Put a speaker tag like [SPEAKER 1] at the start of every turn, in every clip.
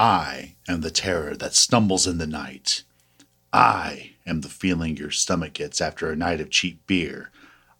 [SPEAKER 1] I am the terror that stumbles in the night. I am the feeling your stomach gets after a night of cheap beer.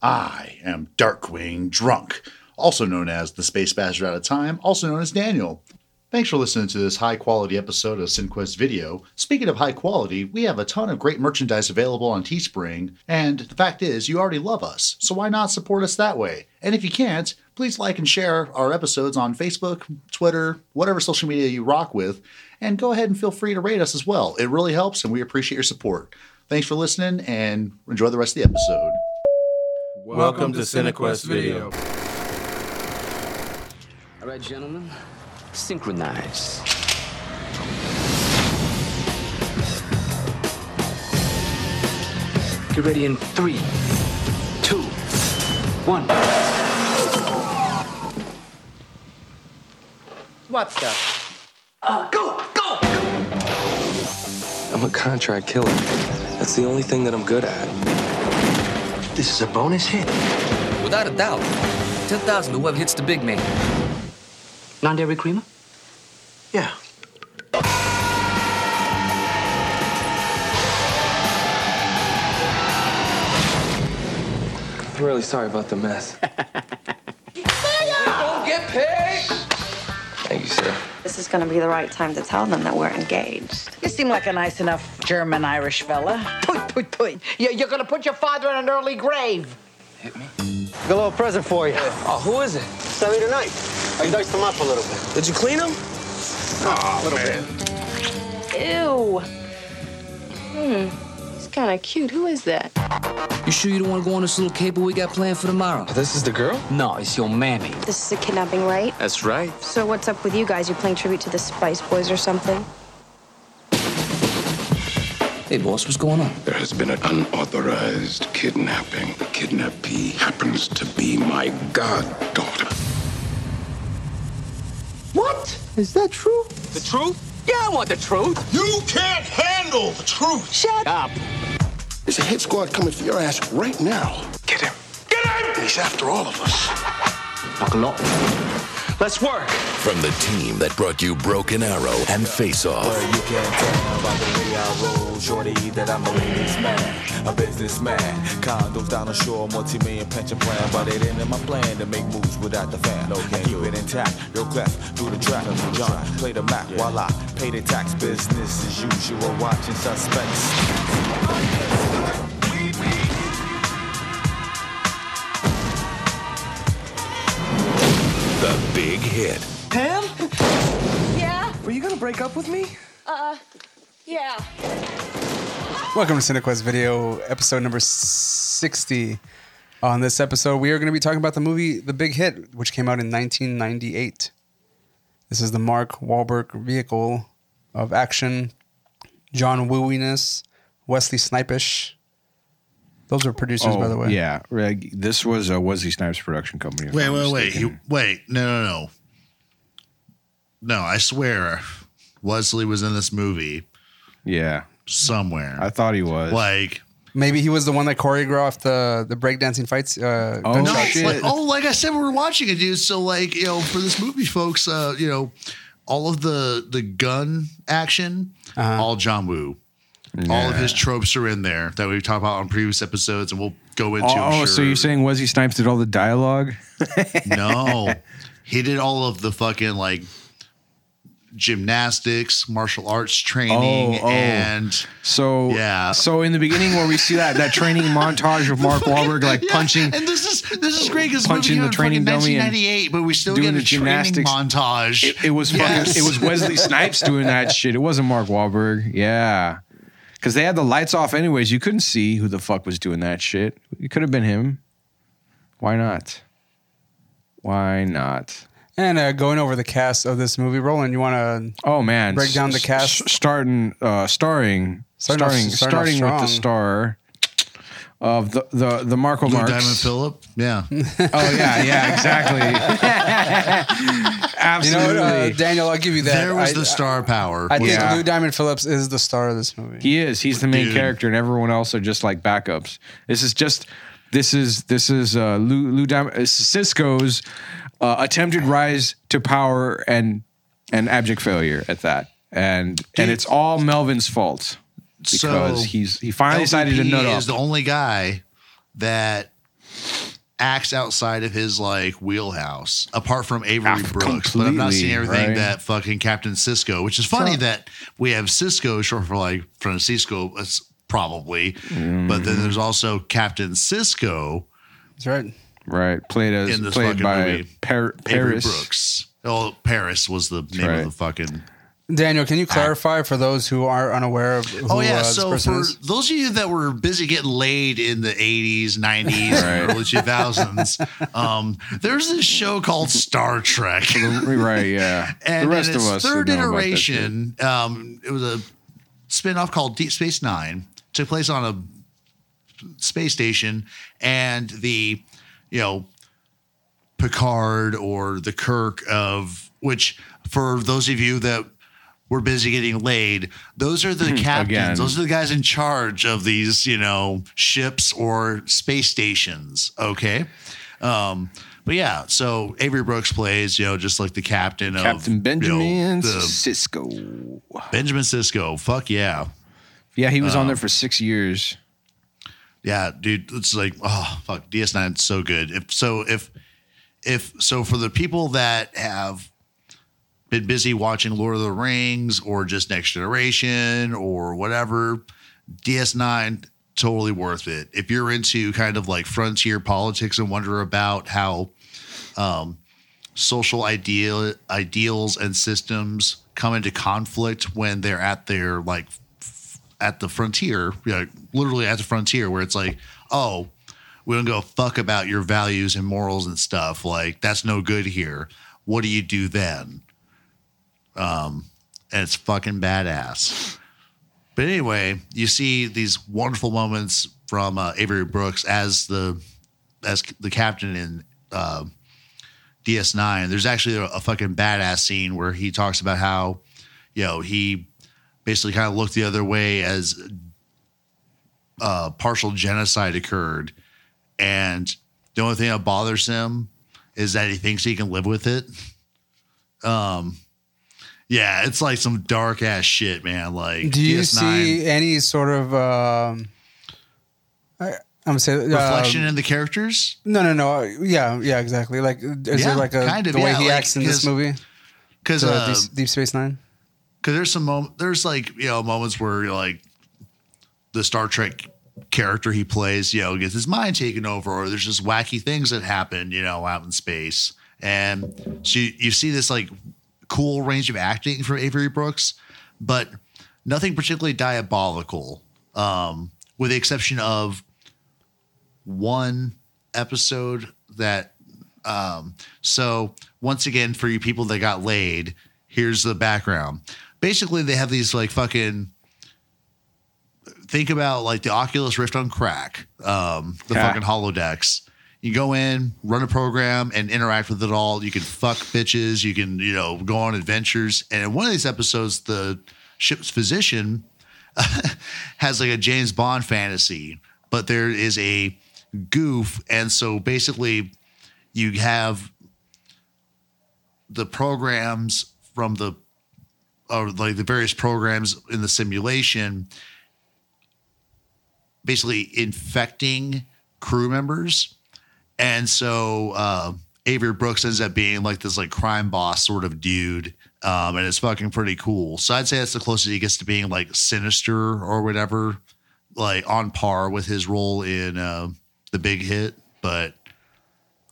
[SPEAKER 1] I am Darkwing Drunk, also known as the Space Bastard Out of Time, also known as Daniel. Thanks for listening to this high quality episode of SinQuest Video. Speaking of high quality, we have a ton of great merchandise available on Teespring, and the fact is, you already love us, so why not support us that way? And if you can't, please like and share our episodes on Facebook, Twitter, whatever social media you rock with, and go ahead and feel free to rate us as well. It really helps, and we appreciate your support. Thanks for listening, and enjoy the rest of the episode.
[SPEAKER 2] Welcome to Cinequest Video.
[SPEAKER 3] All right, gentlemen, synchronize. Get ready in three, two, one.
[SPEAKER 4] What stuff?
[SPEAKER 3] Go, go!
[SPEAKER 5] I'm a contract killer. That's the only thing that I'm good at.
[SPEAKER 6] This is a bonus hit.
[SPEAKER 7] Without a doubt. 10,000 to whoever hits the big man.
[SPEAKER 3] Non dairy creamer?
[SPEAKER 6] Yeah.
[SPEAKER 5] I'm really sorry about the mess.
[SPEAKER 7] Don't get paid!
[SPEAKER 5] Thank you, sir.
[SPEAKER 8] This is going to be the right time to tell them that we're engaged.
[SPEAKER 4] You seem like a nice enough German Irish fella. Put, put, put. You're, you're gonna put your father in an early grave.
[SPEAKER 6] Got a little present for you.
[SPEAKER 7] Oh, who is it?
[SPEAKER 6] Saturday night. I diced them up a little bit.
[SPEAKER 5] Did you clean them?
[SPEAKER 8] Ew. Hmm. He's kind of cute. Who is that?
[SPEAKER 7] You sure you don't want to go on this little cable we got planned for tomorrow?
[SPEAKER 5] This is the girl?
[SPEAKER 7] No, it's your mammy.
[SPEAKER 8] This is a kidnapping, right?
[SPEAKER 5] That's right.
[SPEAKER 8] So what's up with you guys? You playing tribute to the Spice Boys or something?
[SPEAKER 7] Hey, boss, what's going on?
[SPEAKER 9] There has been an unauthorized kidnapping. The kidnappee happens to be my goddaughter.
[SPEAKER 7] The truth? Yeah, I want the truth.
[SPEAKER 9] You can't handle the truth.
[SPEAKER 7] Shut up.
[SPEAKER 9] There's a hit squad coming for your ass right now. Get him. Get him! He's after all of us.
[SPEAKER 7] Buckle up.
[SPEAKER 5] Let's work.
[SPEAKER 10] From the team that brought you Broken Arrow and Face Off
[SPEAKER 2] You can tell by the way I roll, shorty, that I'm a ladies' man, a businessman. Condos down the shore, multi-million pension plan, but it ain't in my plan to make moves without the fan. I keep it intact, real clef, do the track, John, play the Mac, while I pay the tax. Business as usual, watching suspects.
[SPEAKER 10] The Big Hit.
[SPEAKER 5] Pam?
[SPEAKER 8] Yeah.
[SPEAKER 5] Were you gonna break up with me?
[SPEAKER 8] Yeah.
[SPEAKER 11] Welcome to CineQuest Video, episode number 60. On this episode, we are going to be talking about the movie The Big Hit, which came out in 1998. This is the Mark Wahlberg vehicle of action, John Wooiness, Wesley Snipish. Those are producers, by the way.
[SPEAKER 12] Oh, Yeah, Reg, this was a Wesley Snipes production company. if
[SPEAKER 1] Wait,
[SPEAKER 12] I'm
[SPEAKER 1] wait, wait.
[SPEAKER 12] mistaken.
[SPEAKER 1] You, wait. No, no, no. No, I swear Wesley was in this movie
[SPEAKER 12] yeah,
[SPEAKER 1] somewhere.
[SPEAKER 12] I thought he was.
[SPEAKER 1] like,
[SPEAKER 11] Maybe he was the one that choreographed the the breakdancing fights. Uh,
[SPEAKER 12] Oh,
[SPEAKER 1] no,
[SPEAKER 11] gunshots.
[SPEAKER 12] shit.
[SPEAKER 1] like, oh, like I said, we were watching it, dude. So, like, you know, for this movie, folks, uh, you know, all of the the gun action, all John Woo. All of his tropes are in there that we've talked about on previous episodes, and we'll go into.
[SPEAKER 12] Oh,
[SPEAKER 1] I'm
[SPEAKER 12] oh, so
[SPEAKER 1] sure.
[SPEAKER 12] you're saying Wesley Snipes did all the dialogue?
[SPEAKER 1] No, he did all of the fucking like gymnastics, martial arts training,
[SPEAKER 12] Oh, oh.
[SPEAKER 1] and
[SPEAKER 12] So
[SPEAKER 1] Yeah.
[SPEAKER 12] So in the beginning, where we see that that training montage of Mark Wahlberg like
[SPEAKER 1] Yeah,
[SPEAKER 12] punching,
[SPEAKER 1] And this is this is great because
[SPEAKER 12] punching
[SPEAKER 1] movie
[SPEAKER 12] the training dummy and
[SPEAKER 1] 1998, but we still
[SPEAKER 12] doing
[SPEAKER 1] get a
[SPEAKER 12] the
[SPEAKER 1] training
[SPEAKER 12] gymnastics.
[SPEAKER 1] montage.
[SPEAKER 12] it, it was
[SPEAKER 1] Yes.
[SPEAKER 12] fucking, it was Wesley Snipes doing that shit. It wasn't Mark Wahlberg. Yeah, because they had the lights off anyways. You couldn't see who the fuck was doing that shit. It could have been him. Why not? Why not?
[SPEAKER 11] And uh, going over the cast of this movie, Roland, you want to?
[SPEAKER 12] Oh man!
[SPEAKER 11] Break down the cast.
[SPEAKER 12] starting, uh, starring,
[SPEAKER 11] Starting
[SPEAKER 12] starting,
[SPEAKER 11] off-
[SPEAKER 12] starting,
[SPEAKER 11] starting off
[SPEAKER 12] with the
[SPEAKER 11] strong.
[SPEAKER 12] star of the the the Marco
[SPEAKER 1] Blue
[SPEAKER 12] Marx.
[SPEAKER 1] Diamond Philip, yeah,
[SPEAKER 12] Oh yeah, yeah, exactly.
[SPEAKER 11] You know,
[SPEAKER 12] Absolutely.
[SPEAKER 11] what, uh, Daniel, I'll give you that.
[SPEAKER 1] there was
[SPEAKER 11] I-
[SPEAKER 1] the star power.
[SPEAKER 11] I think
[SPEAKER 12] Yeah.
[SPEAKER 11] Lou Diamond Phillips is the star of this movie.
[SPEAKER 12] he is. He's the main
[SPEAKER 1] Dude.
[SPEAKER 12] character, and everyone else are just like backups. This is just. This is this is uh, Lou, Lou Diamond, Cisco's uh, attempted rise to power and an abject failure at that, and and it's all Melvin's fault because
[SPEAKER 1] So,
[SPEAKER 12] he's he finally decided to
[SPEAKER 1] LVP
[SPEAKER 12] nut
[SPEAKER 1] is
[SPEAKER 12] off.
[SPEAKER 1] the only guy that acts outside of his like wheelhouse, apart from Avery Brooks. But I'm not
[SPEAKER 12] Ah, completely,
[SPEAKER 1] seeing everything
[SPEAKER 12] right?
[SPEAKER 1] that fucking Captain Cisco, which is funny that we have Cisco short for like Francisco, uh, s- probably. But then there's also Captain Cisco
[SPEAKER 11] That's right.
[SPEAKER 12] Right, played as
[SPEAKER 1] in this
[SPEAKER 12] played
[SPEAKER 1] fucking
[SPEAKER 12] by
[SPEAKER 1] movie.
[SPEAKER 12] Par-
[SPEAKER 1] Avery
[SPEAKER 12] Paris.
[SPEAKER 1] Brooks. Oh, Paris was the name
[SPEAKER 12] right.
[SPEAKER 1] of the fucking
[SPEAKER 11] Daniel, can you clarify for those who are unaware of who
[SPEAKER 1] Oh yeah,
[SPEAKER 11] uh, this
[SPEAKER 1] so
[SPEAKER 11] person
[SPEAKER 1] for
[SPEAKER 11] is?
[SPEAKER 1] those of you that were busy getting laid in the '80s, '90s, and
[SPEAKER 11] Right.
[SPEAKER 1] early 2000s, um, there's this show called Star Trek.
[SPEAKER 12] right, yeah.
[SPEAKER 1] and
[SPEAKER 12] the rest
[SPEAKER 1] in
[SPEAKER 12] of
[SPEAKER 1] its
[SPEAKER 12] us would
[SPEAKER 1] third
[SPEAKER 12] know about that
[SPEAKER 1] iteration, um, it was a spin-off called Deep Space Nine. Took place on a space station, and the you know Picard or the Kirk of which for those of you that were busy getting laid, those are the
[SPEAKER 12] Hmm, again.
[SPEAKER 1] captains. Those are the guys in charge of these, you know, ships or space stations. Okay. Um, but yeah, so Avery Brooks plays, you know, just like the captain of
[SPEAKER 12] Captain Benjamin
[SPEAKER 1] Cisco. Benjamin Cisco. Fuck yeah.
[SPEAKER 12] Yeah, he was on
[SPEAKER 1] Um,
[SPEAKER 12] there for six years.
[SPEAKER 1] Yeah, dude, it's like oh fuck, DS9 is so good. If so, if if so, for the people that have been busy watching Lord of the Rings or just Next Generation or whatever, DS9 totally worth it. If you're into kind of like frontier politics and wonder about how um, social ideal ideals and systems come into conflict when they're at their like f- at the frontier, you know, literally at the frontier, where it's like, oh, we don't give a fuck about your values and morals and stuff. Like that's no good here. What do you do then? Um, and it's fucking badass. But anyway, you see these wonderful moments from uh, Avery Brooks as the as the captain in uh, DS9. There's actually a, a fucking badass scene where he talks about how, you know, he basically kind of looked the other way as uh, partial genocide occurred, and the only thing that bothers him is that he thinks he can live with it. Um, yeah, it's like some dark ass shit, man. Like,
[SPEAKER 11] Do you
[SPEAKER 1] DS9
[SPEAKER 11] see any sort of um, I, I'm gonna say uh,
[SPEAKER 1] reflection in the characters?
[SPEAKER 11] No, no, no. Yeah, yeah, exactly. Like, is
[SPEAKER 1] Yeah,
[SPEAKER 11] there like a
[SPEAKER 1] kind of,
[SPEAKER 11] the way
[SPEAKER 1] yeah,
[SPEAKER 11] he
[SPEAKER 1] like,
[SPEAKER 11] acts in this
[SPEAKER 1] 'cause-
[SPEAKER 11] movie?
[SPEAKER 1] 'cause,
[SPEAKER 11] The
[SPEAKER 1] uh,
[SPEAKER 11] Deep, Deep Space Nine.
[SPEAKER 1] because there's some moment there's like you know moments where like the Star Trek character he plays you know gets his mind taken over or there's just wacky things that happen you know out in space and so you, you see this like cool range of acting from Avery Brooks but nothing particularly diabolical um with the exception of one episode that um so once again for you people that got laid here's the background basically they have these like fucking think about like the oculus rift on crack um the
[SPEAKER 12] Yeah.
[SPEAKER 1] fucking holodecks you go in run a program and interact with it all you can fuck bitches you can you know go on adventures and in one of these episodes the ship's physician has like a James Bond fantasy, but there is a goof. And so basically, you have the programs from the, or like the various programs in the simulation basically infecting crew members. And so uh, Avery Brooks ends up being like this like crime boss sort of dude. Um, and it's fucking pretty cool. So I'd say that's the closest he gets to being like sinister or whatever, like on par with his role in uh, the big hit. But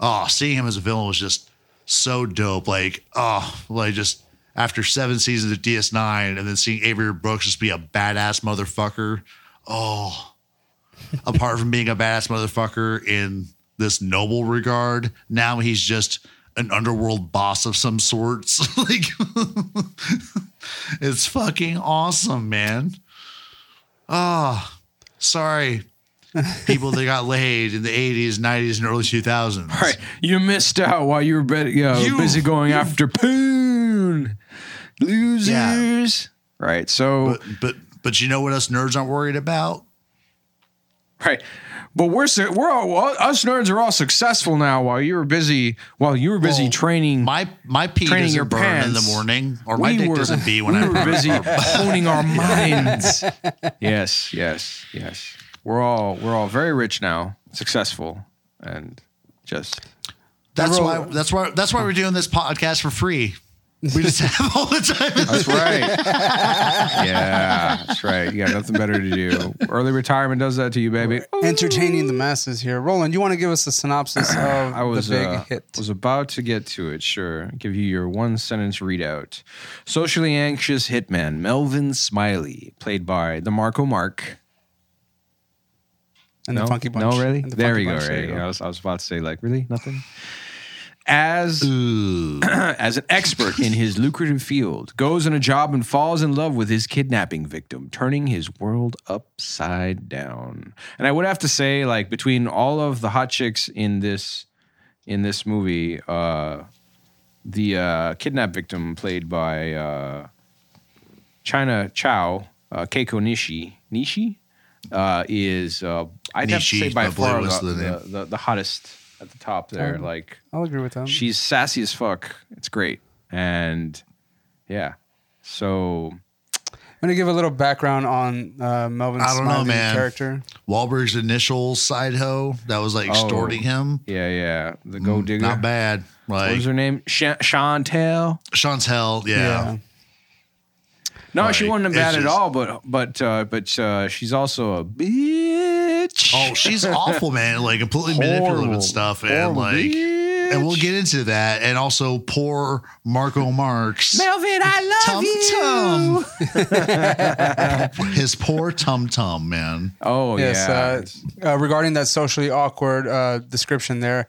[SPEAKER 1] oh, seeing him as a villain was just so dope. Like, oh, like just after seven seasons of DS9 and then seeing Avery Brooks just be a badass motherfucker. Oh, apart from being a badass motherfucker in this noble regard, now he's just an underworld boss of some sorts. like, it's fucking awesome, man. Ah, sorry. People that got laid in the 80s, 90s, and early 2000s.
[SPEAKER 12] All right, you missed out while you were bet- you know,
[SPEAKER 1] You-
[SPEAKER 12] busy going after Poon. Losers. Right. So,
[SPEAKER 1] but, but but you know what us nerds aren't worried about?
[SPEAKER 12] Right. But we're su- we're all, well, us nerds are all successful now. While you were busy, while you were busy training
[SPEAKER 1] my my pee
[SPEAKER 12] Hmm. training
[SPEAKER 1] doesn't
[SPEAKER 12] your
[SPEAKER 1] burn
[SPEAKER 12] pants
[SPEAKER 1] in the morning, or my dick doesn't pee when
[SPEAKER 12] we
[SPEAKER 1] I
[SPEAKER 12] were busy honing our
[SPEAKER 1] Yeah.
[SPEAKER 12] minds. yes, yes, yes. We're all we're all very rich now, successful, and just
[SPEAKER 1] That's
[SPEAKER 12] Bro.
[SPEAKER 1] why. That's why. That's why we're doing this podcast for free. We just have all the time.
[SPEAKER 12] That's right. yeah, that's right. You got nothing better to do. Early retirement does that to you, baby.
[SPEAKER 11] Entertaining the masses here. Roland, you want to give us a synopsis of
[SPEAKER 12] I was
[SPEAKER 11] the big
[SPEAKER 12] uh,
[SPEAKER 11] hit?
[SPEAKER 12] was about to get to it. Sure, give you your one sentence readout. Socially anxious hitman Melvin Smiley, played by the Marco Mark.
[SPEAKER 11] And the
[SPEAKER 12] no?
[SPEAKER 11] Funky Bunch.
[SPEAKER 12] No, really?
[SPEAKER 11] And the
[SPEAKER 12] there
[SPEAKER 11] Funky
[SPEAKER 12] you go.
[SPEAKER 11] Bunch, there
[SPEAKER 12] Right?
[SPEAKER 11] you go.
[SPEAKER 12] I, was, I was about to say like, really nothing. As as an expert in his lucrative field, goes on a job and falls in love with his kidnapping victim, turning his world upside down. And I would have to say, like, between all of the hot chicks in this in this movie, uh, the uh, kidnap victim played by uh, China Chow, uh, Keiko Nishi, Nishi uh, is uh, I'd have to
[SPEAKER 1] Nishi,
[SPEAKER 12] say by
[SPEAKER 1] probably
[SPEAKER 12] far
[SPEAKER 1] was
[SPEAKER 12] the,
[SPEAKER 1] the
[SPEAKER 12] the,
[SPEAKER 1] name.
[SPEAKER 12] the, the hottest at the top there.
[SPEAKER 11] Um,
[SPEAKER 12] like
[SPEAKER 11] I'll agree with that.
[SPEAKER 12] she's sassy as fuck. It's great, and yeah, so
[SPEAKER 11] I'm going to give a little background on uh, Melvin
[SPEAKER 1] I don't know,
[SPEAKER 11] Smiley
[SPEAKER 1] man.
[SPEAKER 11] character.
[SPEAKER 1] Wahlberg's initial side hoe that was like extorting
[SPEAKER 12] Oh,
[SPEAKER 1] him.
[SPEAKER 12] Yeah, yeah. The gold digger.
[SPEAKER 1] Mm, Not bad. Like
[SPEAKER 12] what was her name? Sha Chantel.
[SPEAKER 1] Chantel. Yeah.
[SPEAKER 12] No,
[SPEAKER 1] Like,
[SPEAKER 12] she wasn't
[SPEAKER 1] it's
[SPEAKER 12] bad at
[SPEAKER 1] just-
[SPEAKER 12] all, but but uh, but uh, she's also a bitch.
[SPEAKER 1] Oh, she's awful, man. Like completely manipulative
[SPEAKER 12] Horrible,
[SPEAKER 1] and stuff, and
[SPEAKER 12] horrible
[SPEAKER 1] like, and we'll get into that. And also, poor Marco Marx.
[SPEAKER 12] Melvin, I love
[SPEAKER 1] you. His poor tum tum, man.
[SPEAKER 12] Oh
[SPEAKER 11] yes. Uh, uh, regarding that socially awkward uh, description there,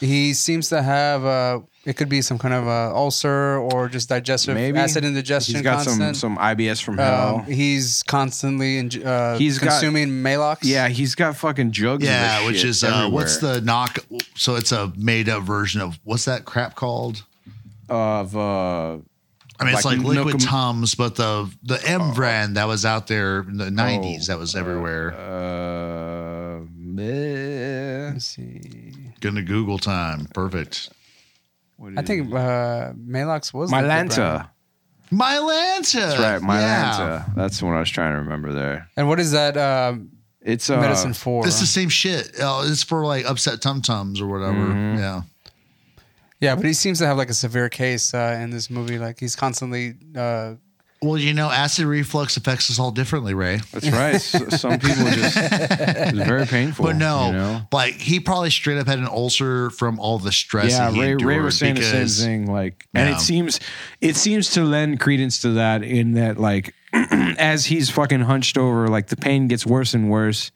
[SPEAKER 11] he seems to have uh, it could be some kind of uh, ulcer or just digestive
[SPEAKER 12] Maybe.
[SPEAKER 11] acid indigestion.
[SPEAKER 12] He's got some,
[SPEAKER 11] constant.
[SPEAKER 12] some IBS from hell.
[SPEAKER 11] Um, he's constantly in, uh,
[SPEAKER 12] He's got-
[SPEAKER 11] consuming Malox.
[SPEAKER 12] yeah, he's got fucking jugs. of that
[SPEAKER 1] Yeah, which
[SPEAKER 12] shit
[SPEAKER 1] is uh, what's
[SPEAKER 12] everywhere.
[SPEAKER 1] the knock? So it's a made up version of what's that crap called?
[SPEAKER 12] of uh,
[SPEAKER 1] I mean, it's like liquid
[SPEAKER 12] Nookum-
[SPEAKER 1] tums, but the the M
[SPEAKER 12] Oh.
[SPEAKER 1] brand that was out there in the '90s that was everywhere.
[SPEAKER 12] Uh, meh. Let's see.
[SPEAKER 1] Gonna Google time. Perfect.
[SPEAKER 12] What
[SPEAKER 11] I think uh, Malox was the
[SPEAKER 12] Mylanta.
[SPEAKER 11] brand.
[SPEAKER 1] Mylanta.
[SPEAKER 12] That's right,
[SPEAKER 1] Yeah.
[SPEAKER 12] Mylanta. That's the one I was trying to remember there.
[SPEAKER 11] And what is that? Um,
[SPEAKER 12] It's uh,
[SPEAKER 11] medicine for
[SPEAKER 1] It's the same shit. Uh, it's for like upset tum tums or whatever.
[SPEAKER 12] Mm-hmm.
[SPEAKER 1] Yeah.
[SPEAKER 11] yeah, but he seems to have like a severe case uh, in this movie. Like he's constantly uh,
[SPEAKER 1] Well, you know, acid reflux affects us all differently, Ray.
[SPEAKER 12] That's right. S- Some people just it's very painful.
[SPEAKER 1] But no,
[SPEAKER 12] you know?
[SPEAKER 1] like he probably straight up had an ulcer from all the stress.
[SPEAKER 12] yeah,
[SPEAKER 1] that he
[SPEAKER 12] Ray, Ray
[SPEAKER 1] endured
[SPEAKER 12] was saying the same
[SPEAKER 1] because-
[SPEAKER 12] thing. Like, and
[SPEAKER 1] Yeah.
[SPEAKER 12] it seems it seems to lend credence to that in that like as he's fucking hunched over, like the pain gets worse and worse.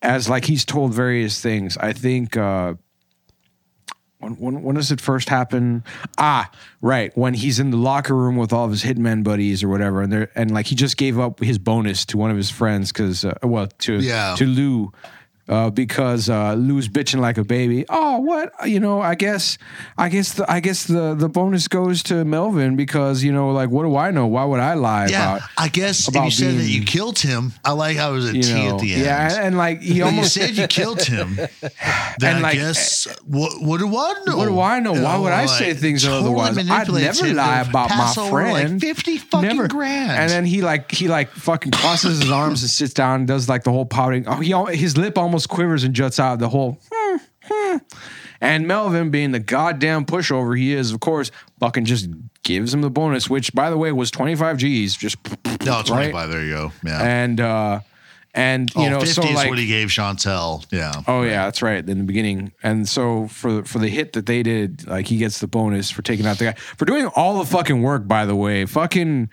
[SPEAKER 12] As like he's told various things. I think uh when, when, when does it first happen? Ah, right. When he's in the locker room with all of his hitman buddies or whatever, and they're and like he just gave up his bonus to one of his friends because uh, well to
[SPEAKER 1] Yeah.
[SPEAKER 12] to Lou. Uh, because uh, Lou's bitching like a baby. Oh, what you know? I guess, I guess, the, I guess the the bonus goes to Melvin because you know, like, what do I know? Why would I lie
[SPEAKER 1] Yeah,
[SPEAKER 12] about?
[SPEAKER 1] I guess if you
[SPEAKER 12] about
[SPEAKER 1] said that
[SPEAKER 12] being-
[SPEAKER 1] you killed him, I like I was a
[SPEAKER 12] you
[SPEAKER 1] T
[SPEAKER 12] know,
[SPEAKER 1] at the end.
[SPEAKER 12] yeah, and, and, like he almost
[SPEAKER 1] you said you killed him. Then
[SPEAKER 12] And,
[SPEAKER 1] I
[SPEAKER 12] like,
[SPEAKER 1] guess what what do I know?
[SPEAKER 12] What do I know? Why
[SPEAKER 1] oh,
[SPEAKER 12] would I say things otherwise? I'd never lie about my friend.
[SPEAKER 1] Fifty fucking
[SPEAKER 12] Never.
[SPEAKER 1] grand.
[SPEAKER 12] And then he like he like fucking crosses his arms and sits down and does like the whole pouting. Oh, he al- his lip almost quivers and juts out the whole. "Hmm, hmm." And Melvin, being the goddamn pushover he is, of course, fucking just gives him the bonus, which by the way was twenty five G's. Just
[SPEAKER 1] no,
[SPEAKER 12] right?
[SPEAKER 1] twenty five. There you go. Yeah.
[SPEAKER 12] And uh, and you
[SPEAKER 1] oh,
[SPEAKER 12] know,
[SPEAKER 1] 50
[SPEAKER 12] so
[SPEAKER 1] is
[SPEAKER 12] like
[SPEAKER 1] what he gave Chantel. Yeah.
[SPEAKER 12] Oh yeah, that's right. In the beginning, and so for for the hit that they did, like he gets the bonus for taking out the guy for doing all the fucking work. By the way, fucking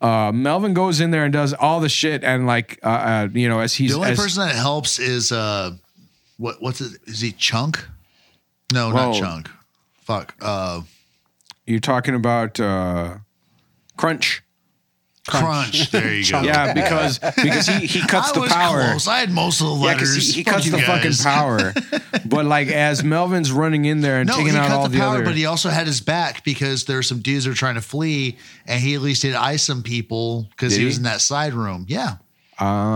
[SPEAKER 12] uh, Melvin goes in there and does all the shit, and like uh, uh, you know, as he's
[SPEAKER 1] the only
[SPEAKER 12] as,
[SPEAKER 1] person that helps is uh, what what's it? Is he Chunk? No, not
[SPEAKER 12] Whoa.
[SPEAKER 1] Chunk. Fuck. Uh,
[SPEAKER 12] you're talking about uh, Crunch.
[SPEAKER 1] Crunch. There you go.
[SPEAKER 12] Yeah, because because he he cuts
[SPEAKER 1] I
[SPEAKER 12] the
[SPEAKER 1] was
[SPEAKER 12] power.
[SPEAKER 1] Close. I had most of the
[SPEAKER 12] Yeah, 'cause
[SPEAKER 1] letters.
[SPEAKER 12] he, he
[SPEAKER 1] Fuck
[SPEAKER 12] cuts
[SPEAKER 1] you
[SPEAKER 12] the fucking
[SPEAKER 1] guys.
[SPEAKER 12] power. but like as Melvin's running in there and
[SPEAKER 1] No, he
[SPEAKER 12] taking out
[SPEAKER 1] cut
[SPEAKER 12] all
[SPEAKER 1] the
[SPEAKER 12] the,
[SPEAKER 1] power,
[SPEAKER 12] other,
[SPEAKER 1] but he also had his back because there were some dudes that were trying to flee, and he at least did eye some people because
[SPEAKER 12] Did
[SPEAKER 1] he was
[SPEAKER 12] he?
[SPEAKER 1] in that side room. Yeah,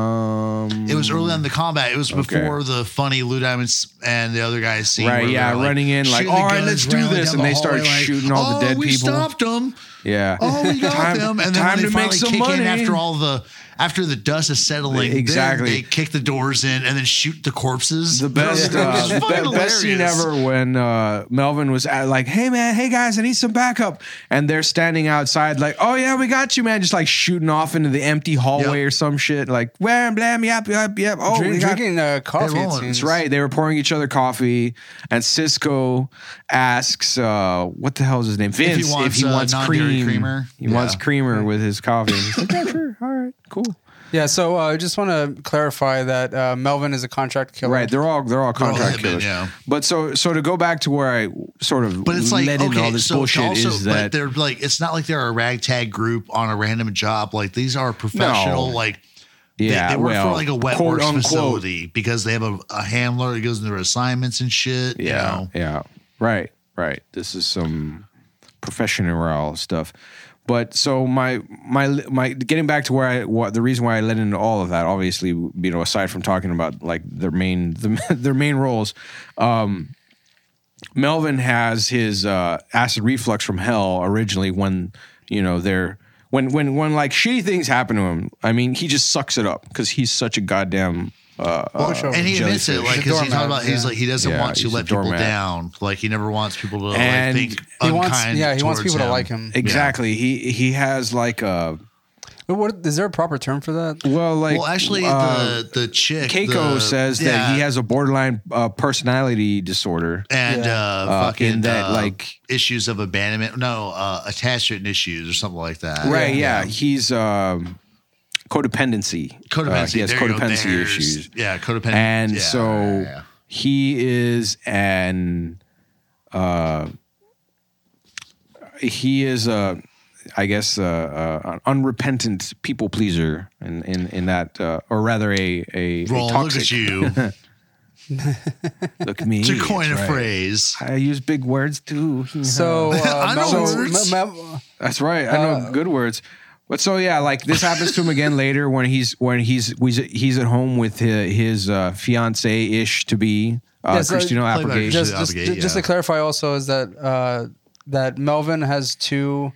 [SPEAKER 12] Um,
[SPEAKER 1] It was early on in the combat. It was
[SPEAKER 12] Okay.
[SPEAKER 1] before the funny Lou Diamond s- and the other guys scene.
[SPEAKER 12] Right,
[SPEAKER 1] where
[SPEAKER 12] yeah,
[SPEAKER 1] they're, like,
[SPEAKER 12] running in, like,
[SPEAKER 1] shooting
[SPEAKER 12] all
[SPEAKER 1] the
[SPEAKER 12] right,
[SPEAKER 1] guns,
[SPEAKER 12] let's do
[SPEAKER 1] railing
[SPEAKER 12] this,
[SPEAKER 1] down
[SPEAKER 12] and
[SPEAKER 1] the
[SPEAKER 12] they start
[SPEAKER 1] hallway, like,
[SPEAKER 12] shooting all the
[SPEAKER 1] "Oh,
[SPEAKER 12] dead
[SPEAKER 1] we
[SPEAKER 12] people."
[SPEAKER 1] stopped them.
[SPEAKER 12] Yeah.
[SPEAKER 1] Oh, we got
[SPEAKER 12] Time-
[SPEAKER 1] them. And then
[SPEAKER 12] time
[SPEAKER 1] when they
[SPEAKER 12] to make
[SPEAKER 1] finally
[SPEAKER 12] some
[SPEAKER 1] kick
[SPEAKER 12] money.
[SPEAKER 1] in after all the after the dust is settling. then
[SPEAKER 12] Exactly.
[SPEAKER 1] they kick the doors in and then shoot the corpses.
[SPEAKER 12] The best, uh,
[SPEAKER 1] It's
[SPEAKER 12] the
[SPEAKER 1] fucking
[SPEAKER 12] be- best scene
[SPEAKER 1] hilarious.
[SPEAKER 12] ever when uh, Melvin was at, like, "Hey man, hey guys, I need some backup," and they're standing outside like, "Oh yeah, we got you, man," just like shooting off into the empty hallway or some shit, like, "Wham, blam, yap, yap, yap." Oh,
[SPEAKER 11] Drink-
[SPEAKER 12] we got-
[SPEAKER 11] drinking, uh, coffee, it They're rolling. seems.
[SPEAKER 12] That's right. They were pouring each other coffee, and Cisco asks, uh, "What the hell is his name?"
[SPEAKER 1] he
[SPEAKER 12] Vince.
[SPEAKER 1] wants, uh, non-dairy
[SPEAKER 12] cream,
[SPEAKER 1] creamer.
[SPEAKER 12] he wants creamer with his coffee. He's like, "Yeah, sure. All right, cool."
[SPEAKER 11] Yeah, so uh, I just want to clarify that uh, Melvin is a contract killer.
[SPEAKER 12] Right, they're all they're all contract
[SPEAKER 1] hitmen,
[SPEAKER 12] killers.
[SPEAKER 1] yeah.
[SPEAKER 12] But so so to go back to where I sort of
[SPEAKER 1] But it's like
[SPEAKER 12] led
[SPEAKER 1] okay,
[SPEAKER 12] into all this
[SPEAKER 1] so
[SPEAKER 12] bullshit
[SPEAKER 1] also,
[SPEAKER 12] is
[SPEAKER 1] but
[SPEAKER 12] that
[SPEAKER 1] they're like it's not like they're a ragtag group on a random job. Like these are professional.
[SPEAKER 12] No.
[SPEAKER 1] Like they-
[SPEAKER 12] yeah,
[SPEAKER 1] they, work
[SPEAKER 12] well,
[SPEAKER 1] for like a wet
[SPEAKER 12] quote
[SPEAKER 1] works
[SPEAKER 12] unquote,
[SPEAKER 1] facility because they have a, a handler that goes into their assignments and shit. you
[SPEAKER 12] Yeah,
[SPEAKER 1] know?
[SPEAKER 12] yeah, right, right. This is some professional stuff. But so my my my getting back to where I what the reason why I led into all of that obviously you know aside from talking about like their main their main roles, um, Melvin has his uh, acid reflux from hell originally when you know they're when when when like shitty things happen to him. I mean, he just sucks it up because he's such a goddamn. Uh, uh,
[SPEAKER 1] and he admits it,
[SPEAKER 12] jellyfish.
[SPEAKER 1] like because he talked about he's like he doesn't
[SPEAKER 12] Yeah,
[SPEAKER 1] want to
[SPEAKER 12] he's a
[SPEAKER 1] let people
[SPEAKER 12] doormat.
[SPEAKER 1] down. Like he never wants people to
[SPEAKER 12] And
[SPEAKER 1] like think
[SPEAKER 11] he wants-
[SPEAKER 1] unkind
[SPEAKER 11] yeah, he wants
[SPEAKER 1] towards
[SPEAKER 11] people to like him.
[SPEAKER 12] Exactly. He he has like a
[SPEAKER 11] But what is there a proper term for that?
[SPEAKER 12] well, like
[SPEAKER 1] well, actually,
[SPEAKER 12] uh,
[SPEAKER 1] the the chick
[SPEAKER 12] Keiko
[SPEAKER 1] the-
[SPEAKER 12] says that
[SPEAKER 1] yeah,
[SPEAKER 12] he has a borderline uh, personality disorder
[SPEAKER 1] and uh, fucking
[SPEAKER 12] in that
[SPEAKER 1] uh,
[SPEAKER 12] like
[SPEAKER 1] issues of abandonment. No, uh, attachment issues or something like that.
[SPEAKER 12] right yeah, he's um, codependency. Uh,
[SPEAKER 1] Codependency.
[SPEAKER 12] he has
[SPEAKER 1] there you go,
[SPEAKER 12] codependency
[SPEAKER 1] there's-
[SPEAKER 12] issues.
[SPEAKER 1] Yeah, codependency.
[SPEAKER 12] and
[SPEAKER 1] yeah.
[SPEAKER 12] so he is an uh he is a i guess uh uh an unrepentant people pleaser in in, in that uh, or rather a a, a
[SPEAKER 1] Ron, look
[SPEAKER 12] toxic
[SPEAKER 1] at you.
[SPEAKER 12] look at me
[SPEAKER 1] To coin a
[SPEAKER 12] that's right.
[SPEAKER 1] phrase.
[SPEAKER 12] I use big words too.
[SPEAKER 11] So, uh,
[SPEAKER 1] I know
[SPEAKER 11] Melvin's-
[SPEAKER 1] words.
[SPEAKER 11] Me- Mel-
[SPEAKER 12] That's right. I
[SPEAKER 11] Uh,
[SPEAKER 12] know good words. But so yeah, like this happens to him again later when he's when he's he's, he's at home with his, his uh, fiance ish to be uh,
[SPEAKER 11] Yeah, so-
[SPEAKER 12] Christina Applegate.
[SPEAKER 11] Just, just, just to clarify, also is that uh, that Melvin has two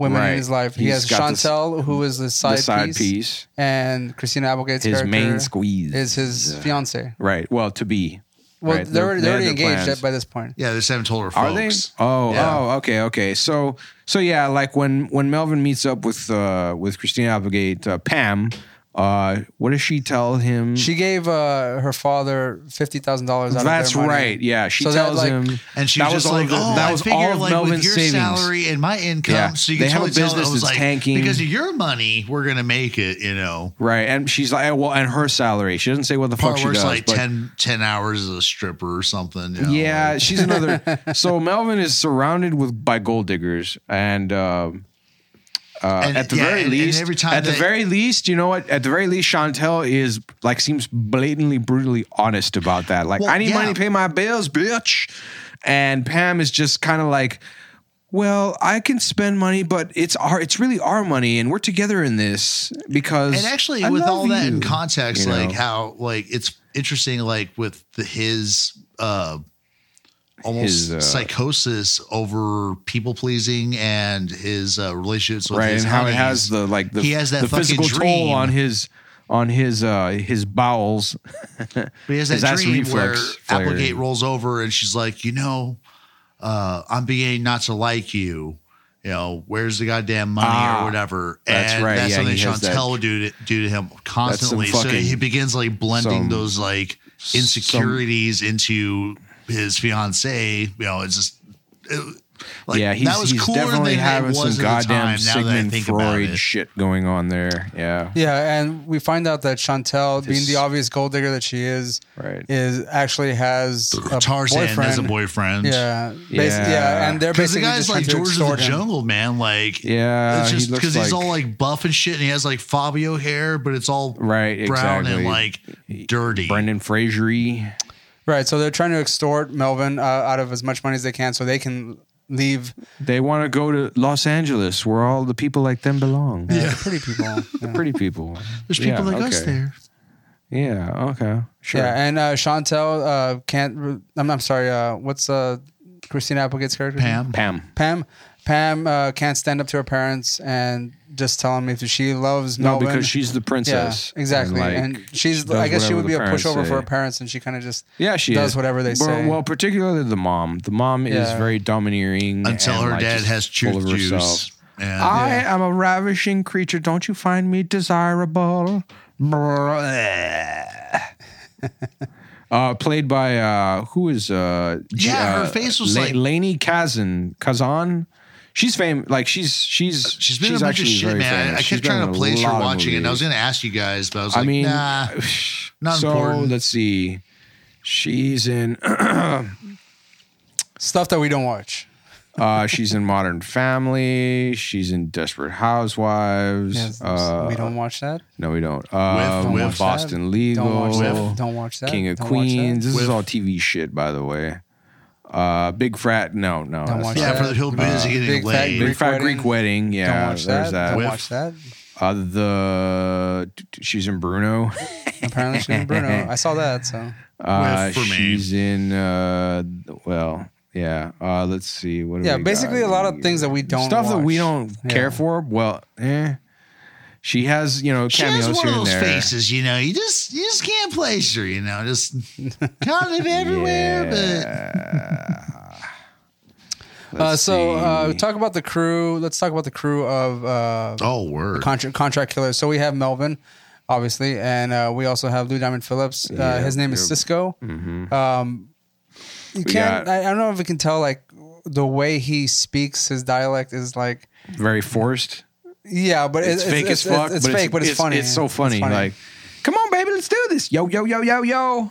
[SPEAKER 11] women
[SPEAKER 12] Right.
[SPEAKER 11] in his life. He
[SPEAKER 12] He's
[SPEAKER 11] has
[SPEAKER 12] got this-
[SPEAKER 11] Chantel, who is the side,
[SPEAKER 12] side
[SPEAKER 11] piece,
[SPEAKER 12] piece.
[SPEAKER 11] and Christina Applegate's
[SPEAKER 12] His
[SPEAKER 11] character
[SPEAKER 12] main squeeze
[SPEAKER 11] is his
[SPEAKER 12] Yeah.
[SPEAKER 11] fiance.
[SPEAKER 12] Right. Well, to be.
[SPEAKER 11] Well,
[SPEAKER 12] right?
[SPEAKER 11] they're,
[SPEAKER 12] They're-
[SPEAKER 11] they're,
[SPEAKER 12] they're
[SPEAKER 11] already
[SPEAKER 12] their
[SPEAKER 11] engaged
[SPEAKER 12] plans.
[SPEAKER 11] by this point.
[SPEAKER 1] Yeah, they just haven't told her
[SPEAKER 12] Are they?
[SPEAKER 1] folks.
[SPEAKER 12] Oh,
[SPEAKER 1] Yeah.
[SPEAKER 12] oh, okay, okay. So, so yeah, like when when Melvin meets up with uh with Christina Applegate, uh, Pam, uh, what does she tell him?
[SPEAKER 11] She gave uh, her father fifty thousand dollars. out
[SPEAKER 12] That's
[SPEAKER 11] of their money.
[SPEAKER 12] right. Yeah, she
[SPEAKER 11] So that,
[SPEAKER 12] tells
[SPEAKER 11] like-
[SPEAKER 12] him,
[SPEAKER 1] And she was,
[SPEAKER 12] that
[SPEAKER 1] just
[SPEAKER 12] all
[SPEAKER 1] like,
[SPEAKER 12] of the-
[SPEAKER 1] "Oh,
[SPEAKER 12] that
[SPEAKER 1] I
[SPEAKER 12] was
[SPEAKER 1] figure
[SPEAKER 12] all of
[SPEAKER 1] like with
[SPEAKER 12] Melvin's
[SPEAKER 1] your
[SPEAKER 12] savings."
[SPEAKER 1] salary and my income,
[SPEAKER 12] Yeah.
[SPEAKER 1] so you can
[SPEAKER 12] They have a
[SPEAKER 1] totally tell
[SPEAKER 12] business
[SPEAKER 1] it was
[SPEAKER 12] that's
[SPEAKER 1] like
[SPEAKER 12] tanking.
[SPEAKER 1] because of your money, we're gonna make it. You know,
[SPEAKER 12] Right, and she's like, well, and her salary. She doesn't say what the fuck
[SPEAKER 1] part
[SPEAKER 12] she
[SPEAKER 1] where it's
[SPEAKER 12] does.
[SPEAKER 1] like
[SPEAKER 12] but-
[SPEAKER 1] 10, 10 hours as a stripper or something. You know,
[SPEAKER 12] yeah,
[SPEAKER 1] like-
[SPEAKER 12] she's another. so Melvin is surrounded with by gold diggers, and, um uh,
[SPEAKER 1] And-
[SPEAKER 12] at the
[SPEAKER 1] yeah,
[SPEAKER 12] very
[SPEAKER 1] and- and
[SPEAKER 12] least,
[SPEAKER 1] every time
[SPEAKER 12] at the
[SPEAKER 1] they-
[SPEAKER 12] very least, you know what? At the very least, Chantel is like seems blatantly brutally honest about that. Like,
[SPEAKER 1] Well,
[SPEAKER 12] I need
[SPEAKER 1] yeah.
[SPEAKER 12] money to pay my bills, bitch. And Pam is just kind of like. Well, I can spend money, but it's our it's really our money and we're together in this because
[SPEAKER 1] and actually
[SPEAKER 12] I
[SPEAKER 1] with
[SPEAKER 12] love
[SPEAKER 1] all that
[SPEAKER 12] you,
[SPEAKER 1] in context
[SPEAKER 12] you
[SPEAKER 1] like
[SPEAKER 12] know?
[SPEAKER 1] how like it's interesting like with the, his uh almost
[SPEAKER 12] His, uh,
[SPEAKER 1] psychosis over people pleasing and his uh relationships with
[SPEAKER 12] right
[SPEAKER 1] his
[SPEAKER 12] and how
[SPEAKER 1] honeys.
[SPEAKER 12] it has the like the,
[SPEAKER 1] he has that
[SPEAKER 12] the
[SPEAKER 1] fucking
[SPEAKER 12] physical
[SPEAKER 1] dream
[SPEAKER 12] toll on his on his uh his bowels
[SPEAKER 1] But he has
[SPEAKER 12] his
[SPEAKER 1] that
[SPEAKER 12] acid
[SPEAKER 1] dream where
[SPEAKER 12] reflux flared.
[SPEAKER 1] Applegate rolls over and she's like, you know, uh, I'm beginning not to like you. You know, where's the goddamn money
[SPEAKER 12] Ah,
[SPEAKER 1] or whatever?
[SPEAKER 12] that's
[SPEAKER 1] and
[SPEAKER 12] right.
[SPEAKER 1] That's
[SPEAKER 12] Yeah,
[SPEAKER 1] something
[SPEAKER 12] he has that-
[SPEAKER 1] Chantel would do to, do to him constantly. So
[SPEAKER 12] fucking-
[SPEAKER 1] he begins like blending
[SPEAKER 12] some-
[SPEAKER 1] those like insecurities into his fiance. You know, it's just. It, like,
[SPEAKER 12] yeah he's,
[SPEAKER 1] that was
[SPEAKER 12] he's
[SPEAKER 1] cooler
[SPEAKER 12] definitely
[SPEAKER 1] than it
[SPEAKER 12] having
[SPEAKER 1] was
[SPEAKER 12] some
[SPEAKER 1] at the
[SPEAKER 12] goddamn
[SPEAKER 1] time, now that I
[SPEAKER 12] sigmund
[SPEAKER 1] think about
[SPEAKER 12] freud
[SPEAKER 1] it.
[SPEAKER 12] shit going on there yeah
[SPEAKER 11] Yeah, and we find out that Chantel, being
[SPEAKER 12] This-
[SPEAKER 11] the obvious gold digger that she is,
[SPEAKER 12] Right.
[SPEAKER 11] is actually has a
[SPEAKER 1] Tarzan
[SPEAKER 11] boyfriend.
[SPEAKER 1] has a boyfriend.
[SPEAKER 11] Yeah, basi-
[SPEAKER 12] Yeah.
[SPEAKER 11] yeah. and they're
[SPEAKER 1] Because the
[SPEAKER 11] basically
[SPEAKER 1] guy's
[SPEAKER 11] just trying
[SPEAKER 1] like
[SPEAKER 11] to
[SPEAKER 1] George of the
[SPEAKER 11] extort him.
[SPEAKER 1] Jungle, man. Like,
[SPEAKER 12] Yeah,
[SPEAKER 1] it's
[SPEAKER 12] he
[SPEAKER 1] just
[SPEAKER 12] looks
[SPEAKER 1] because he's
[SPEAKER 12] like-
[SPEAKER 1] all like buff and shit, and he has like Fabio hair, but it's all
[SPEAKER 12] right
[SPEAKER 1] brown
[SPEAKER 12] exactly
[SPEAKER 1] and like dirty.
[SPEAKER 12] brendan frasery
[SPEAKER 11] Right, so they're trying to extort Melvin uh, out of as much money as they can, so they can leave.
[SPEAKER 12] They want to go to Los Angeles, where all the people like them belong.
[SPEAKER 11] Yeah, the pretty people.
[SPEAKER 12] the pretty people.
[SPEAKER 1] There's
[SPEAKER 12] Yeah,
[SPEAKER 1] people like us
[SPEAKER 12] okay.
[SPEAKER 1] there.
[SPEAKER 12] Yeah. Okay. Sure.
[SPEAKER 11] Yeah, and uh, Chantel uh, can't. re- I'm, I'm sorry. Uh, what's uh, Christina Applegate's character?
[SPEAKER 1] Pam.
[SPEAKER 12] Pam.
[SPEAKER 11] Pam. Pam uh, can't stand up to her parents and just tell them if she loves
[SPEAKER 12] No,
[SPEAKER 11] Melvin.
[SPEAKER 12] because she's the princess.
[SPEAKER 11] Yeah, exactly.
[SPEAKER 12] And, like,
[SPEAKER 11] And, she's.
[SPEAKER 12] does
[SPEAKER 11] I guess she
[SPEAKER 12] whatever
[SPEAKER 11] would
[SPEAKER 12] the
[SPEAKER 11] be a
[SPEAKER 12] parents
[SPEAKER 11] pushover
[SPEAKER 12] say.
[SPEAKER 11] for her parents, and she kind of just
[SPEAKER 12] Yeah, she
[SPEAKER 11] does
[SPEAKER 12] is.
[SPEAKER 11] whatever they
[SPEAKER 12] Well-
[SPEAKER 11] say.
[SPEAKER 12] Well, particularly the mom. The mom is
[SPEAKER 11] Yeah.
[SPEAKER 12] very domineering
[SPEAKER 1] Until
[SPEAKER 12] and,
[SPEAKER 1] her
[SPEAKER 12] like,
[SPEAKER 1] dad
[SPEAKER 12] just
[SPEAKER 1] has
[SPEAKER 12] full
[SPEAKER 1] truth
[SPEAKER 12] of
[SPEAKER 1] juice.
[SPEAKER 12] herself. Ah,
[SPEAKER 1] And-
[SPEAKER 12] I am a ravishing creature. Don't you find me desirable? Blah. uh, played by uh, who is uh,
[SPEAKER 1] Yeah, her
[SPEAKER 12] uh,
[SPEAKER 1] face was like-
[SPEAKER 12] Lainey Kazan. Kazan. She's famous. Like she's she's
[SPEAKER 1] Uh, She's been in a bunch of
[SPEAKER 12] actually
[SPEAKER 1] shit,
[SPEAKER 12] very
[SPEAKER 1] man. I- I
[SPEAKER 12] famous.
[SPEAKER 1] kept
[SPEAKER 12] She's been
[SPEAKER 1] trying
[SPEAKER 12] in
[SPEAKER 1] to
[SPEAKER 12] a
[SPEAKER 1] place her
[SPEAKER 12] lot of
[SPEAKER 1] watching it. And I was
[SPEAKER 12] movies.
[SPEAKER 1] going to ask you guys, but I was
[SPEAKER 12] I
[SPEAKER 1] like,
[SPEAKER 12] mean,
[SPEAKER 1] nah, not
[SPEAKER 12] so
[SPEAKER 1] important.
[SPEAKER 12] let's see. She's in
[SPEAKER 11] stuff that we don't watch.
[SPEAKER 12] uh, she's in Modern Family. She's in Desperate Housewives.
[SPEAKER 11] Yes,
[SPEAKER 12] uh,
[SPEAKER 11] we don't watch that.
[SPEAKER 12] No, we don't. Uh,
[SPEAKER 11] Don't
[SPEAKER 12] with
[SPEAKER 11] watch
[SPEAKER 12] Boston
[SPEAKER 11] that.
[SPEAKER 12] Legal.
[SPEAKER 11] Don't watch that. Don't watch that.
[SPEAKER 12] King of
[SPEAKER 11] Don't watch that.
[SPEAKER 12] Queens. This is
[SPEAKER 11] With-
[SPEAKER 12] all TV shit, by the way. Uh, Big Frat. No, no.
[SPEAKER 11] Don't
[SPEAKER 12] that's
[SPEAKER 11] watch
[SPEAKER 12] not-
[SPEAKER 1] Yeah, for the hillbillies
[SPEAKER 12] Uh,
[SPEAKER 1] getting
[SPEAKER 11] Big Fat
[SPEAKER 1] laid.
[SPEAKER 12] Big Frat Greek Wedding. Yeah,
[SPEAKER 11] don't watch
[SPEAKER 12] there's
[SPEAKER 11] that.
[SPEAKER 12] that.
[SPEAKER 11] Don't watch that.
[SPEAKER 12] Uh, the she's in Bruno.
[SPEAKER 11] Apparently, she's in Bruno. I saw that. So
[SPEAKER 12] Uh,
[SPEAKER 1] With for me.
[SPEAKER 12] she's in. Uh, well, yeah. Uh, let's see. What? do
[SPEAKER 11] yeah,
[SPEAKER 12] we
[SPEAKER 11] basically
[SPEAKER 12] got?
[SPEAKER 11] a lot of things that we don't
[SPEAKER 12] stuff that we
[SPEAKER 11] watch.
[SPEAKER 12] don't care for. Well, eh. She has, you know,
[SPEAKER 1] She
[SPEAKER 12] cameos
[SPEAKER 1] has one
[SPEAKER 12] here
[SPEAKER 1] of
[SPEAKER 12] and
[SPEAKER 1] those
[SPEAKER 12] there.
[SPEAKER 1] faces, you know. You just you just can't place her, you know. Just kind of everywhere,
[SPEAKER 11] Uh, so uh,
[SPEAKER 12] see.
[SPEAKER 11] talk about the crew. Let's talk about the crew of uh,
[SPEAKER 1] but oh word,
[SPEAKER 11] contract contract killers. So we have Melvin, obviously, and uh, we also have Lou Diamond Phillips. Uh,
[SPEAKER 12] Yeah,
[SPEAKER 11] his name is
[SPEAKER 12] yep.
[SPEAKER 11] Cisco.
[SPEAKER 12] Mhm.
[SPEAKER 11] Um,
[SPEAKER 12] We
[SPEAKER 11] you can't.
[SPEAKER 12] got-
[SPEAKER 11] I, I don't know if we can tell like the way he speaks. His dialect is like
[SPEAKER 12] Very forced.
[SPEAKER 11] yeah, but
[SPEAKER 12] It's, fake as fuck.
[SPEAKER 11] It's, fake, but it's, funny.
[SPEAKER 12] It's so funny. Like, come on, baby, let's do this. Yo, yo, yo, yo, yo.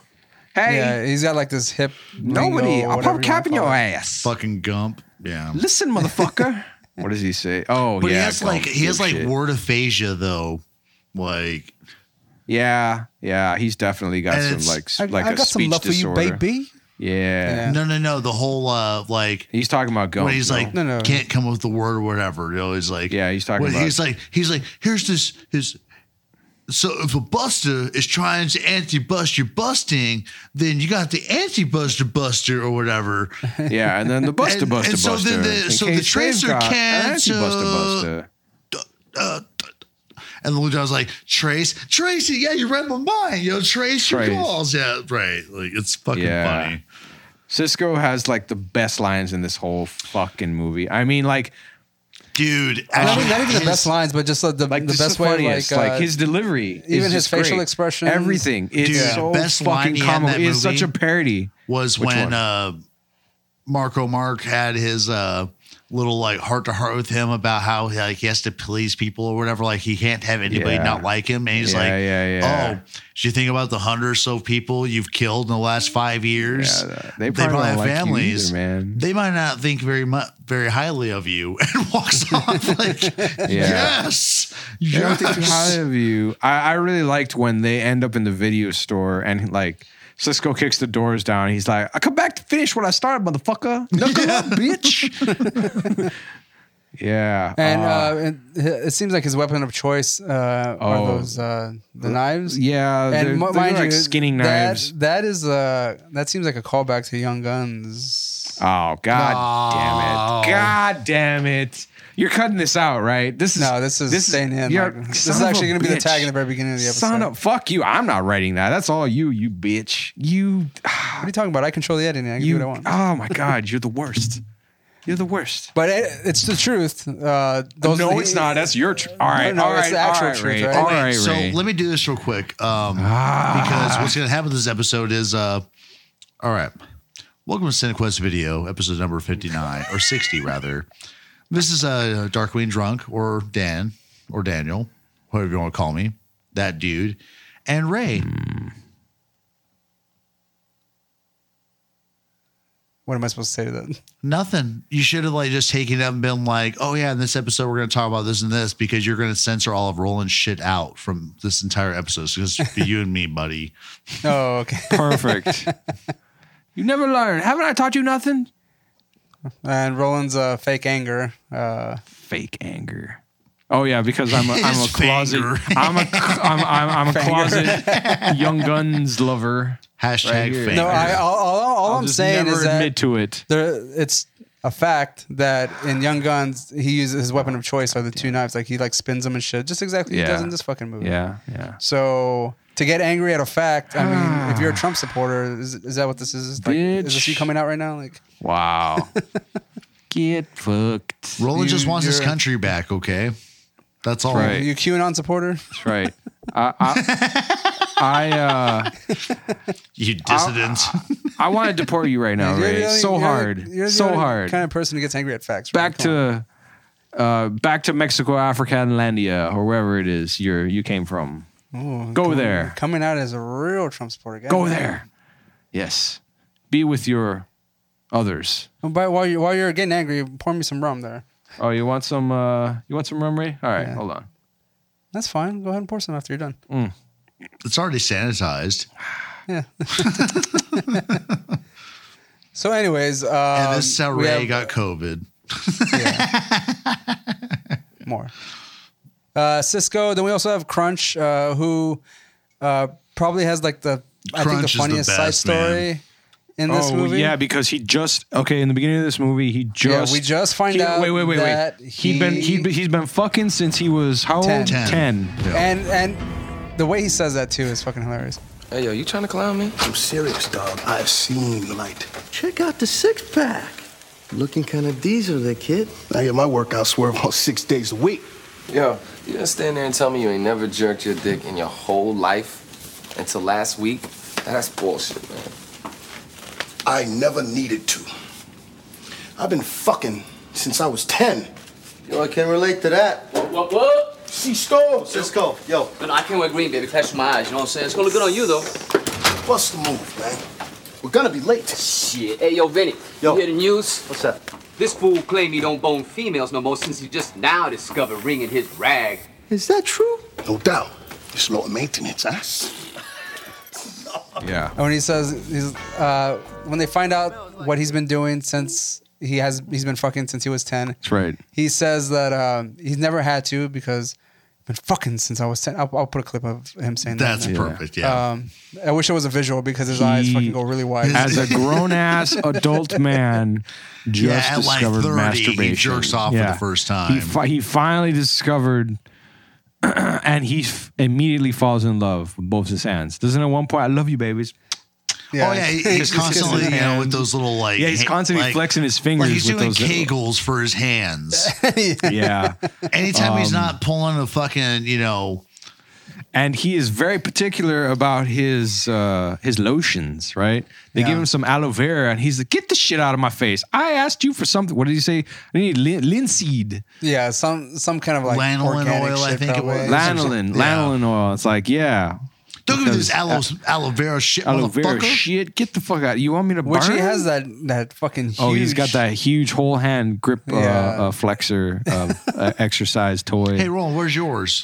[SPEAKER 12] Hey,
[SPEAKER 11] yeah, he's got like this hip.
[SPEAKER 12] nobody.
[SPEAKER 11] lingo,
[SPEAKER 12] I'll
[SPEAKER 11] whatever
[SPEAKER 12] pop a
[SPEAKER 11] you wanna
[SPEAKER 12] cap in your
[SPEAKER 11] call it.
[SPEAKER 12] ass.
[SPEAKER 1] fucking Gump, yeah.
[SPEAKER 12] Listen, motherfucker. what does he say? Oh,
[SPEAKER 1] But
[SPEAKER 12] yeah.
[SPEAKER 1] he has like
[SPEAKER 12] Gump.
[SPEAKER 1] he has
[SPEAKER 12] Good
[SPEAKER 1] like
[SPEAKER 12] shit.
[SPEAKER 1] word aphasia though, like
[SPEAKER 12] Yeah, yeah. He's definitely got
[SPEAKER 1] And
[SPEAKER 12] some
[SPEAKER 1] it's-
[SPEAKER 12] like s-
[SPEAKER 11] I,
[SPEAKER 12] like
[SPEAKER 11] I
[SPEAKER 12] a
[SPEAKER 11] got some
[SPEAKER 12] speech
[SPEAKER 11] love
[SPEAKER 12] disorder.
[SPEAKER 11] for you, baby.
[SPEAKER 12] Yeah.
[SPEAKER 11] Yeah.
[SPEAKER 1] no, no, no. The whole uh, like
[SPEAKER 12] He's talking about Gump.
[SPEAKER 1] when he's
[SPEAKER 12] no?
[SPEAKER 1] like
[SPEAKER 11] No, no.
[SPEAKER 1] can't come up with the word or whatever. You know, he's like
[SPEAKER 12] yeah, he's talking
[SPEAKER 1] Well,
[SPEAKER 12] about.
[SPEAKER 1] he's like he's like here's this his so if a buster is trying to anti-bust your busting then you got the anti-buster buster or whatever
[SPEAKER 12] yeah, and then the Buster
[SPEAKER 1] And-
[SPEAKER 12] Buster
[SPEAKER 1] and so
[SPEAKER 12] Buster.
[SPEAKER 1] then the-
[SPEAKER 12] In
[SPEAKER 1] so the
[SPEAKER 12] case they've
[SPEAKER 1] tracer uh,
[SPEAKER 12] got
[SPEAKER 1] can
[SPEAKER 12] anti- Buster
[SPEAKER 1] to-
[SPEAKER 12] Buster.
[SPEAKER 1] and the lieutenant's like trace tracy yeah you read my mind yo trace,
[SPEAKER 12] Trace.
[SPEAKER 1] your calls yeah right like it's fucking
[SPEAKER 12] Yeah.
[SPEAKER 1] funny
[SPEAKER 12] Cisco has like the best lines in this whole fucking movie. I mean, like,
[SPEAKER 1] dude
[SPEAKER 11] Not,
[SPEAKER 1] actually,
[SPEAKER 11] even- not even the
[SPEAKER 1] his-
[SPEAKER 11] best lines, but just uh, the, the,
[SPEAKER 12] like
[SPEAKER 11] the
[SPEAKER 12] this is
[SPEAKER 11] best way,
[SPEAKER 12] funniest.
[SPEAKER 11] like, uh,
[SPEAKER 12] his delivery, is
[SPEAKER 11] even his
[SPEAKER 12] just
[SPEAKER 11] facial
[SPEAKER 12] great.
[SPEAKER 11] expressions.
[SPEAKER 12] everything. It's
[SPEAKER 1] Dude,
[SPEAKER 12] so
[SPEAKER 1] best line
[SPEAKER 12] fucking
[SPEAKER 1] he had in
[SPEAKER 12] comical.
[SPEAKER 1] that
[SPEAKER 12] It is such a
[SPEAKER 1] movie
[SPEAKER 12] parody.
[SPEAKER 1] was
[SPEAKER 12] Which
[SPEAKER 1] when
[SPEAKER 12] one?
[SPEAKER 1] uh Marco Mark had his uh little like heart to heart with him about how like he has to please people or whatever. Like he can't have anybody
[SPEAKER 12] Yeah.
[SPEAKER 1] not like him. And he's
[SPEAKER 12] Yeah,
[SPEAKER 1] like,
[SPEAKER 12] yeah, yeah.
[SPEAKER 1] Oh, do you think about the hundred or so people you've killed in the last five years?
[SPEAKER 12] Yeah, they probably don't like you either, man.
[SPEAKER 1] They might not think very much very highly of you and walks off like yes.
[SPEAKER 12] They don't think too
[SPEAKER 1] Yes.
[SPEAKER 12] highly of you. I, I really liked when they end up in the video store and like Cisco kicks the doors down. he's like, I come back to finish what I started, motherfucker. Knuckle up, bitch. yeah.
[SPEAKER 11] and
[SPEAKER 12] uh,
[SPEAKER 11] uh, and hi- it seems like his weapon of choice uh,
[SPEAKER 12] Oh.
[SPEAKER 11] are those uh, the knives.
[SPEAKER 12] yeah,
[SPEAKER 11] and
[SPEAKER 12] they're,
[SPEAKER 11] mi-
[SPEAKER 12] they're
[SPEAKER 11] mind
[SPEAKER 12] like
[SPEAKER 11] you,
[SPEAKER 12] skinning
[SPEAKER 11] that,
[SPEAKER 12] knives.
[SPEAKER 11] That is uh, that seems like a callback to Young Guns.
[SPEAKER 12] Oh god
[SPEAKER 1] No.
[SPEAKER 12] damn it! God damn it! You're cutting this out, right? This is
[SPEAKER 11] No, this is staying in.
[SPEAKER 12] you're-
[SPEAKER 11] Michael. This
[SPEAKER 12] son
[SPEAKER 11] is
[SPEAKER 12] of a
[SPEAKER 11] actually going to be the
[SPEAKER 12] bitch.
[SPEAKER 11] tag in the very beginning of the episode.
[SPEAKER 12] Son of fuck you! I'm not writing that. That's all you, you bitch. You, ah,
[SPEAKER 11] what are you talking about? I control the editing. I can
[SPEAKER 12] you.
[SPEAKER 11] do what I want.
[SPEAKER 12] Oh my god, you're the worst. You're the worst.
[SPEAKER 11] But it, it's the truth. Uh, those
[SPEAKER 12] no, it's not. That's your. Tr- all right,
[SPEAKER 11] no,
[SPEAKER 12] all
[SPEAKER 11] it's
[SPEAKER 12] right,
[SPEAKER 11] the
[SPEAKER 12] all
[SPEAKER 11] actual
[SPEAKER 12] right,
[SPEAKER 11] truth,
[SPEAKER 12] Ray.
[SPEAKER 11] right?
[SPEAKER 12] All
[SPEAKER 1] Wait,
[SPEAKER 12] right,
[SPEAKER 1] so
[SPEAKER 12] Ray. Ah.
[SPEAKER 1] let me do this real quick um, because what's going to happen this episode is uh, all right welcome to cinequest video episode number 59 or 60 rather this is uh, darkwing drunk or dan or daniel whoever you want to call me that dude and ray
[SPEAKER 12] Hmm.
[SPEAKER 11] What am I supposed to say to that?
[SPEAKER 1] nothing you should have like just taken it up and been like oh yeah in this episode we're going to talk about this and this because you're going to censor all of roland's shit out from this entire episode so it's just be you and me buddy
[SPEAKER 11] Oh, okay.
[SPEAKER 12] Perfect. you never learn. Haven't I taught you nothing?
[SPEAKER 11] And Roland's uh, fake anger. Uh,
[SPEAKER 12] fake anger. Oh yeah, because I'm a, I'm a closet I'm a I'm I'm, I'm a closet Young Guns lover.
[SPEAKER 1] Hashtag
[SPEAKER 12] here.
[SPEAKER 11] No, I, all, all, all
[SPEAKER 12] I'll
[SPEAKER 11] I'm
[SPEAKER 12] just
[SPEAKER 11] saying
[SPEAKER 12] never
[SPEAKER 11] is that
[SPEAKER 12] admit to it.
[SPEAKER 11] There, it's a fact that in Young Guns, he uses his weapon of choice are the two knives. Like he like spins them and shit, just exactly he does in this fucking movie.
[SPEAKER 12] Yeah, yeah.
[SPEAKER 11] So to get angry at a fact, I mean,
[SPEAKER 12] Ah.
[SPEAKER 11] if you're a Trump supporter, is, is that what this is? Like, is this you coming out right now? Like,
[SPEAKER 12] Wow. Get fucked.
[SPEAKER 1] Roland just
[SPEAKER 11] You-
[SPEAKER 1] wants his
[SPEAKER 11] you're-
[SPEAKER 1] country back, okay? That's all.
[SPEAKER 12] Right.
[SPEAKER 11] you QAnon supporter?
[SPEAKER 12] That's right. I I, I uh
[SPEAKER 1] you dissident.
[SPEAKER 12] I, I want to deport you right now,
[SPEAKER 11] You're the
[SPEAKER 12] Ray.
[SPEAKER 11] only-
[SPEAKER 12] so
[SPEAKER 11] you're the-
[SPEAKER 12] hard.
[SPEAKER 11] you're the
[SPEAKER 12] so
[SPEAKER 11] only
[SPEAKER 12] hard.
[SPEAKER 11] Kind of person who gets angry at facts.
[SPEAKER 12] back to uh back to Mexico, Africa, and Landia, or wherever it is you're you came from.
[SPEAKER 11] Ooh,
[SPEAKER 12] Go
[SPEAKER 11] coming-
[SPEAKER 12] there.
[SPEAKER 11] Coming out as a real Trump supporter. God
[SPEAKER 12] Go
[SPEAKER 11] damn.
[SPEAKER 12] there. Yes. Be with your others.
[SPEAKER 11] Oh, But while you while you're getting angry, pour me some rum there.
[SPEAKER 12] Oh, you want some uh you want some rum, Ray? All right, hold on.
[SPEAKER 11] That's fine. Go ahead and pour some after you're done.
[SPEAKER 12] Mm.
[SPEAKER 1] It's already sanitized.
[SPEAKER 11] Yeah. so, anyways, um,
[SPEAKER 1] And this is how
[SPEAKER 11] we
[SPEAKER 1] Ray
[SPEAKER 11] have
[SPEAKER 1] got COVID.
[SPEAKER 11] more. Uh, Cisco. Then we also have Crunch, uh, who uh, probably has like the I think
[SPEAKER 12] Crunch
[SPEAKER 11] the
[SPEAKER 12] is the
[SPEAKER 11] funniest side
[SPEAKER 12] best, man.
[SPEAKER 11] story in this
[SPEAKER 12] oh,
[SPEAKER 11] movie.
[SPEAKER 12] Yeah, because he just okay in the beginning of this movie he just
[SPEAKER 11] we just find
[SPEAKER 12] he-
[SPEAKER 11] out
[SPEAKER 12] wait wait wait
[SPEAKER 11] that
[SPEAKER 12] wait he, had been
[SPEAKER 11] he-
[SPEAKER 12] he he's been fucking since he was how
[SPEAKER 11] Ten.
[SPEAKER 12] old ten
[SPEAKER 11] And and the way he says that too is fucking hilarious.
[SPEAKER 5] Hey, yo, you trying to clown me?
[SPEAKER 2] I'm serious, dog. I've seen the light. Check out the six pack. Looking kind of diesel, the kid. I get my workout swerve on six days a week.
[SPEAKER 5] Yo, you gonna stand there and tell me you ain't never jerked your dick in your whole life until last week? That's bullshit, man.
[SPEAKER 2] I never needed to. I've been fucking since I was 10. Yo, I can relate to that.
[SPEAKER 3] What, what?
[SPEAKER 2] Cisco! Cisco, yo.
[SPEAKER 3] But I can't wear green, baby. Clash my eyes. You know what I'm saying? It's gonna look good on you, though.
[SPEAKER 2] What's the move, man? We're gonna be late.
[SPEAKER 3] Shit. Hey, yo, Vinny. Yo. You hear the news? What's up? This fool claimed he don't bone females no more since he just now discovered ring in his rag.
[SPEAKER 2] Is that true? No doubt. It's low maintenance, huh?
[SPEAKER 12] Yeah.
[SPEAKER 11] And when he says he's uh, when they find out what he's been doing since he has he's been fucking since he was ten.
[SPEAKER 12] That's right.
[SPEAKER 11] He says that um, he's never had to because I've been fucking since I was ten. I'll, I'll put a clip of him saying
[SPEAKER 1] That's
[SPEAKER 11] that. in there.
[SPEAKER 1] perfect, yeah.
[SPEAKER 11] Um, I wish it was a visual because his eyes fucking go really wide.
[SPEAKER 12] as a grown ass adult man just
[SPEAKER 1] Yeah, at like
[SPEAKER 12] discovered
[SPEAKER 1] 30, he
[SPEAKER 12] masturbation
[SPEAKER 1] jerks off for the first time.
[SPEAKER 12] he, fi- he finally discovered and he f- immediately falls in love with both his hands doesn't at one point I love you babies
[SPEAKER 1] Oh yeah, he- he's constantly you know with those little like
[SPEAKER 12] Yeah, he's constantly flexing his fingers
[SPEAKER 1] Like he's
[SPEAKER 12] with
[SPEAKER 1] doing
[SPEAKER 12] those uh, little-
[SPEAKER 1] kegels for his hands.
[SPEAKER 12] yeah
[SPEAKER 1] Anytime he's
[SPEAKER 12] Um,
[SPEAKER 1] not pulling a fucking you know
[SPEAKER 12] and he is very particular about his uh, his lotions. Right? They give him some aloe vera, and he's like, "Get the shit out of my face! I asked you for something. What did he say? I need lin- linseed,
[SPEAKER 11] yeah, some some kind of like
[SPEAKER 1] Lanolin
[SPEAKER 11] organic
[SPEAKER 1] oil, I
[SPEAKER 11] shit
[SPEAKER 1] think it
[SPEAKER 11] probably.
[SPEAKER 1] was.
[SPEAKER 12] lanolin, lanolin oil." It's like, yeah.
[SPEAKER 1] Don't give me this aloe,
[SPEAKER 12] Because- uh,
[SPEAKER 1] aloe vera shit,
[SPEAKER 12] Aloe vera
[SPEAKER 1] motherfucker.
[SPEAKER 12] shit. Get the fuck out. You want me to
[SPEAKER 11] Which
[SPEAKER 12] burn?
[SPEAKER 11] he has that that fucking.
[SPEAKER 12] Oh, he's got
[SPEAKER 11] huge-
[SPEAKER 12] that huge whole hand grip uh,
[SPEAKER 11] Yeah.
[SPEAKER 12] uh, flexor uh, uh, exercise toy.
[SPEAKER 1] Hey, Roland, where's yours?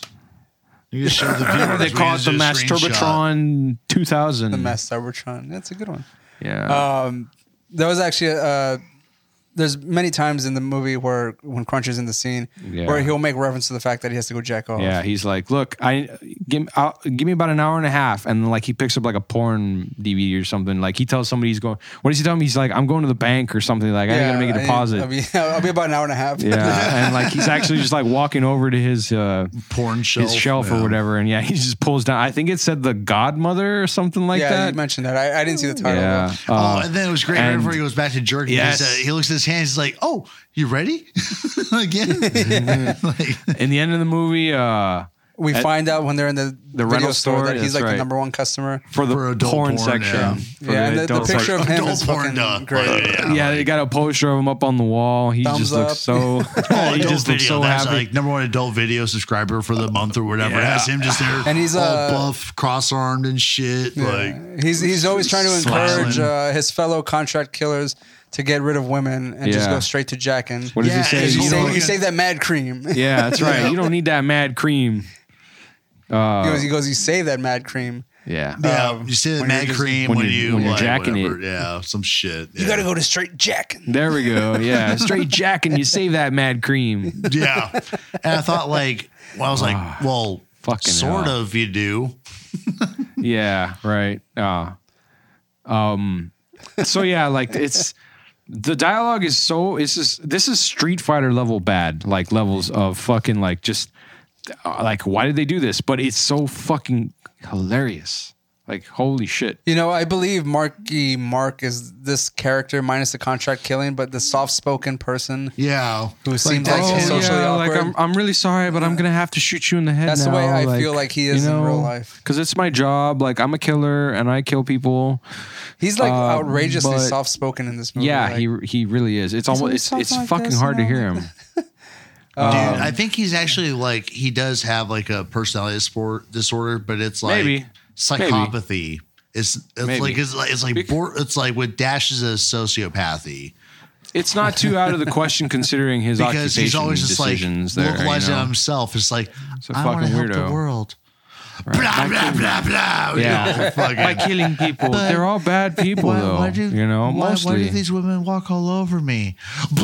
[SPEAKER 1] You just show the viewers.
[SPEAKER 12] they
[SPEAKER 1] We
[SPEAKER 12] call it
[SPEAKER 1] just
[SPEAKER 12] the
[SPEAKER 1] did a screenshot.
[SPEAKER 12] Masturbatron 2000.
[SPEAKER 11] The Masturbotron. That's a good one.
[SPEAKER 12] Yeah.
[SPEAKER 11] Um, there was actually uh, there's many times in the movie where when Crunch is in the scene
[SPEAKER 12] Yeah.
[SPEAKER 11] where he'll make reference to the fact that he has to go jack off.
[SPEAKER 12] Yeah, he's like, look, I give i give me about an hour and a half, and like he picks up like a porn DVD or something. Like he tells somebody he's going. What does he tell me? He's like, I'm going to the bank or something. Like I gotta make a deposit.
[SPEAKER 11] I'll be, I'll be about an hour and a half.
[SPEAKER 12] yeah, and like he's actually just like walking over to his uh,
[SPEAKER 1] porn
[SPEAKER 11] shelf,
[SPEAKER 12] his shelf
[SPEAKER 11] yeah.
[SPEAKER 12] or whatever, and yeah, he just pulls down. I think it said the Godmother or something like
[SPEAKER 11] yeah,
[SPEAKER 12] that.
[SPEAKER 11] you mentioned that. I, I didn't see the title.
[SPEAKER 12] Yeah.
[SPEAKER 11] though.
[SPEAKER 12] Uh,
[SPEAKER 1] oh, and then it was great. right
[SPEAKER 12] and-
[SPEAKER 1] before he goes back to jerking,
[SPEAKER 12] Yes.
[SPEAKER 1] he, said- he looks at his hands. He's like, "Oh, you ready again?"
[SPEAKER 12] In the end of the movie, uh,
[SPEAKER 11] we
[SPEAKER 12] at-
[SPEAKER 11] find out when they're in the,
[SPEAKER 12] the
[SPEAKER 11] video
[SPEAKER 12] rental
[SPEAKER 11] store,
[SPEAKER 12] store,
[SPEAKER 11] that he's
[SPEAKER 12] that's
[SPEAKER 11] like the
[SPEAKER 12] right.
[SPEAKER 11] number one customer
[SPEAKER 12] for the porn, section.
[SPEAKER 11] Yeah,
[SPEAKER 12] For
[SPEAKER 11] Yeah, and the, the
[SPEAKER 12] adult
[SPEAKER 11] picture
[SPEAKER 12] section.
[SPEAKER 11] of him
[SPEAKER 1] Adult
[SPEAKER 11] is
[SPEAKER 1] porn, uh,
[SPEAKER 11] fucking
[SPEAKER 1] duh. Oh,
[SPEAKER 11] great.
[SPEAKER 12] Yeah, they got a poster of him up on the wall. He
[SPEAKER 11] Thumbs
[SPEAKER 12] just looks so.
[SPEAKER 1] Oh,
[SPEAKER 12] he
[SPEAKER 1] adult
[SPEAKER 12] just
[SPEAKER 1] video.
[SPEAKER 12] looks so
[SPEAKER 1] That's
[SPEAKER 12] happy.
[SPEAKER 1] like number one adult video subscriber for the month or whatever.
[SPEAKER 12] Yeah.
[SPEAKER 1] That's him just there,
[SPEAKER 11] And he's,
[SPEAKER 1] all
[SPEAKER 11] uh,
[SPEAKER 1] buff, cross armed and shit. Like
[SPEAKER 11] He's he's always trying to
[SPEAKER 1] Smiling.
[SPEAKER 11] encourage uh, his fellow contract killers to get rid of women and just
[SPEAKER 12] Yeah.
[SPEAKER 11] go straight to jacking.
[SPEAKER 12] What does he Yeah, say?
[SPEAKER 11] You
[SPEAKER 12] you
[SPEAKER 11] save,
[SPEAKER 12] don't-
[SPEAKER 11] you save that mad cream.
[SPEAKER 12] Yeah, that's right. You don't need that mad cream.
[SPEAKER 11] he
[SPEAKER 12] Uh,
[SPEAKER 11] goes. He goes. You save that mad cream.
[SPEAKER 12] Yeah.
[SPEAKER 1] Yeah,
[SPEAKER 12] Um,
[SPEAKER 1] you see that
[SPEAKER 12] when you're
[SPEAKER 1] mad
[SPEAKER 12] just-
[SPEAKER 1] cream
[SPEAKER 12] when
[SPEAKER 1] when,
[SPEAKER 12] you-
[SPEAKER 1] you
[SPEAKER 12] when you're
[SPEAKER 1] like,
[SPEAKER 12] jacking
[SPEAKER 1] whatever.
[SPEAKER 12] it.
[SPEAKER 1] Yeah, some shit.
[SPEAKER 11] You got to go to straight jack.
[SPEAKER 12] There we go. Yeah. Straight jack and you save that mad cream.
[SPEAKER 1] Yeah. And I thought like, well, I was like, well,
[SPEAKER 12] fucking
[SPEAKER 1] sort
[SPEAKER 12] hell.
[SPEAKER 1] of you do.
[SPEAKER 12] Yeah, right. Ah. um so yeah, like it's the dialogue is so it's just this is Street Fighter level bad, like levels of fucking like just uh, like why did they do this? But it's so fucking hilarious. Like holy shit.
[SPEAKER 11] You know, I believe Marky Mark is this character minus the contract killing, but the soft-spoken person.
[SPEAKER 1] Yeah,
[SPEAKER 11] who seems like he's socially awkward.
[SPEAKER 12] Oh, like I'm, I'm really sorry, but I'm gonna have to shoot you in the head.
[SPEAKER 11] That's the way
[SPEAKER 12] now,
[SPEAKER 11] I feel like he is in real life.
[SPEAKER 12] because it's my job. Like I'm a killer and I kill people.
[SPEAKER 11] He's like
[SPEAKER 12] Uh,
[SPEAKER 11] outrageously
[SPEAKER 12] but-
[SPEAKER 11] soft-spoken in this movie.
[SPEAKER 12] Yeah,
[SPEAKER 11] like,
[SPEAKER 12] he he really is. It's
[SPEAKER 11] He's
[SPEAKER 12] almost
[SPEAKER 11] really
[SPEAKER 12] it's
[SPEAKER 11] soft
[SPEAKER 12] it's
[SPEAKER 11] like
[SPEAKER 12] fucking
[SPEAKER 11] this,
[SPEAKER 12] hard to
[SPEAKER 11] you know?
[SPEAKER 12] hear him. Um,
[SPEAKER 1] Dude, I think he's actually like he does have like a personality dispor- disorder, but it's like
[SPEAKER 12] Maybe.
[SPEAKER 1] psychopathy. It's it's
[SPEAKER 12] Maybe.
[SPEAKER 1] like it's like it's like bor- it's like with dashes of sociopathy
[SPEAKER 12] It's not too out of the question considering his
[SPEAKER 1] because
[SPEAKER 12] occupation
[SPEAKER 1] he's always just like
[SPEAKER 12] decisions. there,
[SPEAKER 1] localizing
[SPEAKER 12] you know?
[SPEAKER 1] on himself. It's like
[SPEAKER 12] It's a
[SPEAKER 1] I want to
[SPEAKER 12] fucking
[SPEAKER 1] help the
[SPEAKER 12] weirdo.
[SPEAKER 1] world.
[SPEAKER 12] Right.
[SPEAKER 1] Blah
[SPEAKER 12] By
[SPEAKER 1] blah
[SPEAKER 12] killing-
[SPEAKER 1] blah blah. You know,
[SPEAKER 12] Yeah,
[SPEAKER 1] fucking-
[SPEAKER 12] by killing people,
[SPEAKER 1] But
[SPEAKER 12] they're all bad people
[SPEAKER 1] why-
[SPEAKER 12] though.
[SPEAKER 1] why do-
[SPEAKER 12] you know,
[SPEAKER 1] why,
[SPEAKER 12] mostly.
[SPEAKER 1] why do these women walk all over me?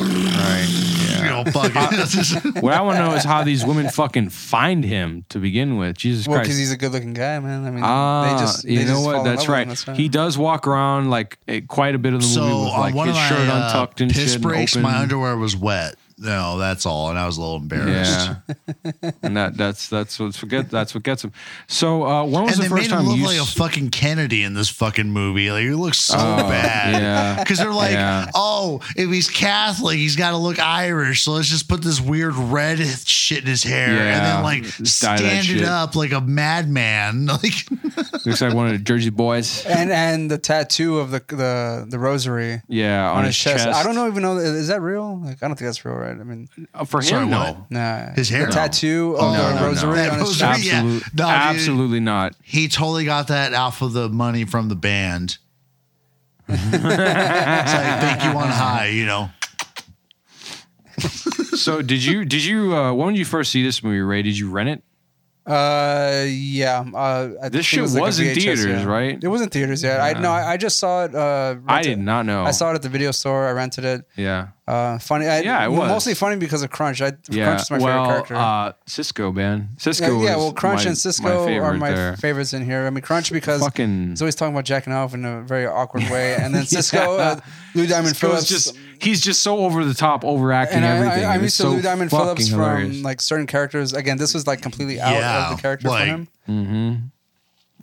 [SPEAKER 1] You know,
[SPEAKER 12] Uh,
[SPEAKER 1] fucking.
[SPEAKER 12] what I want to know is how these women fucking find him to begin with. Jesus
[SPEAKER 11] well, because
[SPEAKER 12] Christ.
[SPEAKER 11] he's a good-looking guy, man. I mean,
[SPEAKER 12] Ah,
[SPEAKER 11] they just they
[SPEAKER 12] you know
[SPEAKER 11] just fall
[SPEAKER 12] what?
[SPEAKER 11] in
[SPEAKER 12] That's
[SPEAKER 11] love with
[SPEAKER 12] right.
[SPEAKER 11] him, that's
[SPEAKER 12] He does walk around like eh, quite a bit of the
[SPEAKER 1] so
[SPEAKER 12] movie with
[SPEAKER 1] on
[SPEAKER 12] like
[SPEAKER 1] one
[SPEAKER 12] his
[SPEAKER 1] of my
[SPEAKER 12] shirt
[SPEAKER 1] uh,
[SPEAKER 12] untucked and
[SPEAKER 1] piss
[SPEAKER 12] shit. and
[SPEAKER 1] breaks, my
[SPEAKER 12] open.
[SPEAKER 1] underwear was wet. No, that's all, and I was a little embarrassed.
[SPEAKER 12] Yeah, and that that's that's what's what get that's what gets him. So uh, when was
[SPEAKER 1] and
[SPEAKER 12] the
[SPEAKER 1] they made
[SPEAKER 12] first time
[SPEAKER 1] him look
[SPEAKER 12] you
[SPEAKER 1] like a
[SPEAKER 12] s-
[SPEAKER 1] fucking Kennedy in this fucking movie. Like he looks so
[SPEAKER 12] Oh,
[SPEAKER 1] bad.
[SPEAKER 12] yeah.
[SPEAKER 1] Because they're like,
[SPEAKER 12] Yeah.
[SPEAKER 1] oh, if he's Catholic, he's got to look Irish. So let's just put this weird red shit in his hair and
[SPEAKER 12] Yeah.
[SPEAKER 1] then like
[SPEAKER 12] Just dye that
[SPEAKER 1] stand it
[SPEAKER 12] shit.
[SPEAKER 1] up like a madman. Like
[SPEAKER 12] looks like one of the Jersey boys?
[SPEAKER 11] right. And and the tattoo of the the the rosary
[SPEAKER 12] Yeah, on, his, chest.
[SPEAKER 11] I don't know even know is that real? Like I don't think that's real, right? I mean,
[SPEAKER 12] Uh, for him,
[SPEAKER 1] Sorry,
[SPEAKER 12] no.
[SPEAKER 1] what?
[SPEAKER 11] nah,
[SPEAKER 1] His hair?
[SPEAKER 11] the
[SPEAKER 1] No.
[SPEAKER 11] tattoo of the rosary
[SPEAKER 1] That
[SPEAKER 11] on his
[SPEAKER 1] rosary,
[SPEAKER 11] chest.
[SPEAKER 1] yeah.
[SPEAKER 12] Absolute-
[SPEAKER 1] No, dude.
[SPEAKER 12] absolutely not.
[SPEAKER 1] He totally got that off of the money from the band. it's like thank you on high, you know.
[SPEAKER 12] so did you did you uh, when did you first see this movie, Ray? Did you rent it?
[SPEAKER 11] Uh, yeah. Uh, I think it
[SPEAKER 12] shit
[SPEAKER 11] like a
[SPEAKER 12] was in
[SPEAKER 11] VHS,
[SPEAKER 12] theaters,
[SPEAKER 11] yeah.
[SPEAKER 12] right?
[SPEAKER 11] It was in theaters, yeah. I
[SPEAKER 12] Yeah.
[SPEAKER 11] no, I, I just saw it. Uh,
[SPEAKER 12] I
[SPEAKER 11] rented-
[SPEAKER 12] did not know.
[SPEAKER 11] I saw it at the video store. I rented it.
[SPEAKER 12] Yeah.
[SPEAKER 11] Uh, funny. I,
[SPEAKER 12] Yeah, it was.
[SPEAKER 11] mostly funny because of Crunch. I,
[SPEAKER 12] Yeah.
[SPEAKER 11] Crunch is my
[SPEAKER 12] well,
[SPEAKER 11] favorite character.
[SPEAKER 12] uh, Cisco, man. Cisco.
[SPEAKER 11] yeah, yeah,
[SPEAKER 12] was
[SPEAKER 11] well, Crunch
[SPEAKER 12] my-
[SPEAKER 11] and Cisco are
[SPEAKER 12] favorite
[SPEAKER 11] my
[SPEAKER 12] there.
[SPEAKER 11] favorites in here. I mean, Crunch because
[SPEAKER 12] Fucking-
[SPEAKER 11] he's always talking about jacking off in a very awkward way, and then Cisco, uh, Lou Diamond
[SPEAKER 12] Cisco's
[SPEAKER 11] Phillips,
[SPEAKER 12] just he's just so over the top, overacting
[SPEAKER 11] and I,
[SPEAKER 12] everything.
[SPEAKER 11] I,
[SPEAKER 12] It's
[SPEAKER 11] I'm used to
[SPEAKER 12] so
[SPEAKER 11] Lou Diamond Phillips
[SPEAKER 12] fucking
[SPEAKER 11] from
[SPEAKER 12] hilarious.
[SPEAKER 11] like certain characters. Again, this was like completely out
[SPEAKER 1] Yeah,
[SPEAKER 11] of the character
[SPEAKER 1] like,
[SPEAKER 11] for him.
[SPEAKER 12] Mm-hmm.
[SPEAKER 11] and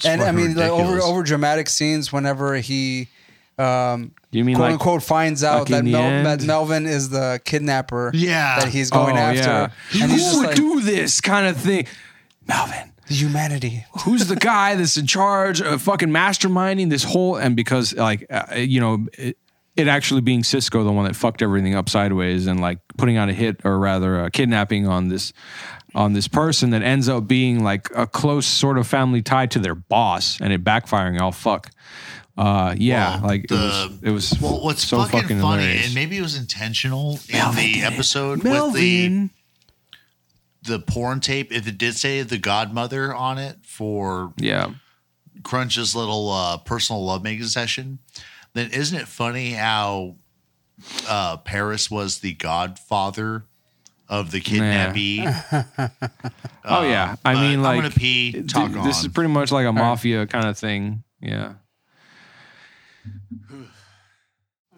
[SPEAKER 11] I
[SPEAKER 1] fucking
[SPEAKER 11] mean, like over
[SPEAKER 1] ridiculous.
[SPEAKER 11] over dramatic scenes whenever he, um,
[SPEAKER 12] You mean
[SPEAKER 11] quote
[SPEAKER 12] like
[SPEAKER 11] unquote, finds
[SPEAKER 12] like
[SPEAKER 11] out that,
[SPEAKER 12] in the
[SPEAKER 11] Mel-
[SPEAKER 12] end?
[SPEAKER 11] that Melvin is the kidnapper.
[SPEAKER 1] Yeah.
[SPEAKER 11] that he's going
[SPEAKER 12] oh,
[SPEAKER 11] after.
[SPEAKER 12] Yeah.
[SPEAKER 11] And he's
[SPEAKER 12] Who
[SPEAKER 11] just
[SPEAKER 12] would
[SPEAKER 11] like,
[SPEAKER 12] do this kind of thing? Melvin.
[SPEAKER 11] the humanity.
[SPEAKER 12] who's the guy that's in charge of fucking masterminding this whole and because like uh, you know it, it actually being cisco the one that fucked everything up sideways and like putting out a hit or rather a kidnapping on this on this person that ends up being like a close sort of family tie to their boss and it backfiring all fuck uh yeah
[SPEAKER 1] Well,
[SPEAKER 12] like
[SPEAKER 1] the-
[SPEAKER 12] it was it was
[SPEAKER 1] Well, what's
[SPEAKER 12] so
[SPEAKER 1] fucking,
[SPEAKER 12] fucking,
[SPEAKER 1] funny,
[SPEAKER 12] hilarious.
[SPEAKER 1] and maybe it was intentional in
[SPEAKER 12] Melvin
[SPEAKER 1] the
[SPEAKER 12] did it.
[SPEAKER 1] episode with the
[SPEAKER 12] Melvin.
[SPEAKER 1] the porn tape. If it did say the Godmother on it for
[SPEAKER 12] yeah
[SPEAKER 1] Crunch's little uh, personal lovemaking session, then isn't it funny how uh, Paris was the Godfather of the kidnappee?
[SPEAKER 12] oh yeah i
[SPEAKER 1] uh, but
[SPEAKER 12] mean like
[SPEAKER 1] I'm gonna pee.
[SPEAKER 12] th-
[SPEAKER 1] Talk
[SPEAKER 12] this
[SPEAKER 1] on.
[SPEAKER 12] is pretty much like a mafia kind of thing yeah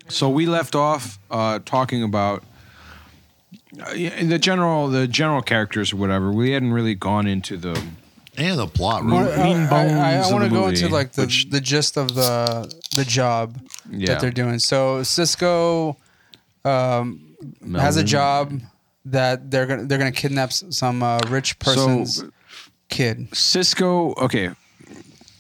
[SPEAKER 12] so we left off uh talking about uh, yeah, the general the general characters or whatever we hadn't really gone into the
[SPEAKER 1] Any of the plot,
[SPEAKER 11] I,
[SPEAKER 1] really.
[SPEAKER 11] I,
[SPEAKER 12] bones of
[SPEAKER 11] want
[SPEAKER 12] the
[SPEAKER 11] to go
[SPEAKER 12] movie,
[SPEAKER 11] into like the, the gist of the the job
[SPEAKER 12] Yeah.
[SPEAKER 11] that they're doing. So Cisco um, has a
[SPEAKER 12] Melvin.
[SPEAKER 11] job that they're gonna they're gonna kidnap s- some uh, rich person's kid.
[SPEAKER 12] Cisco, okay.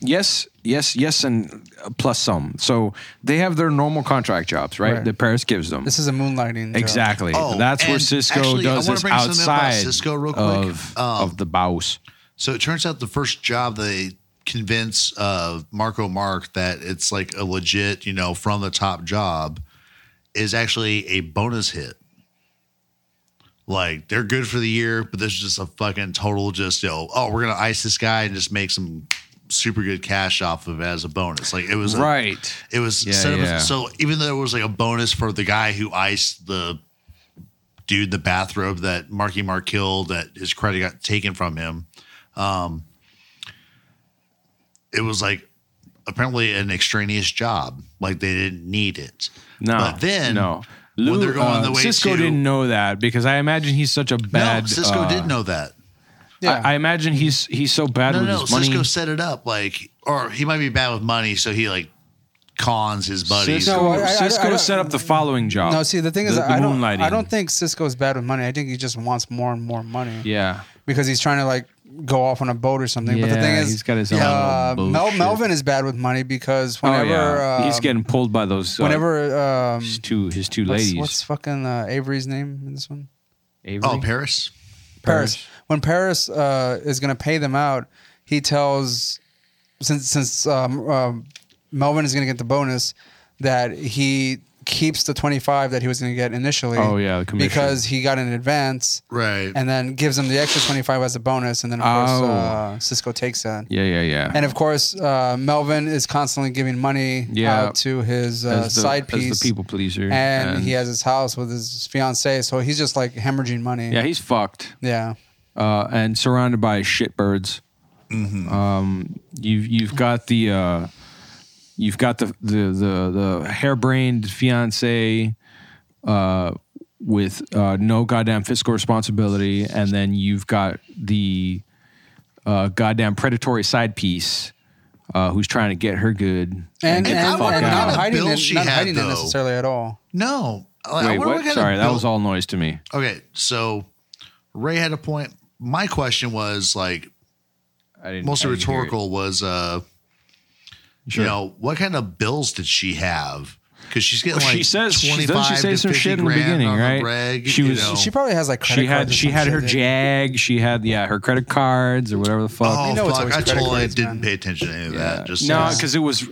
[SPEAKER 12] Yes, yes, yes, and uh, plus some. So they have their normal contract jobs, right?
[SPEAKER 11] Right.
[SPEAKER 12] That Paris gives them.
[SPEAKER 11] This is a moonlighting. job.
[SPEAKER 12] exactly.
[SPEAKER 1] Oh,
[SPEAKER 12] That's where
[SPEAKER 1] and
[SPEAKER 12] Cisco
[SPEAKER 1] actually, I
[SPEAKER 12] does
[SPEAKER 1] wanna
[SPEAKER 12] this
[SPEAKER 1] bring something up about
[SPEAKER 12] outside
[SPEAKER 1] Cisco real quick.
[SPEAKER 12] Of,
[SPEAKER 1] Um,
[SPEAKER 12] of the Baus.
[SPEAKER 1] So it turns out the first job they convince uh, Marco Mark that it's like a legit, you know, from the top job is actually a bonus hit. Like they're good for the year, but this is just a fucking total just, you know, oh, we're going to ice this guy and just make some super good cash off of as a bonus. Like it was a-
[SPEAKER 12] Right.
[SPEAKER 1] it was
[SPEAKER 12] Yeah,
[SPEAKER 1] set up as-
[SPEAKER 12] yeah.
[SPEAKER 1] so even though it was like a bonus for the guy who iced the dude in the bathrobe that Marky Mark killed that his credit got taken from him. Um, it was like apparently an extraneous job. Like they didn't need it.
[SPEAKER 12] No,
[SPEAKER 1] But then
[SPEAKER 12] no.
[SPEAKER 1] when they're going
[SPEAKER 12] uh,
[SPEAKER 1] the way
[SPEAKER 12] Cisco
[SPEAKER 1] to
[SPEAKER 12] didn't know that because I imagine he's such a bad.
[SPEAKER 1] no, Cisco
[SPEAKER 12] uh,
[SPEAKER 1] did know that.
[SPEAKER 12] I, I imagine he's he's so bad
[SPEAKER 1] no,
[SPEAKER 12] with
[SPEAKER 1] no,
[SPEAKER 12] his money.
[SPEAKER 1] Cisco set it up like, or he might be bad with money, so he like cons his buddies.
[SPEAKER 12] Cisco,
[SPEAKER 11] No, I- I-
[SPEAKER 12] Cisco
[SPEAKER 11] I don't-
[SPEAKER 12] set up the following job.
[SPEAKER 11] No, see the thing is,
[SPEAKER 12] the
[SPEAKER 11] I don't.
[SPEAKER 12] moonlighting.
[SPEAKER 11] I don't think Cisco is bad with money. I think he just wants more and more money.
[SPEAKER 12] Yeah.
[SPEAKER 11] because he's trying to like go off on a boat or something. but the thing
[SPEAKER 12] Yeah,
[SPEAKER 11] is,
[SPEAKER 12] he's got his own
[SPEAKER 11] uh,
[SPEAKER 12] little
[SPEAKER 11] Mel-
[SPEAKER 12] bullshit.
[SPEAKER 11] Melvin is bad with money because
[SPEAKER 12] oh,
[SPEAKER 11] whenever
[SPEAKER 12] yeah.
[SPEAKER 11] um,
[SPEAKER 12] he's getting pulled by those. Uh,
[SPEAKER 11] whenever um,
[SPEAKER 12] his two his two
[SPEAKER 11] what's-
[SPEAKER 12] ladies.
[SPEAKER 11] What's, fucking uh, Avery's name in this one?
[SPEAKER 12] Avery?
[SPEAKER 1] Oh, Paris.
[SPEAKER 11] Paris. When Paris uh, is going to pay them out, he tells since since um, um, Melvin is going to get the bonus that he keeps the twenty five that he was going to get initially.
[SPEAKER 12] Oh, yeah, the commission.
[SPEAKER 11] because he got it in advance,
[SPEAKER 1] right?
[SPEAKER 11] And then gives him the extra twenty five as a bonus, and then of
[SPEAKER 12] Oh.
[SPEAKER 11] course uh, Cisco takes that.
[SPEAKER 12] Yeah, yeah, yeah.
[SPEAKER 11] And of course, uh, Melvin is constantly giving money
[SPEAKER 12] Yeah.
[SPEAKER 11] out to his uh,
[SPEAKER 12] As the-
[SPEAKER 11] side
[SPEAKER 12] as the
[SPEAKER 11] piece,
[SPEAKER 12] people pleaser,
[SPEAKER 11] and,
[SPEAKER 12] and-
[SPEAKER 11] he has his house with his fiancee, so he's just like hemorrhaging money.
[SPEAKER 12] yeah, he's fucked.
[SPEAKER 11] yeah.
[SPEAKER 12] uh, and surrounded by shitbirds. Um, you've you've got the uh, you've got the the the, the harebrained fiance uh, with uh, no goddamn fiscal responsibility, and then you've got the uh, goddamn predatory side piece uh, who's trying to get her good
[SPEAKER 11] and,
[SPEAKER 12] get
[SPEAKER 11] and,
[SPEAKER 12] the
[SPEAKER 11] and,
[SPEAKER 12] fuck out.
[SPEAKER 11] not hiding,
[SPEAKER 1] bill
[SPEAKER 11] it,
[SPEAKER 1] she
[SPEAKER 11] not
[SPEAKER 1] had,
[SPEAKER 11] hiding it
[SPEAKER 1] though.
[SPEAKER 11] necessarily at all.
[SPEAKER 1] No. I- I wonder
[SPEAKER 12] Wait, what?
[SPEAKER 1] what kind of
[SPEAKER 12] Sorry, that
[SPEAKER 1] bill-
[SPEAKER 12] was all noise to me.
[SPEAKER 1] Okay, so Ray had a point. My question was like,
[SPEAKER 12] I didn't,
[SPEAKER 1] mostly
[SPEAKER 12] I didn't hear it.
[SPEAKER 1] rhetorical. Was uh,
[SPEAKER 12] Sure.
[SPEAKER 1] you know, what kind of bills did she have? Because she's getting
[SPEAKER 12] Well,
[SPEAKER 1] like
[SPEAKER 12] she says she, doesn't
[SPEAKER 1] 25
[SPEAKER 12] she say
[SPEAKER 1] to
[SPEAKER 12] some
[SPEAKER 1] 50
[SPEAKER 12] shit in the
[SPEAKER 1] grand
[SPEAKER 12] beginning,
[SPEAKER 1] on the
[SPEAKER 12] right?
[SPEAKER 1] reg,
[SPEAKER 12] she
[SPEAKER 1] you
[SPEAKER 12] was.
[SPEAKER 1] know.
[SPEAKER 11] She probably has like credit
[SPEAKER 12] Oh. she had
[SPEAKER 11] cards or
[SPEAKER 12] she
[SPEAKER 11] some
[SPEAKER 12] had
[SPEAKER 11] shit,
[SPEAKER 12] her
[SPEAKER 11] yeah.
[SPEAKER 12] jag. She had yeah her credit cards or whatever the fuck.
[SPEAKER 1] Oh fuck! I totally didn't pay attention to any of that. Just
[SPEAKER 12] no, because it was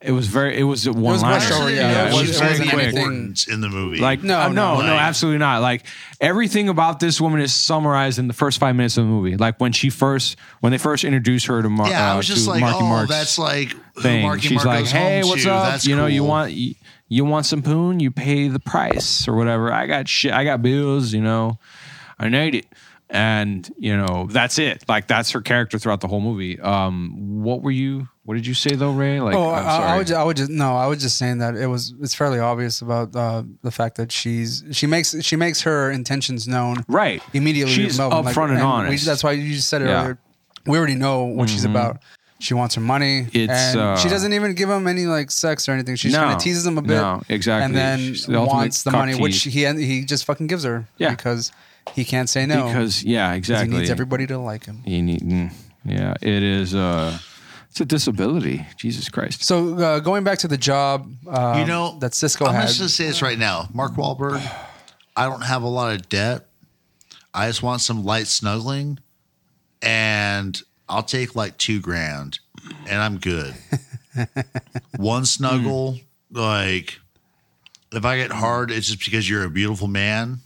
[SPEAKER 12] it was very it was one line.
[SPEAKER 1] Yeah,
[SPEAKER 12] it was very quick.
[SPEAKER 1] Importance in the movie.
[SPEAKER 12] Like no, no, no,
[SPEAKER 1] Like,
[SPEAKER 12] absolutely not. Like everything about this woman is summarized in the first five minutes of the movie. Like when she first, when they first introduce her to Mar-
[SPEAKER 1] Yeah, I
[SPEAKER 12] uh,
[SPEAKER 1] was just
[SPEAKER 12] to
[SPEAKER 1] like,
[SPEAKER 12] Marky
[SPEAKER 1] oh,
[SPEAKER 12] Mark's
[SPEAKER 1] that's like who
[SPEAKER 12] thing.
[SPEAKER 1] Marky
[SPEAKER 12] She's
[SPEAKER 1] Mark
[SPEAKER 12] like,
[SPEAKER 1] goes
[SPEAKER 12] hey,
[SPEAKER 1] home
[SPEAKER 12] what's
[SPEAKER 1] to.
[SPEAKER 12] up?
[SPEAKER 1] That's
[SPEAKER 12] you know, you
[SPEAKER 1] cool."
[SPEAKER 12] want you, you want some poon? You pay the price or whatever. I got shit. I got bills. You know, I need it. And you know, that's it. Like that's her character throughout the whole movie. Um, what were you? What did you say though, Ray? Like,
[SPEAKER 11] oh,
[SPEAKER 12] I'm
[SPEAKER 11] I-
[SPEAKER 12] sorry.
[SPEAKER 11] I, would, ju- I would just no, I was just saying that it was. It's fairly obvious about uh, the fact that she's she makes she makes her intentions known
[SPEAKER 12] right
[SPEAKER 11] immediately.
[SPEAKER 12] She's
[SPEAKER 11] with Melvin,
[SPEAKER 12] upfront and
[SPEAKER 11] we-
[SPEAKER 12] honest.
[SPEAKER 11] that's why you just said it
[SPEAKER 12] Yeah.
[SPEAKER 11] earlier. We already know what she's
[SPEAKER 12] Mhm.
[SPEAKER 11] about. She wants her money.
[SPEAKER 12] It's,
[SPEAKER 11] and she
[SPEAKER 12] uh,
[SPEAKER 11] doesn't even give him any like sex or anything. She just
[SPEAKER 12] No,
[SPEAKER 11] kind of teases him a bit.
[SPEAKER 12] no, exactly.
[SPEAKER 11] And then
[SPEAKER 12] She's the ultimate
[SPEAKER 11] wants the
[SPEAKER 12] cock
[SPEAKER 11] money, which
[SPEAKER 12] tease.
[SPEAKER 11] he he just fucking gives her.
[SPEAKER 12] Yeah.
[SPEAKER 11] because he can't say no.
[SPEAKER 12] Because yeah, exactly.
[SPEAKER 11] He needs everybody to like him.
[SPEAKER 12] You need, mm, yeah, it is. Uh, it's a disability. Jesus Christ.
[SPEAKER 11] So uh, going back to the job, um,
[SPEAKER 1] You know,
[SPEAKER 11] that Cisco
[SPEAKER 1] I'm
[SPEAKER 11] had.
[SPEAKER 1] just gonna say this right now, Mark Wahlberg. I don't have a lot of debt. I just want some light snuggling, and I'll take like two grand, and I'm good.
[SPEAKER 11] Hmm.
[SPEAKER 1] One snuggle, like if I get hard, it's just because you're a beautiful man.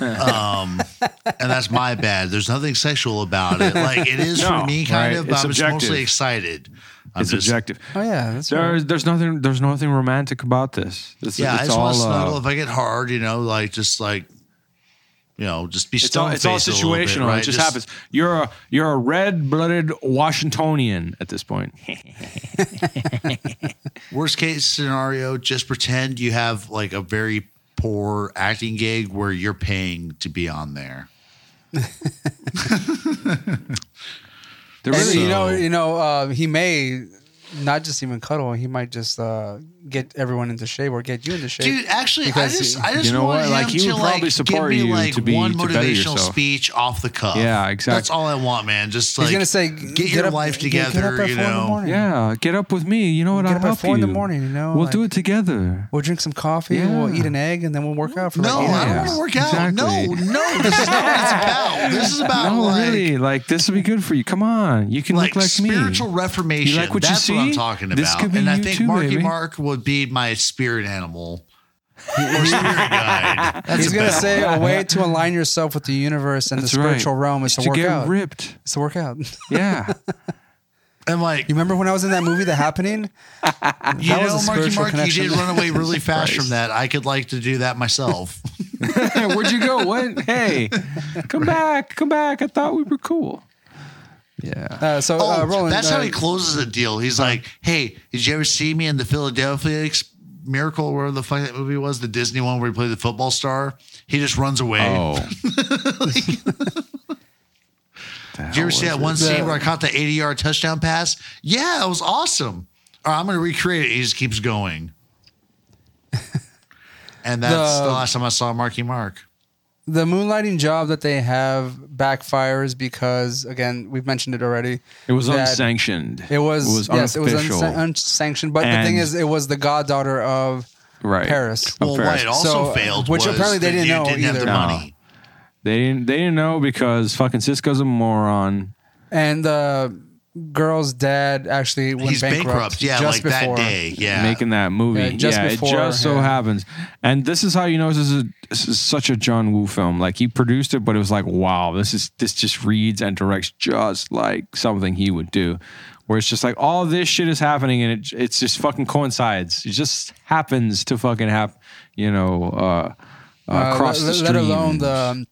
[SPEAKER 1] um, and that's my bad. There's nothing sexual about it. Like it is
[SPEAKER 12] No,
[SPEAKER 1] for me, kind
[SPEAKER 12] right?
[SPEAKER 1] of. But
[SPEAKER 12] It's
[SPEAKER 1] I'm just
[SPEAKER 12] subjective.
[SPEAKER 1] mostly excited. I'm
[SPEAKER 12] it's
[SPEAKER 1] just-
[SPEAKER 12] objective.
[SPEAKER 11] Oh yeah, that's
[SPEAKER 12] There's there's nothing there's nothing romantic about this. This-
[SPEAKER 1] yeah, I
[SPEAKER 12] it's
[SPEAKER 1] just
[SPEAKER 12] all
[SPEAKER 1] want to snuggle.
[SPEAKER 12] uh,
[SPEAKER 1] if I get hard, you know, like just like, you know, just be
[SPEAKER 12] it's all,
[SPEAKER 1] stone
[SPEAKER 12] it's all situational. It just, happens. You're a you're a red blooded Washingtonian at this point.
[SPEAKER 1] Worst case scenario, just pretend you have like a very poor acting gig where you're paying to be on there.
[SPEAKER 12] There
[SPEAKER 11] And,
[SPEAKER 12] is-
[SPEAKER 11] you know, you know, uh, he may not just even cuddle. He might just uh, get everyone into shape or get you into shape.
[SPEAKER 1] Dude, actually, I just, I just
[SPEAKER 12] You know
[SPEAKER 1] want
[SPEAKER 12] what?
[SPEAKER 1] him
[SPEAKER 12] Like, he
[SPEAKER 1] to
[SPEAKER 12] would probably
[SPEAKER 1] like
[SPEAKER 12] support
[SPEAKER 1] give me
[SPEAKER 12] you
[SPEAKER 1] like
[SPEAKER 12] to be-
[SPEAKER 1] one
[SPEAKER 12] to better
[SPEAKER 1] motivational
[SPEAKER 12] yourself.
[SPEAKER 1] speech off the cuff.
[SPEAKER 12] Yeah,
[SPEAKER 1] That's
[SPEAKER 12] exactly.
[SPEAKER 1] all I want, man. Just like
[SPEAKER 11] he's gonna say,
[SPEAKER 1] get,
[SPEAKER 11] "Get
[SPEAKER 1] your
[SPEAKER 11] up-
[SPEAKER 1] life
[SPEAKER 11] get- get up
[SPEAKER 1] together,
[SPEAKER 11] at
[SPEAKER 1] you
[SPEAKER 11] four in the
[SPEAKER 1] know.
[SPEAKER 11] morning.
[SPEAKER 12] yeah, get up with me. You know what?
[SPEAKER 11] Get
[SPEAKER 12] I'll
[SPEAKER 11] up at
[SPEAKER 12] help
[SPEAKER 11] four in
[SPEAKER 12] you.
[SPEAKER 11] the morning, you know,
[SPEAKER 12] we'll
[SPEAKER 11] like-
[SPEAKER 12] do it together.
[SPEAKER 11] We'll drink some coffee. We'll eat an egg, and then we'll work out for
[SPEAKER 1] No,
[SPEAKER 11] like eight
[SPEAKER 1] I don't
[SPEAKER 11] hours.
[SPEAKER 1] want to work out. No, no, this is not what it's about. This is about
[SPEAKER 12] no,
[SPEAKER 1] like
[SPEAKER 12] really, like this would be good for you. Come on, you can
[SPEAKER 1] like,
[SPEAKER 12] look like
[SPEAKER 1] spiritual
[SPEAKER 12] me.
[SPEAKER 1] reformation.
[SPEAKER 12] You like what you
[SPEAKER 1] That's what I'm
[SPEAKER 12] see?
[SPEAKER 1] talking
[SPEAKER 12] This
[SPEAKER 1] about.
[SPEAKER 12] could be
[SPEAKER 1] and I
[SPEAKER 12] you
[SPEAKER 1] think
[SPEAKER 12] too,
[SPEAKER 1] Marky
[SPEAKER 12] baby.
[SPEAKER 1] Mark would be my spirit animal or spirit guide. That's
[SPEAKER 11] He's
[SPEAKER 1] the
[SPEAKER 11] gonna
[SPEAKER 1] best
[SPEAKER 11] say
[SPEAKER 1] one.
[SPEAKER 11] a way to align yourself with the universe and
[SPEAKER 12] That's
[SPEAKER 11] the
[SPEAKER 12] right.
[SPEAKER 11] spiritual realm
[SPEAKER 12] It's
[SPEAKER 11] is to,
[SPEAKER 12] to
[SPEAKER 11] work
[SPEAKER 12] get
[SPEAKER 11] out.
[SPEAKER 12] ripped.
[SPEAKER 11] It's to work out.
[SPEAKER 12] Yeah.
[SPEAKER 1] And like,
[SPEAKER 11] you remember when I was in that movie, The Happening? That
[SPEAKER 1] You
[SPEAKER 11] was
[SPEAKER 1] know,
[SPEAKER 11] a
[SPEAKER 1] Marky
[SPEAKER 11] spiritual
[SPEAKER 1] Mark, you did
[SPEAKER 11] connection.
[SPEAKER 1] run away really fast
[SPEAKER 11] Christ.
[SPEAKER 1] from that. I could like to do that myself.
[SPEAKER 12] Where'd you go? What? Hey, come back, come back. I thought we were cool. Yeah.
[SPEAKER 11] Uh, so,
[SPEAKER 1] oh,
[SPEAKER 11] uh, Roland,
[SPEAKER 1] that's how
[SPEAKER 11] uh,
[SPEAKER 1] he closes a deal. He's
[SPEAKER 12] uh,
[SPEAKER 1] like, "Hey, did you ever see me in the Philadelphia ex- Miracle, or whatever the fuck that movie was, the Disney one where he played the football star?" He just runs away.
[SPEAKER 12] Oh.
[SPEAKER 1] Did you ever see that one scene where I caught the 80 yard touchdown pass? Yeah, it was awesome. All right, I'm going to recreate it. He just keeps going. And that's
[SPEAKER 11] The-
[SPEAKER 1] the last time I saw Marky Mark.
[SPEAKER 11] the moonlighting job that they have backfires because, again, we've mentioned it already.
[SPEAKER 12] It was
[SPEAKER 11] that
[SPEAKER 12] unsanctioned.
[SPEAKER 11] It was, yes, it was
[SPEAKER 12] unofficial.
[SPEAKER 11] unsan- unsanctioned. But the
[SPEAKER 12] And-
[SPEAKER 11] thing is, it was the goddaughter of
[SPEAKER 12] right.
[SPEAKER 11] Paris.
[SPEAKER 12] Of Paris.
[SPEAKER 1] uh,
[SPEAKER 11] So, which apparently they didn't know either.
[SPEAKER 12] Oh, No. They didn't. They didn't know because fucking Cisco's a moron.
[SPEAKER 11] And the girl's dad actually went
[SPEAKER 1] He's
[SPEAKER 11] bankrupt.
[SPEAKER 1] bankrupt. Yeah,
[SPEAKER 11] just
[SPEAKER 1] like that
[SPEAKER 11] before.
[SPEAKER 1] day. Yeah.
[SPEAKER 12] making that movie.
[SPEAKER 11] Yeah,
[SPEAKER 12] Yeah,
[SPEAKER 11] just before,
[SPEAKER 12] it just so
[SPEAKER 11] yeah.
[SPEAKER 12] happens. And this is how you know this is, a, this is such a John Woo film. Like he produced it, but it was like, wow, this is this just reads and directs just like something he would do. Where it's just like all this shit is happening and it it's just fucking coincides. It just happens to fucking happen. You know, uh, uh,
[SPEAKER 11] Uh,
[SPEAKER 12] across
[SPEAKER 11] let,
[SPEAKER 12] the
[SPEAKER 11] let-
[SPEAKER 12] stream.
[SPEAKER 11] Let alone the um,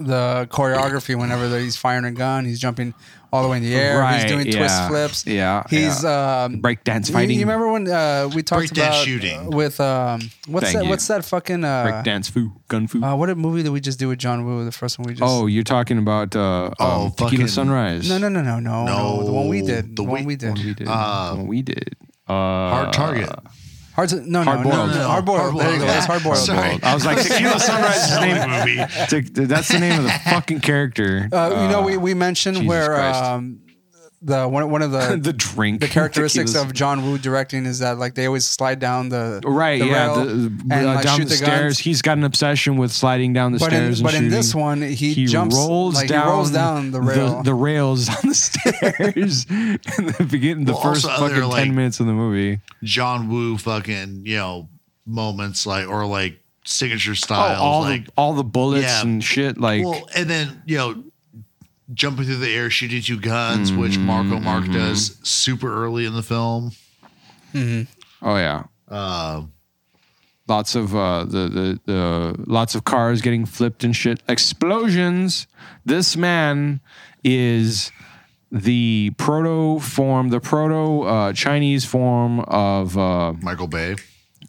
[SPEAKER 11] the choreography. Whenever that he's firing a gun, he's jumping all the way in the air. he's doing twist
[SPEAKER 12] yeah,
[SPEAKER 11] flips.
[SPEAKER 12] Yeah,
[SPEAKER 11] He's um,
[SPEAKER 12] breakdance
[SPEAKER 11] you-
[SPEAKER 12] fighting.
[SPEAKER 11] You, remember when uh, we talked
[SPEAKER 12] Breakdance
[SPEAKER 11] about
[SPEAKER 12] shooting.
[SPEAKER 11] uh, with um, what's
[SPEAKER 12] Thank
[SPEAKER 11] that?
[SPEAKER 12] you.
[SPEAKER 11] What's that fucking uh,
[SPEAKER 12] breakdance foo, gun foo.
[SPEAKER 11] Uh, what movie did we just do with John Woo? The first one we just.
[SPEAKER 12] oh, you're talking about uh,
[SPEAKER 1] Oh,
[SPEAKER 12] um, Tequila
[SPEAKER 1] fucking-
[SPEAKER 12] Sunrise.
[SPEAKER 11] No, no, no, no, no, no. The one we
[SPEAKER 12] No,
[SPEAKER 11] did. The
[SPEAKER 12] the
[SPEAKER 11] one
[SPEAKER 12] we-
[SPEAKER 11] we did.
[SPEAKER 12] one we did. Uh, What we did. Uh,
[SPEAKER 1] Hard Target.
[SPEAKER 11] Hard. To, no, no,
[SPEAKER 12] Hard
[SPEAKER 11] no,
[SPEAKER 12] boiled.
[SPEAKER 11] no, no. Hard boiled. There you go. That's hard boiled.
[SPEAKER 12] Hard boiled. I was like, Tequila Sunrise's name.
[SPEAKER 1] movie.
[SPEAKER 12] Te- That's the name of the fucking character.
[SPEAKER 11] Uh, you know,
[SPEAKER 12] Uh,
[SPEAKER 11] we, we mentioned
[SPEAKER 12] Jesus
[SPEAKER 11] where
[SPEAKER 12] Christ.
[SPEAKER 11] um, the one one of the
[SPEAKER 12] Uh, The drink.
[SPEAKER 11] the characteristics
[SPEAKER 12] Tequila's-
[SPEAKER 11] of John Woo directing is that like they always slide down the
[SPEAKER 12] right.
[SPEAKER 11] the
[SPEAKER 12] yeah,
[SPEAKER 11] rail
[SPEAKER 12] the,
[SPEAKER 11] and
[SPEAKER 12] uh,
[SPEAKER 11] like
[SPEAKER 12] down
[SPEAKER 11] shoot
[SPEAKER 12] the,
[SPEAKER 11] the
[SPEAKER 12] stairs.
[SPEAKER 11] guns.
[SPEAKER 12] He's got an obsession with sliding down the
[SPEAKER 11] But in-
[SPEAKER 12] stairs. and
[SPEAKER 11] but in this
[SPEAKER 12] shooting.
[SPEAKER 11] one, he jumps-
[SPEAKER 12] rolls
[SPEAKER 11] like, he
[SPEAKER 12] down.
[SPEAKER 11] rolls down the rail.
[SPEAKER 12] The, rails on the stairs in the beginning, the
[SPEAKER 1] Well,
[SPEAKER 12] first
[SPEAKER 1] also other,
[SPEAKER 12] fucking
[SPEAKER 1] like-
[SPEAKER 12] ten minutes of the movie.
[SPEAKER 1] John Woo fucking, you know, moments like, or like signature
[SPEAKER 12] Oh,
[SPEAKER 1] styles.
[SPEAKER 12] all
[SPEAKER 1] like,
[SPEAKER 12] the all the bullets
[SPEAKER 1] Yeah.
[SPEAKER 12] and shit. Like
[SPEAKER 1] well, and then, you know, jumping through the air, shooting two guns, which Marco Mark does super early in the film.
[SPEAKER 12] oh yeah,
[SPEAKER 1] Uh,
[SPEAKER 12] lots of uh, the, the the lots of cars getting flipped and shit. Explosions. This man is the proto form, the proto uh, Chinese form of uh,
[SPEAKER 1] Michael Bay.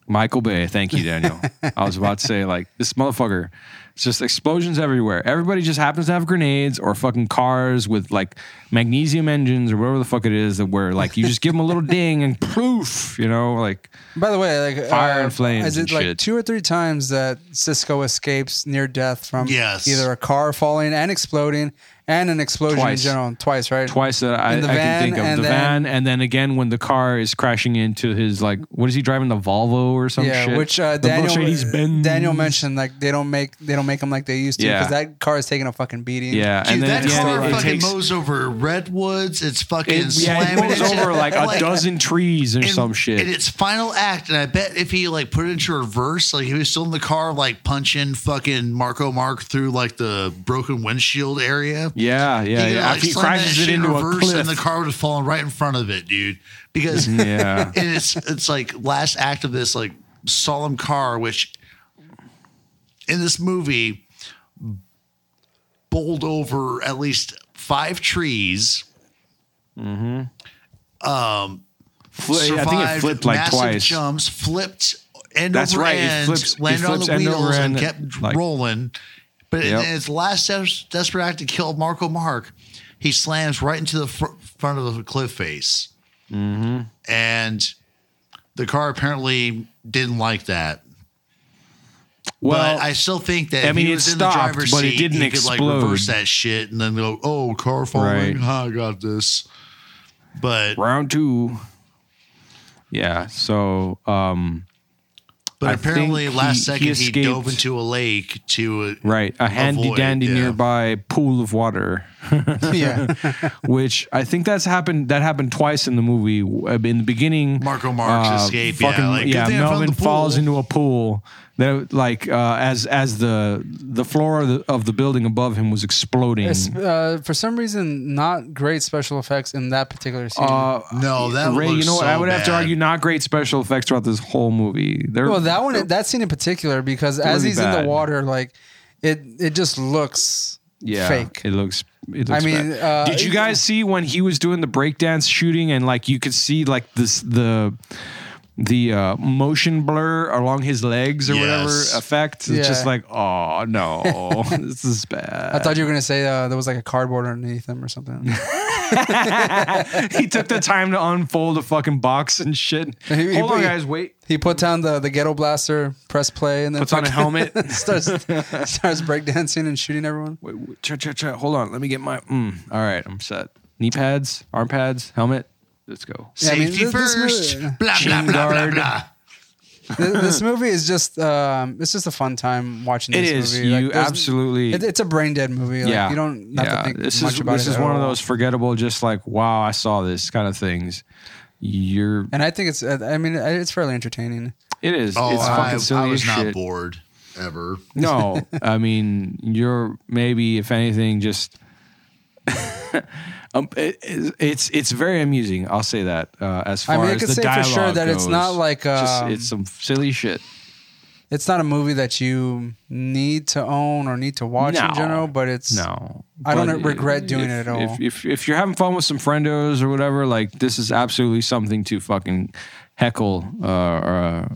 [SPEAKER 12] Michael Bay. Thank you, Daniel. I was about to say like this motherfucker. It's just explosions everywhere. Everybody just happens to have grenades or fucking cars with like magnesium engines or whatever the fuck it is that where like you just give them a little ding and poof, you know, like
[SPEAKER 11] By the way, like uh,
[SPEAKER 12] Fire and flames
[SPEAKER 11] Is it
[SPEAKER 12] and
[SPEAKER 11] like
[SPEAKER 12] shit.
[SPEAKER 11] two or three times that Cisco escapes near death from
[SPEAKER 12] Yes.
[SPEAKER 11] either a car falling and exploding and an explosion
[SPEAKER 12] Twice.
[SPEAKER 11] in general? Twice, right?
[SPEAKER 12] twice that I,
[SPEAKER 11] In the
[SPEAKER 12] I
[SPEAKER 11] van,
[SPEAKER 12] can think of.
[SPEAKER 11] and
[SPEAKER 12] the
[SPEAKER 11] then-
[SPEAKER 12] van, and then again when the car is crashing into his like, what is he driving? The Volvo or some
[SPEAKER 11] yeah,
[SPEAKER 12] shit.
[SPEAKER 11] which uh,
[SPEAKER 12] The
[SPEAKER 11] Daniel
[SPEAKER 12] Mercedes Benz.
[SPEAKER 11] Daniel mentioned like they don't make they don't make them like they used to because
[SPEAKER 12] Yeah.
[SPEAKER 11] that car is taking a fucking beating.
[SPEAKER 12] Yeah, Uh, and Dude, then that again, car it- it
[SPEAKER 1] fucking
[SPEAKER 12] takes-
[SPEAKER 1] mows over redwoods. It's fucking
[SPEAKER 12] It, yeah, it
[SPEAKER 1] slamming
[SPEAKER 12] goes
[SPEAKER 1] into-
[SPEAKER 12] over like a dozen trees or
[SPEAKER 1] in-
[SPEAKER 12] some shit.
[SPEAKER 1] In its final act, and I bet if he like put it into reverse, like he was still in the car, like punching fucking Marco Mark through like the broken windshield area.
[SPEAKER 12] yeah, yeah.
[SPEAKER 1] he,
[SPEAKER 12] yeah.
[SPEAKER 1] could've,
[SPEAKER 12] After he
[SPEAKER 1] slammed
[SPEAKER 12] crashes
[SPEAKER 1] that
[SPEAKER 12] it
[SPEAKER 1] shit in
[SPEAKER 12] into a
[SPEAKER 1] reverse,
[SPEAKER 12] cliff, Mm-hmm.
[SPEAKER 1] and the car would have fallen right in front of it, dude. Because
[SPEAKER 12] Yeah.
[SPEAKER 1] and it's it's like last act of this like solemn car, which in this movie bowled over at least five trees. Um,
[SPEAKER 12] Fli- I think it flipped, like,
[SPEAKER 1] massive
[SPEAKER 12] twice.
[SPEAKER 1] Jumps flipped end
[SPEAKER 12] That's
[SPEAKER 1] over
[SPEAKER 12] right, it
[SPEAKER 1] end,
[SPEAKER 12] flips- it
[SPEAKER 1] landed
[SPEAKER 12] flips
[SPEAKER 1] on
[SPEAKER 12] end
[SPEAKER 1] the
[SPEAKER 12] over
[SPEAKER 1] wheels and
[SPEAKER 12] end,
[SPEAKER 1] kept
[SPEAKER 12] like-
[SPEAKER 1] rolling. But
[SPEAKER 12] Yep.
[SPEAKER 1] in his last des- desperate act to kill Marco Mark, he slams right into the fr- front of the cliff face,
[SPEAKER 12] Mhm.
[SPEAKER 1] and the car apparently didn't like that.
[SPEAKER 12] Well,
[SPEAKER 1] but I still think that
[SPEAKER 12] I
[SPEAKER 1] if
[SPEAKER 12] mean,
[SPEAKER 1] he
[SPEAKER 12] it
[SPEAKER 1] was
[SPEAKER 12] stopped,
[SPEAKER 1] in the driver's
[SPEAKER 12] but it
[SPEAKER 1] seat,
[SPEAKER 12] didn't
[SPEAKER 1] he could
[SPEAKER 12] explode.
[SPEAKER 1] like reverse that shit and then go, "Oh, car falling,
[SPEAKER 12] Right.
[SPEAKER 1] Huh, I got this." But
[SPEAKER 12] round two. Yeah. So, um,
[SPEAKER 1] But
[SPEAKER 12] I
[SPEAKER 1] apparently,
[SPEAKER 12] think
[SPEAKER 1] last second he,
[SPEAKER 12] escaped-
[SPEAKER 1] dove into a lake to uh,
[SPEAKER 12] right a handy
[SPEAKER 1] avoid,
[SPEAKER 12] dandy
[SPEAKER 1] yeah.
[SPEAKER 12] nearby pool of water.
[SPEAKER 11] yeah.
[SPEAKER 12] Which I think that's happened. That happened twice in the movie. Uh, In the beginning, Marco
[SPEAKER 1] Marx escape, yeah, like, good thing I found
[SPEAKER 12] Melvin
[SPEAKER 1] the pool.
[SPEAKER 12] falls into a pool. That like uh, as as the the floor of the, of the building above him was exploding.
[SPEAKER 11] It's, uh, for some reason, not great special effects in that particular scene.
[SPEAKER 12] Uh, Ray, you know what? I would have to
[SPEAKER 11] argue.
[SPEAKER 12] argue not great special effects throughout this whole movie. They're,
[SPEAKER 11] well, that one, that scene in particular, because as
[SPEAKER 12] really
[SPEAKER 11] he's in
[SPEAKER 12] bad.
[SPEAKER 11] the water, like it, it just looks
[SPEAKER 12] yeah,
[SPEAKER 11] fake.
[SPEAKER 12] It looks. It
[SPEAKER 11] I
[SPEAKER 12] looks
[SPEAKER 11] mean,
[SPEAKER 12] bad.
[SPEAKER 11] uh,
[SPEAKER 12] did you guys see when he was doing the breakdance shooting and like you could see like this the the uh, motion blur along his legs or
[SPEAKER 11] Yes.
[SPEAKER 12] whatever effect? It's
[SPEAKER 11] Yeah.
[SPEAKER 12] just like, oh no, this is bad.
[SPEAKER 11] I thought you were gonna say uh, there was like a cardboard underneath him or something.
[SPEAKER 12] he took the time to unfold a fucking box and shit.
[SPEAKER 11] He- he
[SPEAKER 12] Hold
[SPEAKER 11] put-
[SPEAKER 12] on, guys, wait.
[SPEAKER 11] He put down the, the ghetto blaster, press play, and then
[SPEAKER 12] Puts on a
[SPEAKER 11] fucking
[SPEAKER 12] helmet.
[SPEAKER 11] starts starts breakdancing and shooting everyone.
[SPEAKER 12] Wait, wait, ch- ch- ch- hold on, let me get my. Mm, all right, I'm set. Knee pads, arm pads, helmet. Let's go.
[SPEAKER 11] Yeah, I mean, th- this movie- Chin guard. Th- this movie is just um, it's just a fun time watching.
[SPEAKER 12] It
[SPEAKER 11] this
[SPEAKER 12] is.
[SPEAKER 11] movie.
[SPEAKER 12] You
[SPEAKER 11] there's-
[SPEAKER 12] absolutely-
[SPEAKER 11] It, it's a brain dead movie. Like, you don't have to think
[SPEAKER 12] this
[SPEAKER 11] much
[SPEAKER 12] is,
[SPEAKER 11] about
[SPEAKER 12] this
[SPEAKER 11] it
[SPEAKER 12] is
[SPEAKER 11] at
[SPEAKER 12] one of
[SPEAKER 11] all.
[SPEAKER 12] those forgettable, just like wow, I saw this kind of things. You're.
[SPEAKER 11] And I think it's. uh, I mean, I- it's fairly entertaining.
[SPEAKER 12] It is.
[SPEAKER 1] Oh,
[SPEAKER 12] it's
[SPEAKER 1] I,
[SPEAKER 12] fucking silly
[SPEAKER 1] I was
[SPEAKER 12] as
[SPEAKER 1] not
[SPEAKER 12] shit.
[SPEAKER 1] bored ever.
[SPEAKER 12] No, I mean you're maybe if anything just. um, it, it's- it's it's very amusing. I'll say that uh, as far
[SPEAKER 11] I mean, I
[SPEAKER 12] as
[SPEAKER 11] could
[SPEAKER 12] the
[SPEAKER 11] say for
[SPEAKER 12] dialogue
[SPEAKER 11] sure that it's
[SPEAKER 12] goes.
[SPEAKER 11] not like,
[SPEAKER 12] Just-
[SPEAKER 11] um,
[SPEAKER 12] it's some silly shit.
[SPEAKER 11] It's not a movie that you need to own or need to watch
[SPEAKER 12] No.
[SPEAKER 11] in general, but it's.
[SPEAKER 12] No,
[SPEAKER 11] I don't
[SPEAKER 12] But
[SPEAKER 11] regret doing
[SPEAKER 12] if-
[SPEAKER 11] it at all.
[SPEAKER 12] If, if if you're having fun with some friendos or whatever, like this is absolutely something to fucking heckle uh, or uh,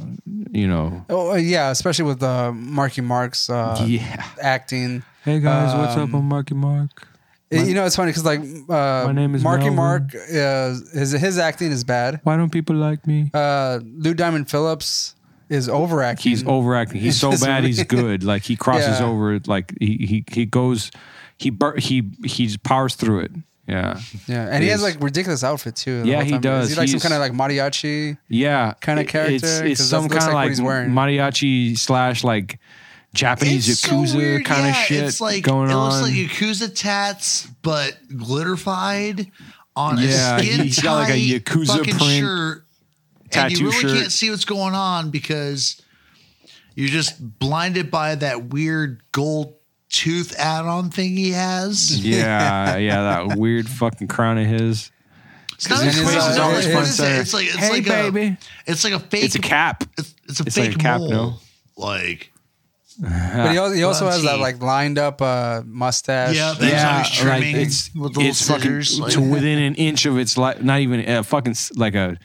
[SPEAKER 12] you know.
[SPEAKER 11] Oh uh, yeah, especially with uh, Marky Mark's uh,
[SPEAKER 12] Yeah.
[SPEAKER 11] acting.
[SPEAKER 12] Hey guys, what's up?
[SPEAKER 11] Um,
[SPEAKER 12] I'm Marky Mark.
[SPEAKER 11] it- you know, it's funny because like uh,
[SPEAKER 12] My name is
[SPEAKER 11] Marky
[SPEAKER 12] Melvin.
[SPEAKER 11] Mark. Uh, his his acting is bad.
[SPEAKER 12] Why don't people like me?
[SPEAKER 11] Uh, Lou Diamond Phillips is overacting.
[SPEAKER 12] He's overacting. He's so
[SPEAKER 11] Just
[SPEAKER 12] bad.
[SPEAKER 11] re-
[SPEAKER 12] He's good. Like he crosses
[SPEAKER 11] mm. Yeah.
[SPEAKER 12] over. Like he he he goes. He bur- he he just powers through it. Yeah.
[SPEAKER 11] Yeah, and he has
[SPEAKER 12] It's-
[SPEAKER 11] like ridiculous outfit too. the
[SPEAKER 12] Yeah,
[SPEAKER 11] whole
[SPEAKER 12] he
[SPEAKER 11] time.
[SPEAKER 12] does.
[SPEAKER 11] Is he like some
[SPEAKER 12] He's-
[SPEAKER 11] kind of like mariachi?
[SPEAKER 12] yeah
[SPEAKER 11] kinda
[SPEAKER 12] It-
[SPEAKER 11] character?
[SPEAKER 12] It's,
[SPEAKER 11] 'Cause
[SPEAKER 12] it's
[SPEAKER 11] that
[SPEAKER 12] some
[SPEAKER 11] looks
[SPEAKER 12] kind of
[SPEAKER 11] like what
[SPEAKER 12] like,
[SPEAKER 11] he's wearing.
[SPEAKER 12] mariachi slash like Japanese
[SPEAKER 1] It's so
[SPEAKER 12] yakuza
[SPEAKER 1] weird,
[SPEAKER 12] kind of
[SPEAKER 1] yeah.
[SPEAKER 12] shit
[SPEAKER 1] It's like
[SPEAKER 12] going
[SPEAKER 1] it
[SPEAKER 12] on.
[SPEAKER 1] looks like yakuza tats, but glitterified on
[SPEAKER 12] Yeah,
[SPEAKER 1] a skin
[SPEAKER 12] he's got like a
[SPEAKER 1] tight
[SPEAKER 12] Yakuza
[SPEAKER 1] fucking
[SPEAKER 12] print
[SPEAKER 1] shirt, and
[SPEAKER 12] tattoo
[SPEAKER 1] you really
[SPEAKER 12] shirt.
[SPEAKER 1] can't see what's going on because you're just blinded by that weird gold tooth add-on thing he has.
[SPEAKER 12] yeah, yeah, that weird fucking crown of his.
[SPEAKER 1] It's not his
[SPEAKER 12] His
[SPEAKER 1] face,
[SPEAKER 12] face is
[SPEAKER 1] it's
[SPEAKER 12] always
[SPEAKER 1] like-
[SPEAKER 12] front
[SPEAKER 1] what is
[SPEAKER 12] center.
[SPEAKER 1] it? It's like it's
[SPEAKER 12] Hey,
[SPEAKER 1] like
[SPEAKER 12] baby.
[SPEAKER 1] a it's like a fake.
[SPEAKER 12] It's a cap.
[SPEAKER 1] It's, it's a
[SPEAKER 12] It's like
[SPEAKER 1] fake
[SPEAKER 12] a cap,
[SPEAKER 1] mole.
[SPEAKER 12] no?
[SPEAKER 1] Like
[SPEAKER 11] But he also, he also has that
[SPEAKER 1] Bunchy.
[SPEAKER 11] like lined up uh, mustache.
[SPEAKER 1] Yeah, that he's always trimming with little scissors.
[SPEAKER 12] fucking
[SPEAKER 1] like-
[SPEAKER 12] to within an inch of its life. Not even a fucking s- like a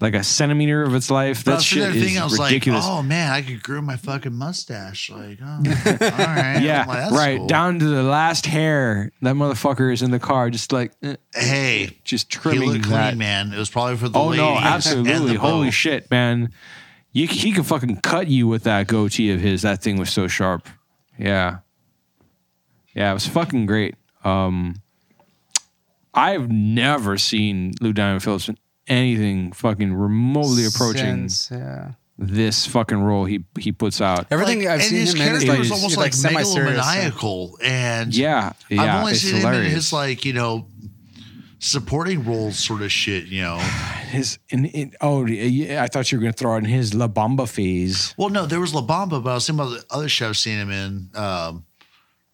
[SPEAKER 12] like a centimeter of its life.
[SPEAKER 1] But I
[SPEAKER 12] That
[SPEAKER 1] was
[SPEAKER 12] shit
[SPEAKER 1] sitting there
[SPEAKER 12] is
[SPEAKER 1] thinking, I was
[SPEAKER 12] ridiculous.
[SPEAKER 1] Like, oh man, I could grow my fucking mustache. Like, oh, all right,
[SPEAKER 12] yeah,
[SPEAKER 1] I'm like, that's
[SPEAKER 12] right
[SPEAKER 1] cool.
[SPEAKER 12] down to the last hair. That motherfucker is in the car, just like eh,
[SPEAKER 1] Hey,
[SPEAKER 12] just
[SPEAKER 1] he
[SPEAKER 12] trimming
[SPEAKER 1] looked clean,
[SPEAKER 12] that.
[SPEAKER 1] man. It was probably for the
[SPEAKER 12] Oh
[SPEAKER 1] ladies
[SPEAKER 12] no,
[SPEAKER 1] and
[SPEAKER 12] absolutely!
[SPEAKER 1] the
[SPEAKER 12] Holy
[SPEAKER 1] boat.
[SPEAKER 12] shit, man! You, he could fucking cut you with that goatee of his. That thing was so sharp. Yeah, yeah, it was fucking great. Um, I've never seen Lou Diamond Phillips in anything fucking remotely approaching
[SPEAKER 11] Since, yeah.
[SPEAKER 12] this fucking role he he puts out.
[SPEAKER 11] Everything I've
[SPEAKER 1] and
[SPEAKER 11] seen
[SPEAKER 1] his
[SPEAKER 11] him in is
[SPEAKER 1] character
[SPEAKER 11] like,
[SPEAKER 1] was almost
[SPEAKER 11] he's,
[SPEAKER 1] like,
[SPEAKER 11] like, semi-serious.
[SPEAKER 1] megalomaniacal, and
[SPEAKER 12] Yeah, yeah,
[SPEAKER 1] I've only
[SPEAKER 12] it's
[SPEAKER 1] seen him in
[SPEAKER 12] hilarious.
[SPEAKER 1] his like you know supporting roles, sort of shit. You know,
[SPEAKER 12] His in, in, oh, yeah, I thought you were gonna throw out in his La Bamba phase.
[SPEAKER 1] Well, no, there was La Bamba, but I was thinking about the other show I've seen him in, um,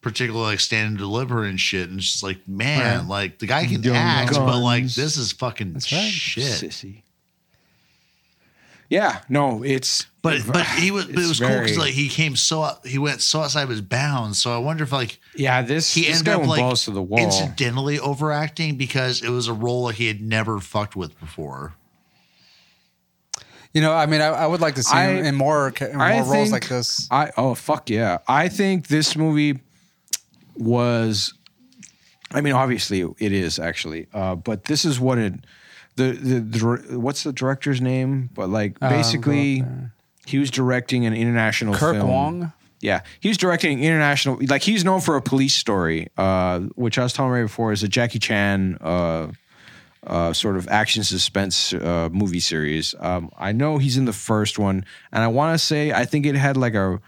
[SPEAKER 1] particularly like Stand and Deliver and shit. And it's just like, man,
[SPEAKER 12] Right.
[SPEAKER 1] like the guy can
[SPEAKER 12] Young
[SPEAKER 1] act, but
[SPEAKER 12] Guns.
[SPEAKER 1] like this is fucking
[SPEAKER 12] right.
[SPEAKER 1] shit.
[SPEAKER 12] Sissy. Yeah, no, it's
[SPEAKER 1] But but he was but it
[SPEAKER 12] it's
[SPEAKER 1] was cool 'cause cool
[SPEAKER 12] very-
[SPEAKER 1] because like he came so out, he went so outside of his bounds. So I wonder if like
[SPEAKER 12] yeah this
[SPEAKER 1] he
[SPEAKER 12] this
[SPEAKER 1] ended
[SPEAKER 12] guy
[SPEAKER 1] up
[SPEAKER 12] went
[SPEAKER 1] like
[SPEAKER 12] balls to the wall.
[SPEAKER 1] incidentally overacting because it was a role he had never fucked with before.
[SPEAKER 11] You know, I mean, I, I would like to see him
[SPEAKER 12] I-
[SPEAKER 11] in more ca- in more
[SPEAKER 12] I
[SPEAKER 11] roles
[SPEAKER 12] think-
[SPEAKER 11] like this.
[SPEAKER 12] I oh fuck yeah! I think this movie was. I mean, obviously it is actually, uh, but this is what it. The, the the what's the director's name? But like
[SPEAKER 11] Um, go up
[SPEAKER 12] basically, he was directing an international
[SPEAKER 11] Kirk
[SPEAKER 12] film.
[SPEAKER 11] Wong?
[SPEAKER 12] Yeah, he was directing international. Like he's known for a police story, uh, which I was telling Ray before is a Jackie Chan uh, uh, sort of action suspense uh, movie series. Um, I know he's in the first one, and I want to say I think it had like a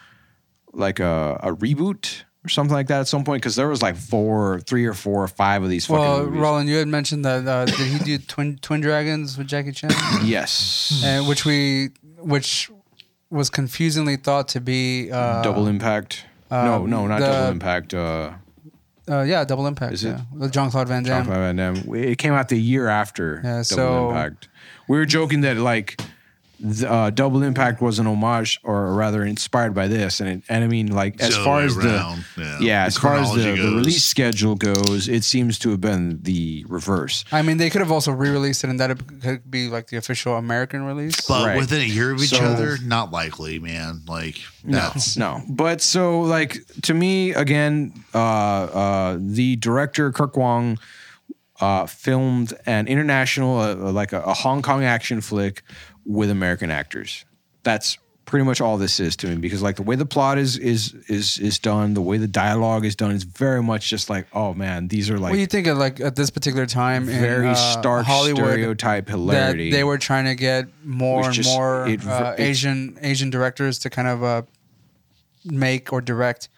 [SPEAKER 12] like a, a reboot or something like that at some point? Because there was like four, three or four or five of these fucking
[SPEAKER 11] Well,
[SPEAKER 12] movies.
[SPEAKER 11] Roland, you had mentioned that uh, did he do Twin Twin Dragons with Jackie Chan?
[SPEAKER 12] Yes.
[SPEAKER 11] and which we which was confusingly thought to be uh,
[SPEAKER 12] double impact. no,
[SPEAKER 11] um,
[SPEAKER 12] no, not
[SPEAKER 11] the-
[SPEAKER 12] double impact. Uh,
[SPEAKER 11] Uh, yeah, double impact. Is yeah. it with Jean Claude Van Damme?
[SPEAKER 12] Jean-Claude Van Damme. It came out the year after
[SPEAKER 11] Yeah,
[SPEAKER 12] Double
[SPEAKER 11] so-
[SPEAKER 12] Impact. We were joking that like th- uh, Double Impact was an homage, or rather inspired by this, and it, and I mean like as
[SPEAKER 1] So
[SPEAKER 12] far as
[SPEAKER 1] around,
[SPEAKER 12] the
[SPEAKER 1] yeah.
[SPEAKER 12] yeah,
[SPEAKER 1] The
[SPEAKER 12] as far as the,
[SPEAKER 1] chronology
[SPEAKER 12] the
[SPEAKER 1] goes.
[SPEAKER 12] release schedule goes, it seems to have been the reverse.
[SPEAKER 11] I mean, they could have also re-released it, and that it could be like the official American release.
[SPEAKER 1] But within a year of each
[SPEAKER 11] So-
[SPEAKER 1] other, not likely, man. Like
[SPEAKER 12] No,
[SPEAKER 1] that's
[SPEAKER 12] no. But so, like to me, again, uh, uh, the director Kirk Wong uh, filmed an international, uh, uh, like a, a Hong Kong action flick with American actors. That's pretty much all this is to me because, like, the way the plot is is is is done, the way the dialogue is done, is very much just like, oh man, these are like
[SPEAKER 11] well, you think of like at this particular time, in,
[SPEAKER 12] very
[SPEAKER 11] uh,
[SPEAKER 12] stark
[SPEAKER 11] Hollywood,
[SPEAKER 12] stereotype hilarity.
[SPEAKER 11] That they were trying to get more
[SPEAKER 12] Which
[SPEAKER 11] and
[SPEAKER 12] just-
[SPEAKER 11] more
[SPEAKER 12] it ver-
[SPEAKER 11] uh,
[SPEAKER 12] it-
[SPEAKER 11] Asian Asian directors to kind of uh, make or direct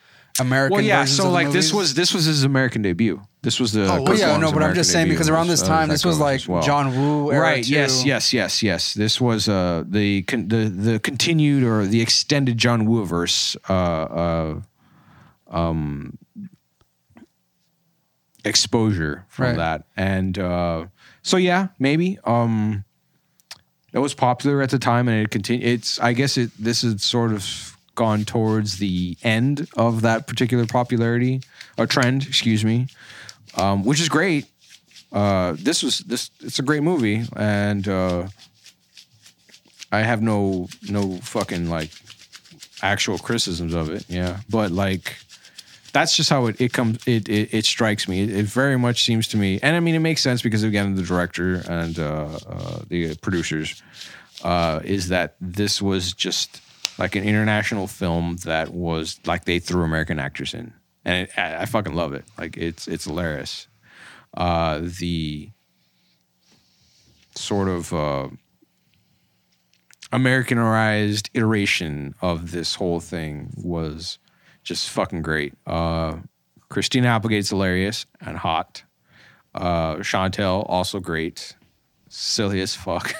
[SPEAKER 11] American.
[SPEAKER 12] well, yeah.
[SPEAKER 11] versions
[SPEAKER 12] So
[SPEAKER 11] of the
[SPEAKER 12] like this
[SPEAKER 11] movies.
[SPEAKER 12] was this was his American debut. This was the
[SPEAKER 11] Oh, well,
[SPEAKER 12] Kirk
[SPEAKER 11] yeah,
[SPEAKER 12] Long's
[SPEAKER 11] no, but I'm
[SPEAKER 12] American
[SPEAKER 11] just saying
[SPEAKER 12] debut
[SPEAKER 11] because around this
[SPEAKER 12] as
[SPEAKER 11] time,
[SPEAKER 12] as
[SPEAKER 11] this
[SPEAKER 12] that
[SPEAKER 11] was
[SPEAKER 12] goes
[SPEAKER 11] like
[SPEAKER 12] as well.
[SPEAKER 11] John Woo era
[SPEAKER 12] right?
[SPEAKER 11] too.
[SPEAKER 12] Yes, yes, yes, yes. This was uh the con- the the continued or the extended John Woo verse. Uh, uh, um, exposure from
[SPEAKER 11] Right.
[SPEAKER 12] that. And uh, so yeah, maybe um, it was popular at the time, and it continue. It's I guess it this is sort of gone towards the end of that particular popularity or trend, excuse me, um, which is great. Uh, this was this. It's a great movie, and uh, I have no no fucking like actual criticisms of it. Yeah, but like that's just how it it comes it it, it strikes me. It, it very much seems to me, and I mean it makes sense because again the director and uh, uh, the producers uh, is that this was just like an international film that was like they threw American actors in, and it, I, I fucking love it. Like it's it's hilarious. Uh, the sort of uh, Americanized iteration of this whole thing was just fucking great. Uh, Christina Applegate's hilarious and hot. Uh, Chantel also great, silly as fuck.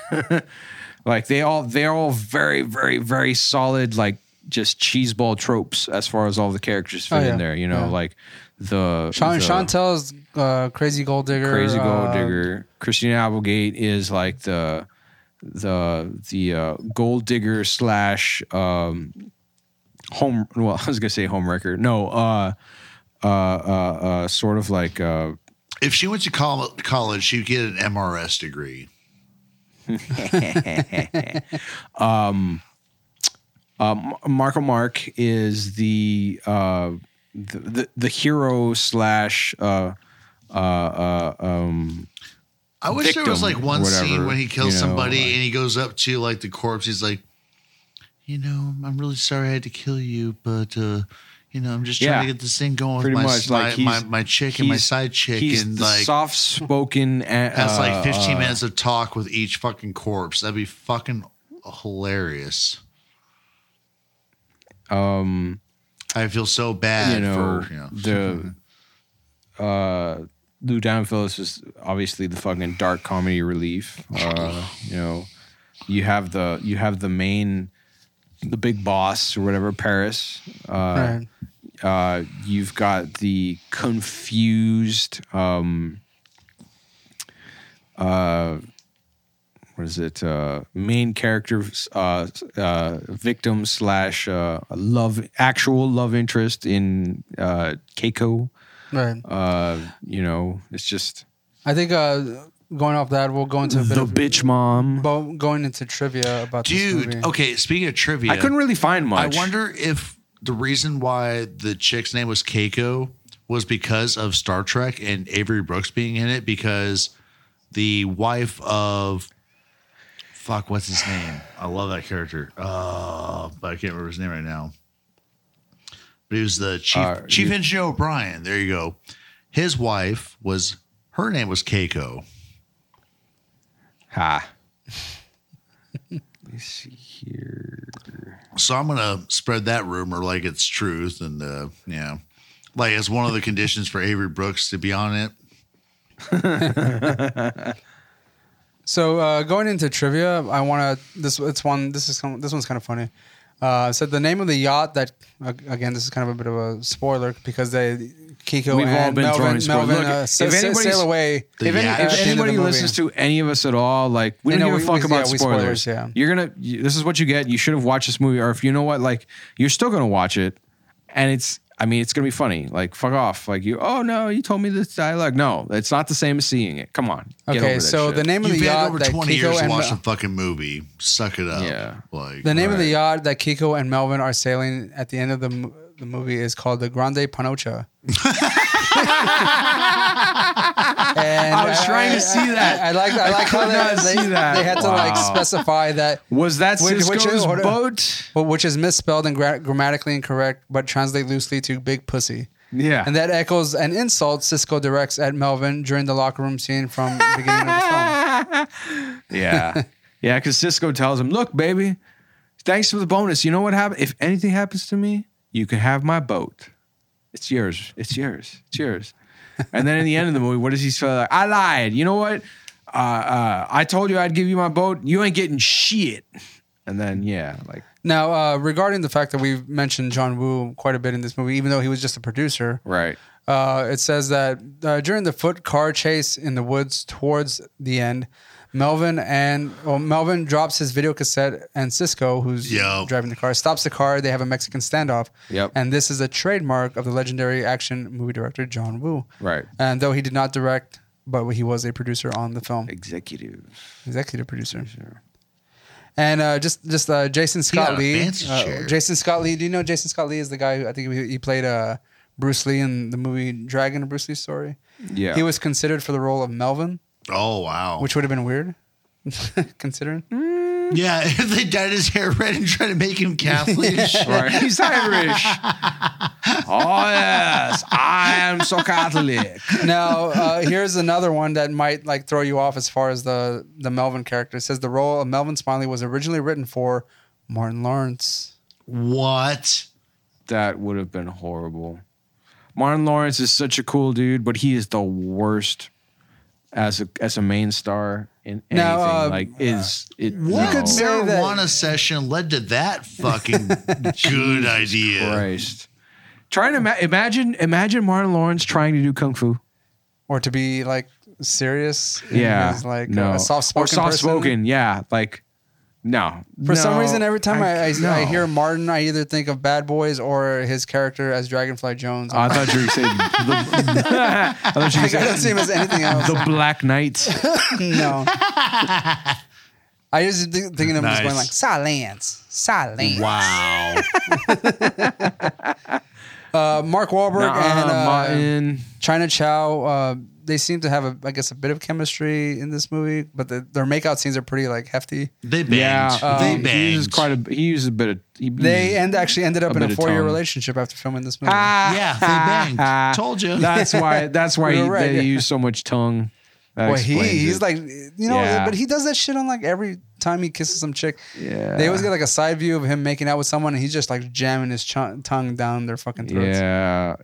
[SPEAKER 12] like they all they're all very very very solid like just cheeseball tropes as far as all the characters fit
[SPEAKER 11] Oh, yeah.
[SPEAKER 12] in there. You know
[SPEAKER 11] Yeah.
[SPEAKER 12] like the
[SPEAKER 11] Sean
[SPEAKER 12] the-
[SPEAKER 11] Chantel's uh, crazy gold digger.
[SPEAKER 12] Crazy gold
[SPEAKER 11] uh,
[SPEAKER 12] digger. Christina Applegate is like the the the uh, gold digger slash um, home. Well, I was gonna say home record. No, uh, uh, uh, uh, sort of like uh,
[SPEAKER 1] if she went to col- college, she'd get an MRS degree.
[SPEAKER 12] um, um, Marco Mark is the uh, the, the the hero slash uh, uh, uh, um.
[SPEAKER 1] I wish there was
[SPEAKER 12] victim
[SPEAKER 1] like
[SPEAKER 12] or
[SPEAKER 1] one
[SPEAKER 12] whatever,
[SPEAKER 1] scene when he kills
[SPEAKER 12] you know,
[SPEAKER 1] somebody
[SPEAKER 12] like-
[SPEAKER 1] and he goes up to like the corpse. He's like, you know, I'm really sorry I had to kill you, but uh, you know, I'm just trying to
[SPEAKER 12] Yeah.
[SPEAKER 1] get this thing going
[SPEAKER 12] pretty
[SPEAKER 1] with my,
[SPEAKER 12] much like
[SPEAKER 1] my,
[SPEAKER 12] he's-
[SPEAKER 1] my my chick and my
[SPEAKER 12] he's-
[SPEAKER 1] side chick
[SPEAKER 12] he's
[SPEAKER 1] and
[SPEAKER 12] the
[SPEAKER 1] like
[SPEAKER 12] soft-spoken a-
[SPEAKER 1] That's
[SPEAKER 12] uh,
[SPEAKER 1] like 15
[SPEAKER 12] uh,
[SPEAKER 1] minutes of talk with each fucking corpse. That'd be fucking hilarious.
[SPEAKER 12] Um,
[SPEAKER 1] I feel so bad
[SPEAKER 12] you know,
[SPEAKER 1] for you know.
[SPEAKER 12] the uh, Lou Diamond Phillips is obviously the fucking dark comedy relief. Uh, you know, you have the you have the main, the big boss or whatever, Paris. Uh, uh, you've got the confused. Um, uh, what is it? Uh, main character, uh, uh, victim slash uh, love, actual love interest in uh, Keiko.
[SPEAKER 11] Right.
[SPEAKER 12] Uh, you know, it's just
[SPEAKER 11] I think uh, going off that, we'll go into a bit
[SPEAKER 12] the
[SPEAKER 11] of,
[SPEAKER 12] bitch mom.
[SPEAKER 11] bo- going into trivia about this
[SPEAKER 1] Dude, oh.
[SPEAKER 11] movie.
[SPEAKER 1] okay, speaking of trivia.
[SPEAKER 12] I couldn't really find much.
[SPEAKER 1] I wonder if the reason why the chick's name was Keiko was because of Star Trek and Avery Brooks being in it because the wife of fuck, what's his name? I love that character. Uh, but I can't remember his name right now. But he was the chief
[SPEAKER 12] Uh,
[SPEAKER 1] chief
[SPEAKER 12] you-
[SPEAKER 1] engineer O'Brien. There you go. His wife was her name was Keiko.
[SPEAKER 12] Ha. Let me see here.
[SPEAKER 1] So I'm gonna spread that rumor like it's truth, and uh, yeah, Like as one of the conditions for Avery Brooks to be on it.
[SPEAKER 11] So uh, going into trivia, I want to. This it's one. This is kind- this one's kind of funny. Uh, so the name of the yacht that a- again, this is kind of a bit of a spoiler because they Kiko
[SPEAKER 12] We've all
[SPEAKER 11] and
[SPEAKER 12] been
[SPEAKER 11] Melvin,
[SPEAKER 12] throwing spoilers.
[SPEAKER 11] Melvin
[SPEAKER 12] Look,
[SPEAKER 11] uh,
[SPEAKER 12] if
[SPEAKER 11] sa- sa-
[SPEAKER 12] anybody's-
[SPEAKER 11] sail away.
[SPEAKER 12] If, any- if anybody listens to any of us at all, like we
[SPEAKER 11] They
[SPEAKER 12] don't
[SPEAKER 11] know
[SPEAKER 12] give a
[SPEAKER 11] we-
[SPEAKER 12] fuck
[SPEAKER 11] we-
[SPEAKER 12] about
[SPEAKER 11] yeah, we
[SPEAKER 12] spoilers.
[SPEAKER 11] spoilers, yeah.
[SPEAKER 12] you're gonna. You, this is what you get. You should have watched this movie, or if you know what, like you're still gonna watch it, and it's. I mean, it's gonna be funny. Like fuck off. Like you. Oh no, you told me this dialogue. No, it's not the same as seeing it. Come on. get over
[SPEAKER 11] Okay,
[SPEAKER 12] that
[SPEAKER 11] so
[SPEAKER 12] shit.
[SPEAKER 11] the name of the
[SPEAKER 1] You've had
[SPEAKER 11] yacht
[SPEAKER 1] over
[SPEAKER 11] that
[SPEAKER 1] 20
[SPEAKER 11] Kiko
[SPEAKER 1] years to
[SPEAKER 11] and uh,
[SPEAKER 1] watch a fucking movie. Suck it up. Yeah. Like
[SPEAKER 11] the name of the yacht that Kiko and Melvin are sailing at the end of the m- the movie is called the Grande Panocha. And
[SPEAKER 12] I was trying to see that.
[SPEAKER 11] I, I like I like
[SPEAKER 12] could
[SPEAKER 11] how
[SPEAKER 12] not
[SPEAKER 11] they,
[SPEAKER 12] see
[SPEAKER 11] they,
[SPEAKER 12] that.
[SPEAKER 11] they had to like
[SPEAKER 12] Wow.
[SPEAKER 11] specify that
[SPEAKER 12] Was that Sisko's
[SPEAKER 11] hold on.
[SPEAKER 12] boat?
[SPEAKER 11] Well, which is misspelled and gra- grammatically incorrect, but translate loosely to "big pussy."
[SPEAKER 12] Yeah.
[SPEAKER 11] and that echoes an insult Cisco directs at Melvin during the locker room scene from the beginning of the film.
[SPEAKER 12] Yeah. yeah, because Cisco tells him, look, baby, thanks for the bonus. You know what happened? If anything happens to me, you can have my boat. It's yours. It's yours. It's yours. And then in the end of the movie, what does he say? Like, I lied. You know what? Uh, uh, I told you I'd give you my boat. You ain't getting shit. And then, yeah, like,
[SPEAKER 11] Now, uh, regarding the fact that we've mentioned John Woo quite a bit in this movie, even though he was just a producer,
[SPEAKER 12] right.
[SPEAKER 11] Uh, it says that uh, during the foot car chase in the woods towards the end, Melvin and well, Melvin drops his video cassette, and Cisco, who's driving the car, stops the car. They have a Mexican standoff.
[SPEAKER 12] Yep.
[SPEAKER 11] And this is a trademark of the legendary action movie director John Woo.
[SPEAKER 12] Right.
[SPEAKER 11] And though he did not direct, but he was a producer on the film,
[SPEAKER 12] executive,
[SPEAKER 11] executive producer. And uh, just just uh, Jason Scott
[SPEAKER 12] got a
[SPEAKER 11] Lee.
[SPEAKER 12] fancy
[SPEAKER 11] uh,
[SPEAKER 12] chair.
[SPEAKER 11] Jason Scott Lee. Do you know Jason Scott Lee is the guy who I think he, he played uh, Bruce Lee in the movie Dragon, a Bruce Lee story.
[SPEAKER 12] Yeah.
[SPEAKER 11] He was considered for the role of Melvin.
[SPEAKER 1] Oh wow.
[SPEAKER 11] Which would have been weird, considering.
[SPEAKER 1] Yeah, if they dyed his hair red and tried to make him Catholic.
[SPEAKER 12] Yeah.
[SPEAKER 1] and shit.
[SPEAKER 12] Right. He's Irish. oh, yes. I am so Catholic.
[SPEAKER 11] now uh, here's another one that might like throw you off as far as the the Melvin character. It says the role of Melvin Smiley was originally written for Martin Lawrence.
[SPEAKER 1] What?
[SPEAKER 12] That would have been horrible. Martin Lawrence is such a cool dude, but he is the worst as a as a main star in anything.
[SPEAKER 11] Now, uh,
[SPEAKER 12] like is it
[SPEAKER 1] What
[SPEAKER 12] no.
[SPEAKER 1] marijuana session led to that fucking good idea?
[SPEAKER 12] Christ. Trying to ima- imagine imagine Martin Lawrence trying to do kung fu.
[SPEAKER 11] Or to be like serious. in
[SPEAKER 12] Yeah.
[SPEAKER 11] his, like
[SPEAKER 12] no.
[SPEAKER 11] a soft
[SPEAKER 12] Or
[SPEAKER 11] spoken.
[SPEAKER 12] soft spoken, yeah. Like no.
[SPEAKER 11] For some
[SPEAKER 12] No.
[SPEAKER 11] reason, every time I I, I,
[SPEAKER 12] no.
[SPEAKER 11] hear Martin, I either think of Bad Boys or his character as Dragonfly Jones.
[SPEAKER 12] Oh, I thought you were saying the, I thought you were
[SPEAKER 11] Like, I don't see him as anything else.
[SPEAKER 12] The Black Knight.
[SPEAKER 11] no. I just thi- thinking of him
[SPEAKER 12] Nice.
[SPEAKER 11] just going like silence, silence.
[SPEAKER 1] Wow.
[SPEAKER 11] uh, Mark Wahlberg
[SPEAKER 12] Nuh-uh,
[SPEAKER 11] and uh,
[SPEAKER 12] Martin.
[SPEAKER 11] China Chow. Uh, they seem to have, a, I guess, a bit of chemistry in this movie, but the, their makeout scenes are pretty like hefty.
[SPEAKER 1] They
[SPEAKER 12] Yeah,
[SPEAKER 11] Um,
[SPEAKER 12] um, He uses quite a. He uses a bit of. He
[SPEAKER 11] They
[SPEAKER 12] uses
[SPEAKER 11] end actually ended up
[SPEAKER 12] Hmm. a
[SPEAKER 11] in a
[SPEAKER 12] bit of
[SPEAKER 11] four year
[SPEAKER 12] tongue.
[SPEAKER 11] relationship after filming this movie.
[SPEAKER 1] yeah, they banged.
[SPEAKER 12] Ah,
[SPEAKER 1] Told you.
[SPEAKER 12] That's why. That's why
[SPEAKER 11] We were
[SPEAKER 12] he,
[SPEAKER 11] right,
[SPEAKER 12] they
[SPEAKER 11] yeah.
[SPEAKER 12] use so much tongue. That
[SPEAKER 11] well, he,
[SPEAKER 12] explains
[SPEAKER 11] he's
[SPEAKER 12] it.
[SPEAKER 11] like, you know,
[SPEAKER 12] Yeah.
[SPEAKER 11] but he does that shit on like every time he kisses some chick.
[SPEAKER 12] Yeah.
[SPEAKER 11] They always get like a side view of him making out with someone, and he's just like jamming his ch- tongue down their fucking throats.
[SPEAKER 12] Yeah,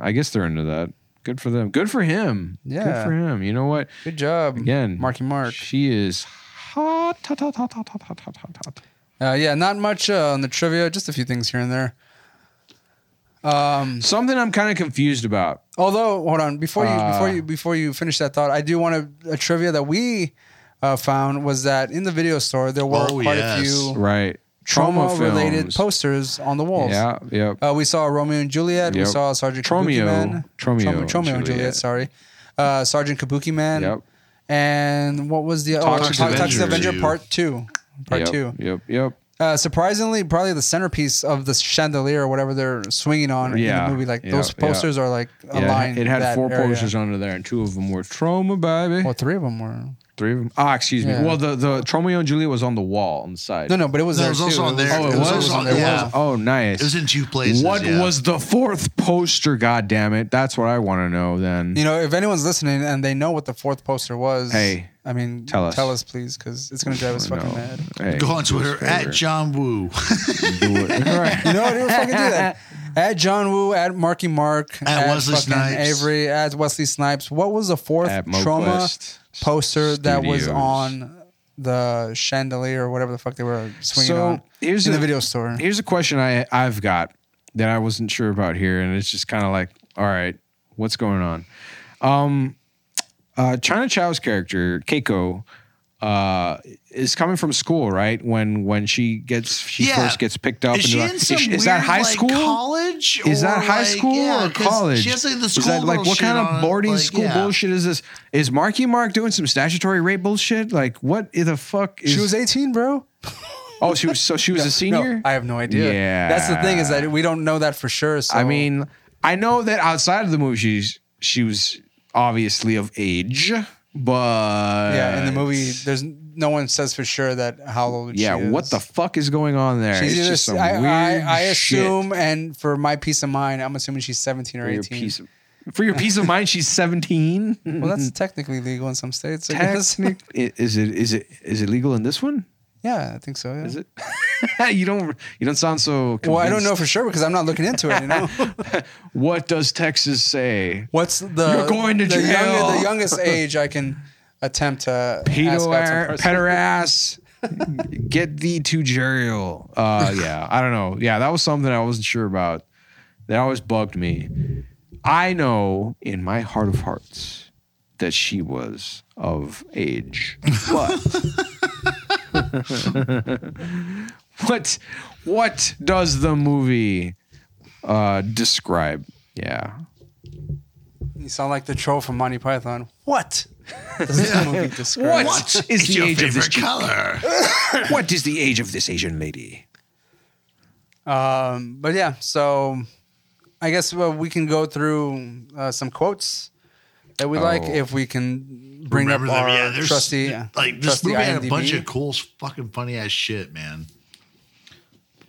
[SPEAKER 12] uh, I guess they're into that. Good for them. Good for him.
[SPEAKER 11] Yeah.
[SPEAKER 12] Good for him. You know what?
[SPEAKER 11] Good job.
[SPEAKER 12] Again,
[SPEAKER 11] Marky Mark.
[SPEAKER 12] She is. Hot, hot, hot, hot, hot, hot, hot, hot, hot, hot.
[SPEAKER 11] Uh, yeah, not much uh, on the trivia, just a few things here and there. Um,
[SPEAKER 12] Something I'm kind of confused about.
[SPEAKER 11] Although, hold on, before you
[SPEAKER 12] Uh.
[SPEAKER 11] before you before you finish that thought, I do want to a trivia that we uh, found was that in the video store there were
[SPEAKER 12] Oh,
[SPEAKER 11] quite
[SPEAKER 12] yes.
[SPEAKER 11] a few
[SPEAKER 12] Right.
[SPEAKER 11] trauma related
[SPEAKER 12] films.
[SPEAKER 11] posters on the walls.
[SPEAKER 12] Yeah. Yep.
[SPEAKER 11] Uh, we saw Romeo and Juliet. We
[SPEAKER 12] Yep.
[SPEAKER 11] saw Sergeant Kabuki
[SPEAKER 12] Tromeo.
[SPEAKER 11] Man.
[SPEAKER 12] Tromeo
[SPEAKER 11] Trom-
[SPEAKER 12] and
[SPEAKER 11] Tromeo and Juliet.
[SPEAKER 12] Juliet.
[SPEAKER 11] Sorry, uh, Sergeant Kabuki Man.
[SPEAKER 12] Yep.
[SPEAKER 11] And what was the oh,
[SPEAKER 12] Toxic
[SPEAKER 11] Toxic
[SPEAKER 12] Avenger.
[SPEAKER 11] Avenger
[SPEAKER 12] Two.
[SPEAKER 11] Part Two? Part
[SPEAKER 12] yep,
[SPEAKER 11] Two.
[SPEAKER 12] Yep. Yep.
[SPEAKER 11] Uh, surprisingly, probably the centerpiece of the chandelier or whatever they're swinging on in
[SPEAKER 12] Yeah,
[SPEAKER 11] the movie. Like
[SPEAKER 12] yeah,
[SPEAKER 11] those
[SPEAKER 12] yeah.
[SPEAKER 11] posters are like
[SPEAKER 12] Yeah, it had-
[SPEAKER 11] aligned.
[SPEAKER 12] It had
[SPEAKER 11] that
[SPEAKER 12] four
[SPEAKER 11] area.
[SPEAKER 12] posters under there, and two of them were Troma, baby.
[SPEAKER 11] Well, three of them were.
[SPEAKER 12] Three of them. Ah, excuse
[SPEAKER 11] Yeah.
[SPEAKER 12] me. Well, the the Tromeo and Juliet was on the wall on the side.
[SPEAKER 11] No, no, but it was No, there it was also too. on there.
[SPEAKER 12] Oh, it,
[SPEAKER 11] It was
[SPEAKER 12] was.
[SPEAKER 11] also on there. Yeah.
[SPEAKER 12] Oh, nice.
[SPEAKER 1] It was in two places,
[SPEAKER 12] What
[SPEAKER 1] yeah.
[SPEAKER 12] was the fourth poster? God damn it! That's what I want to know. Then
[SPEAKER 11] You know, if anyone's listening and they know what the fourth poster was,
[SPEAKER 12] Hey,
[SPEAKER 11] I mean,
[SPEAKER 12] tell us.
[SPEAKER 11] tell us please, because it's gonna drive us fucking mad.
[SPEAKER 12] Hey,
[SPEAKER 1] Go on
[SPEAKER 12] do us
[SPEAKER 1] Twitter
[SPEAKER 12] a favor.
[SPEAKER 1] at John Woo.
[SPEAKER 12] Do it. All right.
[SPEAKER 11] You know, what? They would fucking do that. At John Woo, at Marky Mark,
[SPEAKER 1] At Wesley
[SPEAKER 11] fucking
[SPEAKER 1] Snipes.
[SPEAKER 11] Avery, at Wesley Snipes. What was the fourth
[SPEAKER 12] At MoQuest
[SPEAKER 11] trauma poster that was
[SPEAKER 12] Studios.
[SPEAKER 11] on the chandelier or whatever the fuck they were swinging
[SPEAKER 12] so
[SPEAKER 11] on
[SPEAKER 12] here's
[SPEAKER 11] in
[SPEAKER 12] a,
[SPEAKER 11] the video store?
[SPEAKER 12] Here's a question I I've got that I wasn't sure about here, and it's just kind of like, all right, what's going on? Um, uh, China Chow's character Keiko uh, is coming from school, right? When when she gets she
[SPEAKER 1] Yeah.
[SPEAKER 12] first gets picked up,
[SPEAKER 1] Is
[SPEAKER 12] and
[SPEAKER 1] she
[SPEAKER 12] like-
[SPEAKER 1] in some
[SPEAKER 12] is, is that
[SPEAKER 1] weird,
[SPEAKER 12] high
[SPEAKER 1] like,
[SPEAKER 12] school?
[SPEAKER 1] college
[SPEAKER 12] Is that
[SPEAKER 1] or,
[SPEAKER 12] high
[SPEAKER 1] like,
[SPEAKER 12] school
[SPEAKER 1] yeah,
[SPEAKER 12] or
[SPEAKER 1] 'cause
[SPEAKER 12] college?
[SPEAKER 1] she has, like, the
[SPEAKER 12] Is
[SPEAKER 1] school
[SPEAKER 12] that like
[SPEAKER 1] girl
[SPEAKER 12] what kind
[SPEAKER 1] shit
[SPEAKER 12] of
[SPEAKER 1] on,
[SPEAKER 12] boarding
[SPEAKER 1] like,
[SPEAKER 12] school
[SPEAKER 1] yeah.
[SPEAKER 12] bullshit is this? Is Marky Mark doing some statutory rape bullshit? Like what i- the fuck? Is,
[SPEAKER 11] She was 18, bro.
[SPEAKER 12] Oh, she was so she was
[SPEAKER 11] No,
[SPEAKER 12] a senior.
[SPEAKER 11] no, I have no idea.
[SPEAKER 12] Yeah,
[SPEAKER 11] That's the thing is that we don't know that for sure. So
[SPEAKER 12] I mean, I know that outside of the movie, she's she was obviously of age, but
[SPEAKER 11] yeah, in the movie, there's no one says for sure that how old.
[SPEAKER 12] yeah,
[SPEAKER 11] she is.
[SPEAKER 12] what the fuck is going on there?
[SPEAKER 11] She's
[SPEAKER 12] it's
[SPEAKER 11] either,
[SPEAKER 12] just some
[SPEAKER 11] I,
[SPEAKER 12] weird
[SPEAKER 11] I, I
[SPEAKER 12] shit.
[SPEAKER 11] assume, and for my peace of mind, I'm assuming she's 17 or
[SPEAKER 12] For your
[SPEAKER 11] 18.
[SPEAKER 12] peace of- for your peace of mind, she's 17.
[SPEAKER 11] well, that's technically legal in some states. I guess.
[SPEAKER 12] Technic- i- is it is it is it legal in this one?
[SPEAKER 11] yeah, I think so. Yeah.
[SPEAKER 12] Is it? you don't you don't sound so. Convinced.
[SPEAKER 11] Well, I don't know for sure because I'm not looking into it. You know,
[SPEAKER 12] What does Texas say?
[SPEAKER 11] what's the
[SPEAKER 12] You're going to
[SPEAKER 11] the,
[SPEAKER 12] jail.
[SPEAKER 11] young- the youngest age I can attempt to ask
[SPEAKER 12] pedo
[SPEAKER 11] out some
[SPEAKER 12] ass,
[SPEAKER 11] person.
[SPEAKER 12] pederass, get thee to jail. Uh, yeah, I don't know. Yeah, that was something I wasn't sure about. That always bugged me. I know in my heart of hearts that she was of age, but what what does the movie uh, describe? Yeah,
[SPEAKER 11] You sound like the troll from Monty Python. What? Does this movie describe?
[SPEAKER 12] what is, the age of this color? what is the age of this Asian lady?
[SPEAKER 11] Um, but yeah, so I guess well, we can go through uh, some quotes that we like
[SPEAKER 12] Oh.
[SPEAKER 11] if we can bring
[SPEAKER 1] Remember
[SPEAKER 11] up
[SPEAKER 1] them,
[SPEAKER 11] our
[SPEAKER 1] yeah, there's-
[SPEAKER 11] trusty
[SPEAKER 1] Like this
[SPEAKER 11] trusty
[SPEAKER 1] movie had a
[SPEAKER 11] IMDb.
[SPEAKER 1] bunch of cool, fucking funny ass shit, man.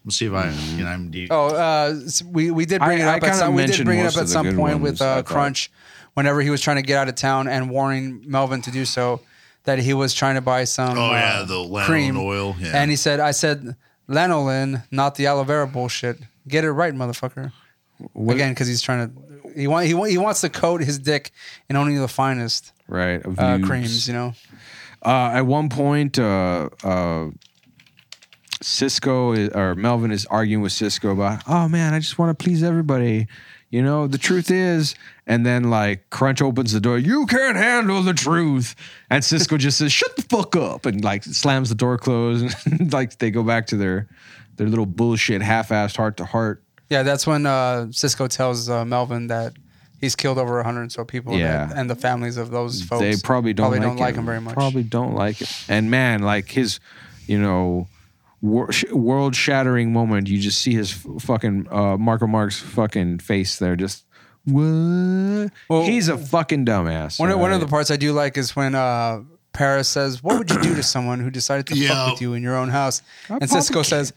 [SPEAKER 1] Let's see if I
[SPEAKER 12] Mm-hmm.
[SPEAKER 1] can IMDb.
[SPEAKER 11] Oh, uh, s- we we did bring
[SPEAKER 1] I-
[SPEAKER 11] it
[SPEAKER 1] I
[SPEAKER 11] up. at
[SPEAKER 1] kinda
[SPEAKER 11] some, we did
[SPEAKER 1] mentioned
[SPEAKER 11] bring it
[SPEAKER 1] most
[SPEAKER 11] up at
[SPEAKER 1] of the
[SPEAKER 11] some
[SPEAKER 1] good
[SPEAKER 11] point
[SPEAKER 1] ones,
[SPEAKER 11] with
[SPEAKER 1] I
[SPEAKER 11] uh,
[SPEAKER 1] thought.
[SPEAKER 11] Crunch, whenever he was trying to get out of town and warning Melvin to do so, that he was trying to buy some.
[SPEAKER 1] Oh,
[SPEAKER 11] uh,
[SPEAKER 1] yeah, the lanolin
[SPEAKER 11] cream.
[SPEAKER 1] oil, yeah.
[SPEAKER 11] And he said, "I said lanolin, not the aloe vera bullshit. Get it right, motherfucker." Again, because he's trying to he want, he wa- he wants to coat his dick in only the finest
[SPEAKER 12] right? Of
[SPEAKER 11] uh,
[SPEAKER 12] lubes.
[SPEAKER 11] creams, you know.
[SPEAKER 12] Uh, at one point, uh, uh, Cisco is, or Melvin is arguing with Cisco about, oh man, I just want to please everybody. You know, the truth is, and then like Crunch opens the door, you can't handle the truth. And Cisco just says, shut the fuck up, and like slams the door closed. And like they go back to their their little bullshit, half assed heart to heart.
[SPEAKER 11] Yeah, that's when uh, Cisco tells uh, Melvin that he's killed over 100 and so people
[SPEAKER 12] Yeah.
[SPEAKER 11] that- and the families of those folks.
[SPEAKER 12] They probably don't like
[SPEAKER 11] him very much.
[SPEAKER 12] Probably don't like it. And man, like his, you know, wor- sh- world shattering moment. You just see his f- fucking uh, Marco Mark's fucking face there. Just what? He's a fucking dumbass.
[SPEAKER 11] One, of, one of
[SPEAKER 12] right?
[SPEAKER 11] the parts I do like is when uh, Paris says, What would you do to someone who decided to fuck with you in your own house? and
[SPEAKER 12] probably
[SPEAKER 11] Cisco says,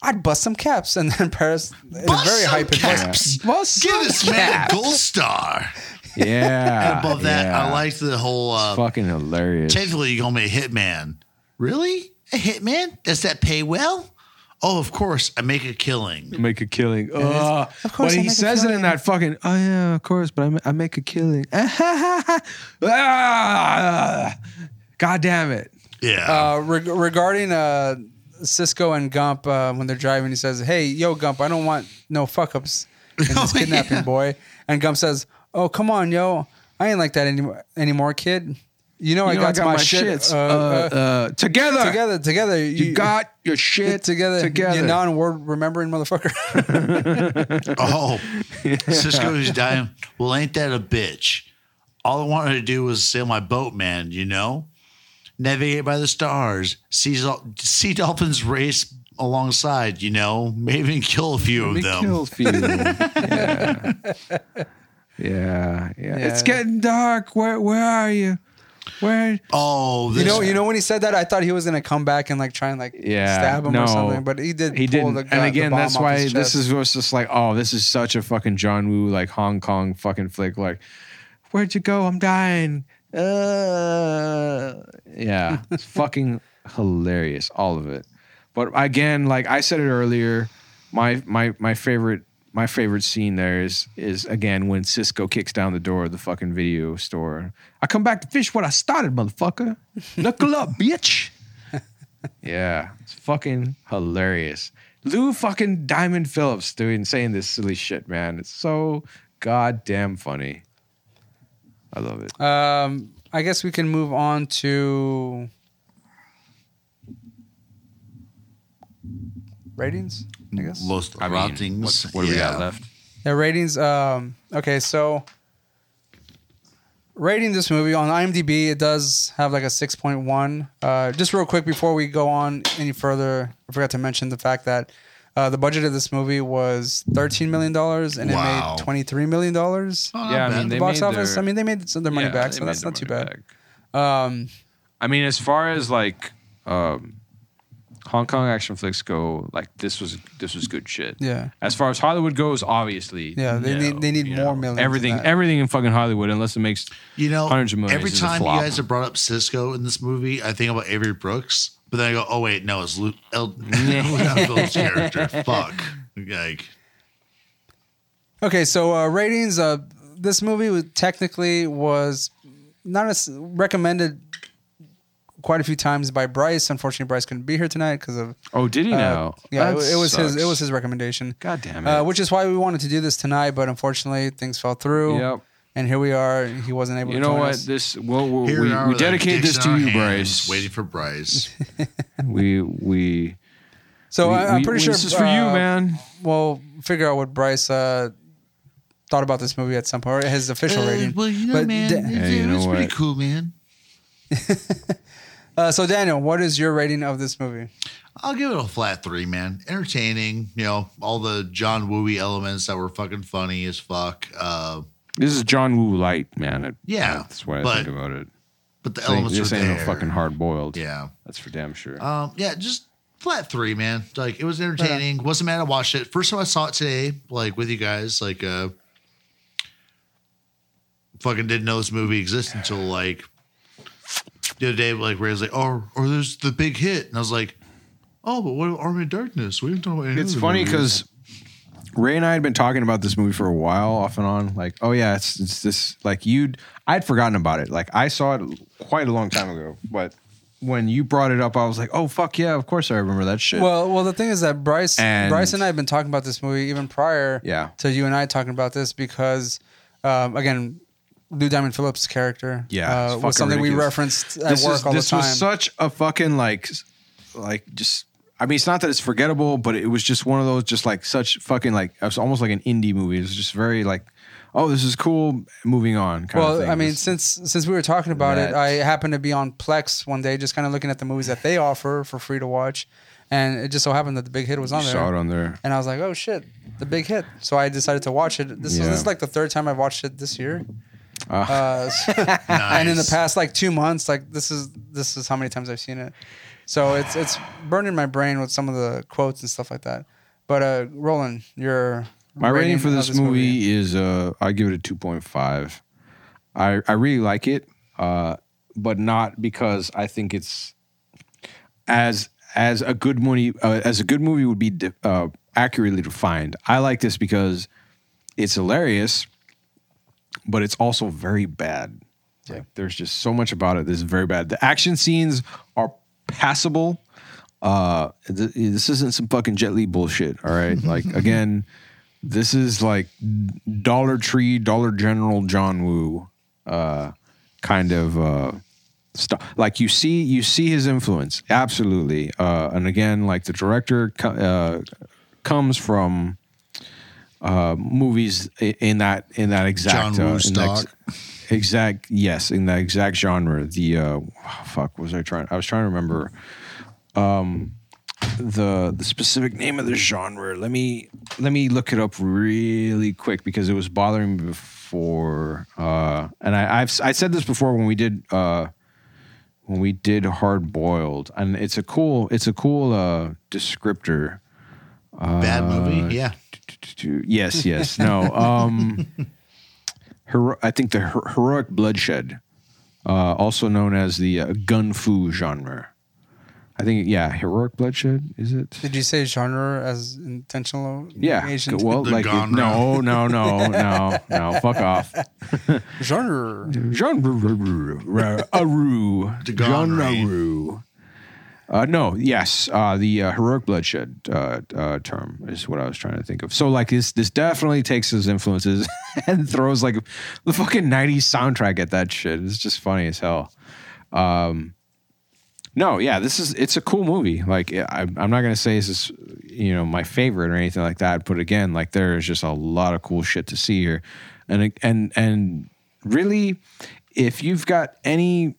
[SPEAKER 11] I'd bust some caps. And then Paris is very
[SPEAKER 1] some
[SPEAKER 11] hype.
[SPEAKER 1] caps. Give this man a gold star.
[SPEAKER 12] yeah.
[SPEAKER 1] And above that,
[SPEAKER 12] yeah.
[SPEAKER 1] I liked the whole.
[SPEAKER 12] It's
[SPEAKER 1] Uh,
[SPEAKER 12] fucking hilarious.
[SPEAKER 1] technically, you call me a hitman. Really, a hitman? Does that pay well? Oh, of course, I make a killing.
[SPEAKER 12] Make a killing. Uh,
[SPEAKER 1] Of course I
[SPEAKER 12] but he
[SPEAKER 1] make a
[SPEAKER 12] says it in that fucking. Oh yeah, of course. But I, ma- I make a killing. Ah, God damn it! Oh,
[SPEAKER 1] Yeah.
[SPEAKER 11] Uh, reg- regarding uh, Cisco and Gump, uh, when they're driving, he says, "Hey, yo, Gump, I don't want no fuck ups in
[SPEAKER 12] Oh,
[SPEAKER 11] this kidnapping, boy." And Gump says, "Oh, come on, yo, I ain't like that anymore, anymore, kid. You know, Oh, I,
[SPEAKER 12] You know,
[SPEAKER 11] got my, shit
[SPEAKER 12] shits.
[SPEAKER 11] uh,
[SPEAKER 12] Uh, uh, together.
[SPEAKER 11] together, together. You,
[SPEAKER 12] got your shit
[SPEAKER 11] together,
[SPEAKER 12] together."
[SPEAKER 11] You non-word remembering motherfucker.
[SPEAKER 1] Oh, Cisco's dying. Well, ain't that a bitch? All I wanted to do was sail my boat, man, you know? Navigate by the stars, see, dol- see dolphins race alongside, you know? Maybe even kill a few of them.
[SPEAKER 12] Kill few. yeah. yeah, yeah, It's
[SPEAKER 11] Yeah.
[SPEAKER 12] getting dark. Where, where are you? Where?
[SPEAKER 1] Oh,
[SPEAKER 11] you know, you know when he said that, I thought he was gonna come back and like try and like
[SPEAKER 12] Yeah,
[SPEAKER 11] stab him
[SPEAKER 12] no.
[SPEAKER 11] or something, but he did.
[SPEAKER 12] He
[SPEAKER 11] pull
[SPEAKER 12] didn't.
[SPEAKER 11] The, gu-
[SPEAKER 12] and
[SPEAKER 11] the
[SPEAKER 12] again,
[SPEAKER 11] bomb
[SPEAKER 12] that's
[SPEAKER 11] off
[SPEAKER 12] why
[SPEAKER 11] his
[SPEAKER 12] this
[SPEAKER 11] chest.
[SPEAKER 12] is was just like, oh, this is such a fucking John Woo like Hong Kong fucking flick. Like, where'd you go? I'm dying. Uh, yeah, it's fucking hilarious, all of it. But again, like I said it earlier, my my my favorite my favorite scene there is is again when Cisco kicks down the door of the fucking video store. I come back to fish what I started, motherfucker. Knuckle up, bitch. yeah, it's fucking hilarious. Lou fucking Diamond Phillips doing saying this silly shit, man. It's so goddamn funny. I love it.
[SPEAKER 11] Um, I guess we can move on to ratings.
[SPEAKER 1] Mm-hmm.
[SPEAKER 11] I guess.
[SPEAKER 1] Most
[SPEAKER 12] I mean,
[SPEAKER 1] rottings.
[SPEAKER 12] what- what do we got left?
[SPEAKER 11] Yeah, ratings. Um, okay, so rating this movie on IMDb, it does have like a 6.1. Uh, just real quick before we go on any further, I forgot to mention the fact that uh, the budget of this movie was $13 million and
[SPEAKER 12] Wow.
[SPEAKER 11] it made $23 million.
[SPEAKER 12] not Yeah, I mean, bad. they
[SPEAKER 11] At the box
[SPEAKER 12] made
[SPEAKER 11] office.
[SPEAKER 12] their-
[SPEAKER 11] I mean, they made some of their money
[SPEAKER 12] Yeah,
[SPEAKER 11] back,
[SPEAKER 12] they
[SPEAKER 11] so
[SPEAKER 12] made
[SPEAKER 11] that's
[SPEAKER 12] their
[SPEAKER 11] not too bad. Um,
[SPEAKER 12] I mean, as far as like um, Hong Kong action flicks go, like this was this was good shit.
[SPEAKER 11] Yeah.
[SPEAKER 12] As far as Hollywood goes, obviously.
[SPEAKER 11] yeah, they
[SPEAKER 12] no.
[SPEAKER 11] need, they need more millions.
[SPEAKER 12] everything
[SPEAKER 11] Than that.
[SPEAKER 12] everything in fucking Hollywood, unless it makes
[SPEAKER 1] You know,
[SPEAKER 12] hundreds of millions.
[SPEAKER 1] every
[SPEAKER 12] is
[SPEAKER 1] time
[SPEAKER 12] a
[SPEAKER 1] you
[SPEAKER 12] flop.
[SPEAKER 1] guys have brought up Cisco in this movie, I think about Avery Brooks, but then I go, oh, wait, no, it's Luke El- Elvin's character. Fuck. Like,
[SPEAKER 11] Okay, so uh, ratings. Uh, this movie was technically was not as recommended quite a few times by Bryce. Unfortunately, Bryce couldn't be here tonight because of.
[SPEAKER 12] Oh, did he
[SPEAKER 11] uh,
[SPEAKER 12] now?
[SPEAKER 11] Yeah, it,
[SPEAKER 12] That
[SPEAKER 11] wa- it was his.
[SPEAKER 12] sucks.
[SPEAKER 11] It was his recommendation.
[SPEAKER 12] God damn it.
[SPEAKER 11] Uh, which is why we wanted to do this tonight, but unfortunately, things fell through.
[SPEAKER 12] Yep.
[SPEAKER 11] And here we are. and He wasn't able.
[SPEAKER 12] you
[SPEAKER 11] to
[SPEAKER 12] know
[SPEAKER 11] join
[SPEAKER 12] what?
[SPEAKER 11] us.
[SPEAKER 12] This well, we,
[SPEAKER 1] here
[SPEAKER 12] we,
[SPEAKER 1] are
[SPEAKER 12] we
[SPEAKER 1] with our
[SPEAKER 12] dedicate
[SPEAKER 1] dicks
[SPEAKER 12] this
[SPEAKER 1] in
[SPEAKER 12] to
[SPEAKER 1] our
[SPEAKER 12] you,
[SPEAKER 1] hands,
[SPEAKER 12] Bryce.
[SPEAKER 1] Waiting for Bryce.
[SPEAKER 12] we we.
[SPEAKER 11] So
[SPEAKER 12] we-
[SPEAKER 11] I, I'm
[SPEAKER 12] we-
[SPEAKER 11] pretty sure
[SPEAKER 12] this is for you,
[SPEAKER 11] uh,
[SPEAKER 12] man.
[SPEAKER 11] We'll figure out what Bryce uh, thought about this movie at some point, or his official
[SPEAKER 1] Uh,
[SPEAKER 11] rating.
[SPEAKER 1] well, you know,
[SPEAKER 11] But
[SPEAKER 1] man,
[SPEAKER 11] da-
[SPEAKER 1] it, it was pretty cool, man.
[SPEAKER 11] Uh, so Daniel, what is your rating of this movie?
[SPEAKER 1] I'll give it a flat three, man. Entertaining, you know, all the John Wooey elements that were fucking funny as fuck. Uh,
[SPEAKER 12] This is John Woo light, man. It-
[SPEAKER 1] Yeah,
[SPEAKER 12] that's what I
[SPEAKER 1] but-
[SPEAKER 12] think about it.
[SPEAKER 1] but the
[SPEAKER 12] This ain't-
[SPEAKER 1] elements
[SPEAKER 12] this
[SPEAKER 1] are
[SPEAKER 12] ain't
[SPEAKER 1] there.
[SPEAKER 12] no fucking hard boiled.
[SPEAKER 1] Yeah.
[SPEAKER 12] that's for damn sure.
[SPEAKER 1] Um, yeah, just flat three, man. Like it was entertaining. Wasn't mad I watched it. First time I saw it today, like with you guys, like uh fucking didn't know this movie existed until like the other day, like where it was like, Oh, or there's the big hit. And I was like, Oh, but what about Army of Darkness? We haven't talked about any
[SPEAKER 12] It's
[SPEAKER 1] other
[SPEAKER 12] funny
[SPEAKER 1] movies."
[SPEAKER 12] because Ray and I had been talking about this movie for a while, off and on. Like, oh yeah, it's, it's this. Like you, I'd forgotten about it. Like I saw it quite a long time ago, but when you brought it up, I was like, oh fuck yeah, of course I remember that shit.
[SPEAKER 11] Well, well, the thing is that Bryce,
[SPEAKER 12] And-
[SPEAKER 11] Bryce and I have been talking about this movie even prior
[SPEAKER 12] Yeah.
[SPEAKER 11] to you and I talking about this because, um, again, Lou Diamond Phillips' character,
[SPEAKER 12] yeah,
[SPEAKER 11] uh,
[SPEAKER 12] it's fucking
[SPEAKER 11] was something we
[SPEAKER 12] ridiculous.
[SPEAKER 11] referenced at
[SPEAKER 12] This
[SPEAKER 11] work
[SPEAKER 12] is-
[SPEAKER 11] all the
[SPEAKER 12] this
[SPEAKER 11] time.
[SPEAKER 12] was such a fucking like, s- like just. I mean, it's not that it's forgettable, but it was just one of those, just like such fucking like it was almost like an indie movie. It was just very like, oh, this is cool. Moving on. Kind
[SPEAKER 11] well,
[SPEAKER 12] of thing.
[SPEAKER 11] I mean, since since we were talking about it,
[SPEAKER 12] That-
[SPEAKER 11] I happened to be on Plex one day, just kind of looking at the movies that they offer for free to watch, and it just so happened that The Big Hit was
[SPEAKER 12] you
[SPEAKER 11] on there.
[SPEAKER 12] saw it on there.
[SPEAKER 11] and I was like, "Oh shit, the big hit!" So I decided to watch it. This was
[SPEAKER 12] Yeah.
[SPEAKER 11] this is like the third time I've watched it this year,
[SPEAKER 12] Ah.
[SPEAKER 11] uh, so- and in the past like two months, like this is this is how many times I've seen it. So it's it's burning my brain with some of the quotes and stuff like that. But uh, Roland, your
[SPEAKER 12] My rating, for
[SPEAKER 11] of
[SPEAKER 12] this, movie, is uh I give it a 2.5. I I really like it uh but not because I think it's as as a good movie uh, as a good movie would be de- uh accurately defined. I like this because it's hilarious but it's also very bad. Like, there's just so much about it that's very bad. The action scenes are passable. Uh, th- this isn't some fucking Jet Li bullshit. All right, like again, this is like Dollar Tree, Dollar General, John Woo, uh, kind of uh, stuff. Like you see, you see his influence absolutely. Uh, and again, like the director co- uh, comes from uh, movies i- in that in that exact
[SPEAKER 1] John Woo
[SPEAKER 12] uh, in that ex-
[SPEAKER 1] stock.
[SPEAKER 12] exact yes in that exact genre. The uh, fuck was I trying? I was trying to remember. Um, the the specific name of the genre. Let me let me look it up really quick because it was bothering me before. Uh, and I I've I said this before when we did uh, when we did hard boiled, and it's a cool it's a cool uh, descriptor.
[SPEAKER 1] Bad movie?
[SPEAKER 12] Uh,
[SPEAKER 1] Yeah.
[SPEAKER 12] Yes, yes, no. Um, hero- I think the her- heroic bloodshed, uh, also known as the uh, gun fu genre. I think yeah, heroic bloodshed is it?
[SPEAKER 11] Did you say genre as intentional?
[SPEAKER 12] Yeah.
[SPEAKER 11] Asian-
[SPEAKER 12] Go- Well, like no, no, no, no, no. Fuck off.
[SPEAKER 11] genre.
[SPEAKER 12] Genre. Aru. Genre. Uh, no, yes, uh, the uh, heroic bloodshed uh, uh, term is what I was trying to think of. So, like, this this definitely takes his influences and throws like the fucking '90s soundtrack at that shit. It's just funny as hell. Um, no, yeah, this is it's a cool movie. Like I, I'm not gonna say this is you know my favorite or anything like that, but again, like there is just a lot of cool shit to see here, and and and really, if you've got any,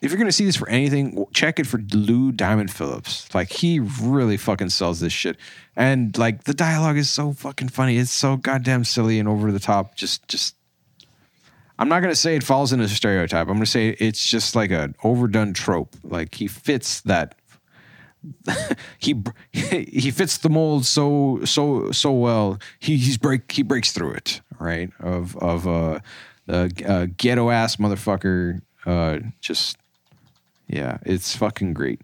[SPEAKER 12] if you're gonna see this for anything, check it for Lou Diamond Phillips. Like he really fucking sells this shit, and like the dialogue is so fucking funny. It's so goddamn silly and over the top. Just just I'm not going to say it falls into a stereotype. I'm going to say it's just like an overdone trope. Like he fits that. he he fits the mold so so so well. He he's break he breaks through it right of of uh, uh, uh ghetto ass motherfucker. Uh, just yeah, it's fucking great.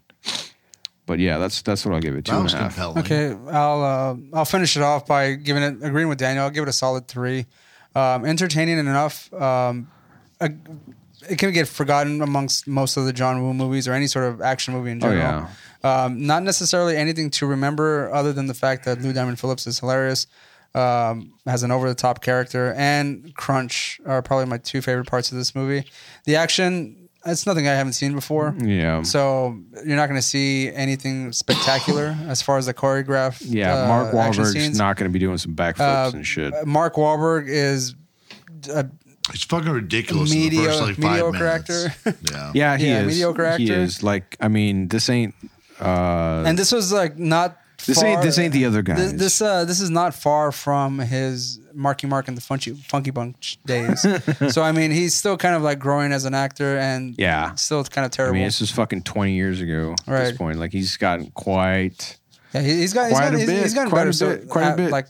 [SPEAKER 12] But yeah, that's that's what I'll give it. Two and a half.
[SPEAKER 11] Okay, I'll uh, I'll finish it off by giving it agreeing with Daniel. I'll give it a solid three. Um, entertaining enough. Um, a- it can get forgotten amongst most of the John Woo movies or any sort of action movie in
[SPEAKER 12] Oh,
[SPEAKER 11] general. Um, not necessarily anything to remember other than the fact that Lou Diamond Phillips is hilarious, um, has an over the top character, and Crunch are probably my two favorite parts of this movie. The action, it's nothing I haven't seen before.
[SPEAKER 12] Yeah.
[SPEAKER 11] So you're not going to see anything spectacular as far as the choreograph.
[SPEAKER 12] Yeah,
[SPEAKER 11] uh,
[SPEAKER 12] Mark
[SPEAKER 11] action
[SPEAKER 12] Wahlberg's
[SPEAKER 11] scenes.
[SPEAKER 12] not going to be doing some backflips
[SPEAKER 11] Uh,
[SPEAKER 12] and shit.
[SPEAKER 11] Mark Wahlberg is a
[SPEAKER 1] It's fucking ridiculous in the
[SPEAKER 11] medio,
[SPEAKER 1] first like five
[SPEAKER 11] mediocre
[SPEAKER 1] minutes.
[SPEAKER 11] actor.
[SPEAKER 12] Yeah, he
[SPEAKER 11] Yeah,
[SPEAKER 12] is.
[SPEAKER 11] mediocre actor.
[SPEAKER 12] He is. Like, I mean, this ain't. Uh,
[SPEAKER 11] and this was like not.
[SPEAKER 12] This ain't-
[SPEAKER 11] far-
[SPEAKER 12] this ain't the other guy.
[SPEAKER 11] This this, uh, this is not far from his Marky Mark and the Funky Funky Bunch days. so I mean, he's still kind of like growing as an actor, and
[SPEAKER 12] yeah,
[SPEAKER 11] still kind of
[SPEAKER 12] I
[SPEAKER 11] terrible.
[SPEAKER 12] mean, this is fucking twenty years ago at
[SPEAKER 11] Right.
[SPEAKER 12] this point. Like, he's gotten quite.
[SPEAKER 11] yeah, he- he's got he's
[SPEAKER 12] quite
[SPEAKER 11] gotten,
[SPEAKER 12] a
[SPEAKER 11] he's-
[SPEAKER 12] bit,
[SPEAKER 11] he's gotten
[SPEAKER 12] quite a
[SPEAKER 11] better, so,
[SPEAKER 12] bit, quite a
[SPEAKER 11] uh,
[SPEAKER 12] bit.
[SPEAKER 11] Like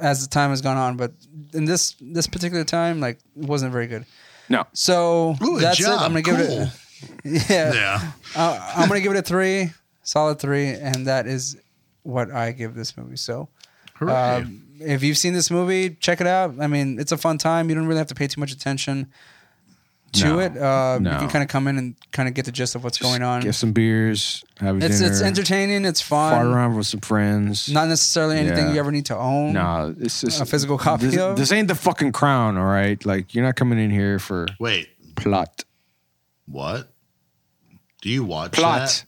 [SPEAKER 11] as the time has gone on, but in this this particular time, like it wasn't very good.
[SPEAKER 12] No.
[SPEAKER 11] So
[SPEAKER 1] Good
[SPEAKER 11] that's
[SPEAKER 1] job.
[SPEAKER 11] it. I'm gonna give
[SPEAKER 1] Cool.
[SPEAKER 11] it. Yeah.
[SPEAKER 1] Yeah.
[SPEAKER 11] Uh, I'm gonna give it a three, solid three, and that is what I give this movie. So,
[SPEAKER 1] Hooray.
[SPEAKER 11] um, if you've seen this movie, check it out. I mean, it's a fun time. You don't really have to pay too much attention to
[SPEAKER 12] No.
[SPEAKER 11] it. Uh, You
[SPEAKER 12] No.
[SPEAKER 11] can kind of come in and kind of get the gist of what's going on.
[SPEAKER 12] Get some beers. Have a
[SPEAKER 11] It's
[SPEAKER 12] dinner.
[SPEAKER 11] it's entertaining. It's fun.
[SPEAKER 12] Fart around with some friends.
[SPEAKER 11] Not necessarily anything
[SPEAKER 12] Yeah.
[SPEAKER 11] you ever need to own.
[SPEAKER 12] Nah, this is
[SPEAKER 11] a physical copy
[SPEAKER 12] This,
[SPEAKER 11] of.
[SPEAKER 12] this ain't the fucking crown, all right. Like, you're not coming in here for
[SPEAKER 1] Wait,
[SPEAKER 12] plot.
[SPEAKER 1] what? Do you watch
[SPEAKER 12] Plot.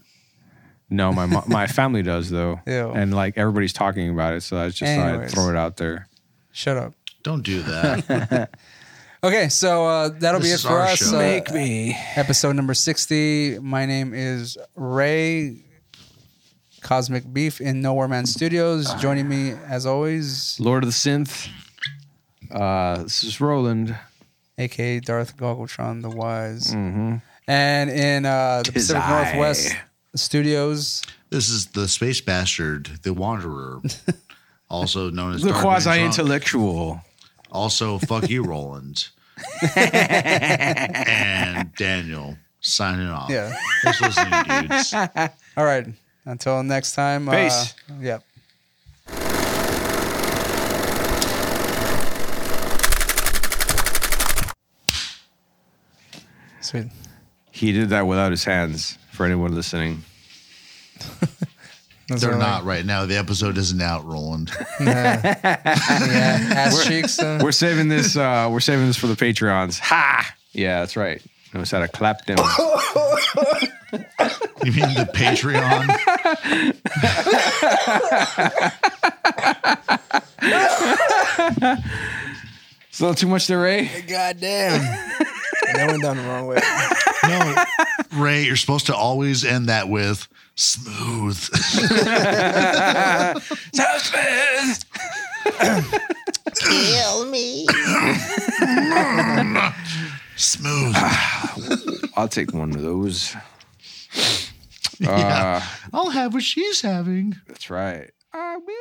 [SPEAKER 12] No, my mo- my family does though,
[SPEAKER 1] Ew.
[SPEAKER 12] and like everybody's talking about it, so I just thought I'd
[SPEAKER 11] Anyways.
[SPEAKER 12] throw it out there.
[SPEAKER 11] Shut up.
[SPEAKER 1] that? Don't do that.
[SPEAKER 11] Okay, so uh, that'll
[SPEAKER 1] This
[SPEAKER 11] be it
[SPEAKER 1] is
[SPEAKER 11] for
[SPEAKER 1] our
[SPEAKER 11] us.
[SPEAKER 1] show.
[SPEAKER 11] Uh,
[SPEAKER 1] Make
[SPEAKER 12] me
[SPEAKER 11] episode number sixty. My name is Ray Cosmic Beef in Nowhere Man Studios. Joining me as always,
[SPEAKER 12] Lord of the Synth. Uh, this is Roland.
[SPEAKER 11] aka Darth Goggletron the Wise,
[SPEAKER 12] Mhm.
[SPEAKER 11] and in uh, the
[SPEAKER 1] Tis
[SPEAKER 11] Pacific
[SPEAKER 1] I.
[SPEAKER 11] Northwest Studios.
[SPEAKER 1] This is the space bastard, the wanderer, also known as
[SPEAKER 12] The
[SPEAKER 1] Dark Man Drunk.
[SPEAKER 12] quasi-intellectual.
[SPEAKER 1] Also, fuck you, Roland. and Daniel signing off.
[SPEAKER 11] Yeah.
[SPEAKER 1] Thanks for listening, dudes.
[SPEAKER 11] All right. Until next time.
[SPEAKER 1] Peace.
[SPEAKER 11] Uh, yep. Sweet.
[SPEAKER 12] He did that without his hands. For anyone listening,
[SPEAKER 11] Those
[SPEAKER 1] They're
[SPEAKER 11] are like-
[SPEAKER 1] not right now. The episode isn't out, Roland.
[SPEAKER 11] yeah. Ass
[SPEAKER 12] We're-
[SPEAKER 11] cheeks. uh,
[SPEAKER 12] we're saving this. Uh, we're saving this for the Patreons. Ha! Yeah, that's right. Notice how to clap them.
[SPEAKER 1] you mean the Patreon?
[SPEAKER 12] It's a little too much there, Ray.
[SPEAKER 11] God damn. that went down the wrong way.
[SPEAKER 1] No, Ray, you're supposed to always end that with smooth.
[SPEAKER 13] Kill me.
[SPEAKER 1] smooth.
[SPEAKER 12] I'll take one of those.
[SPEAKER 1] Yeah.
[SPEAKER 12] Uh,
[SPEAKER 1] I'll have what she's having.
[SPEAKER 12] that's right. I will.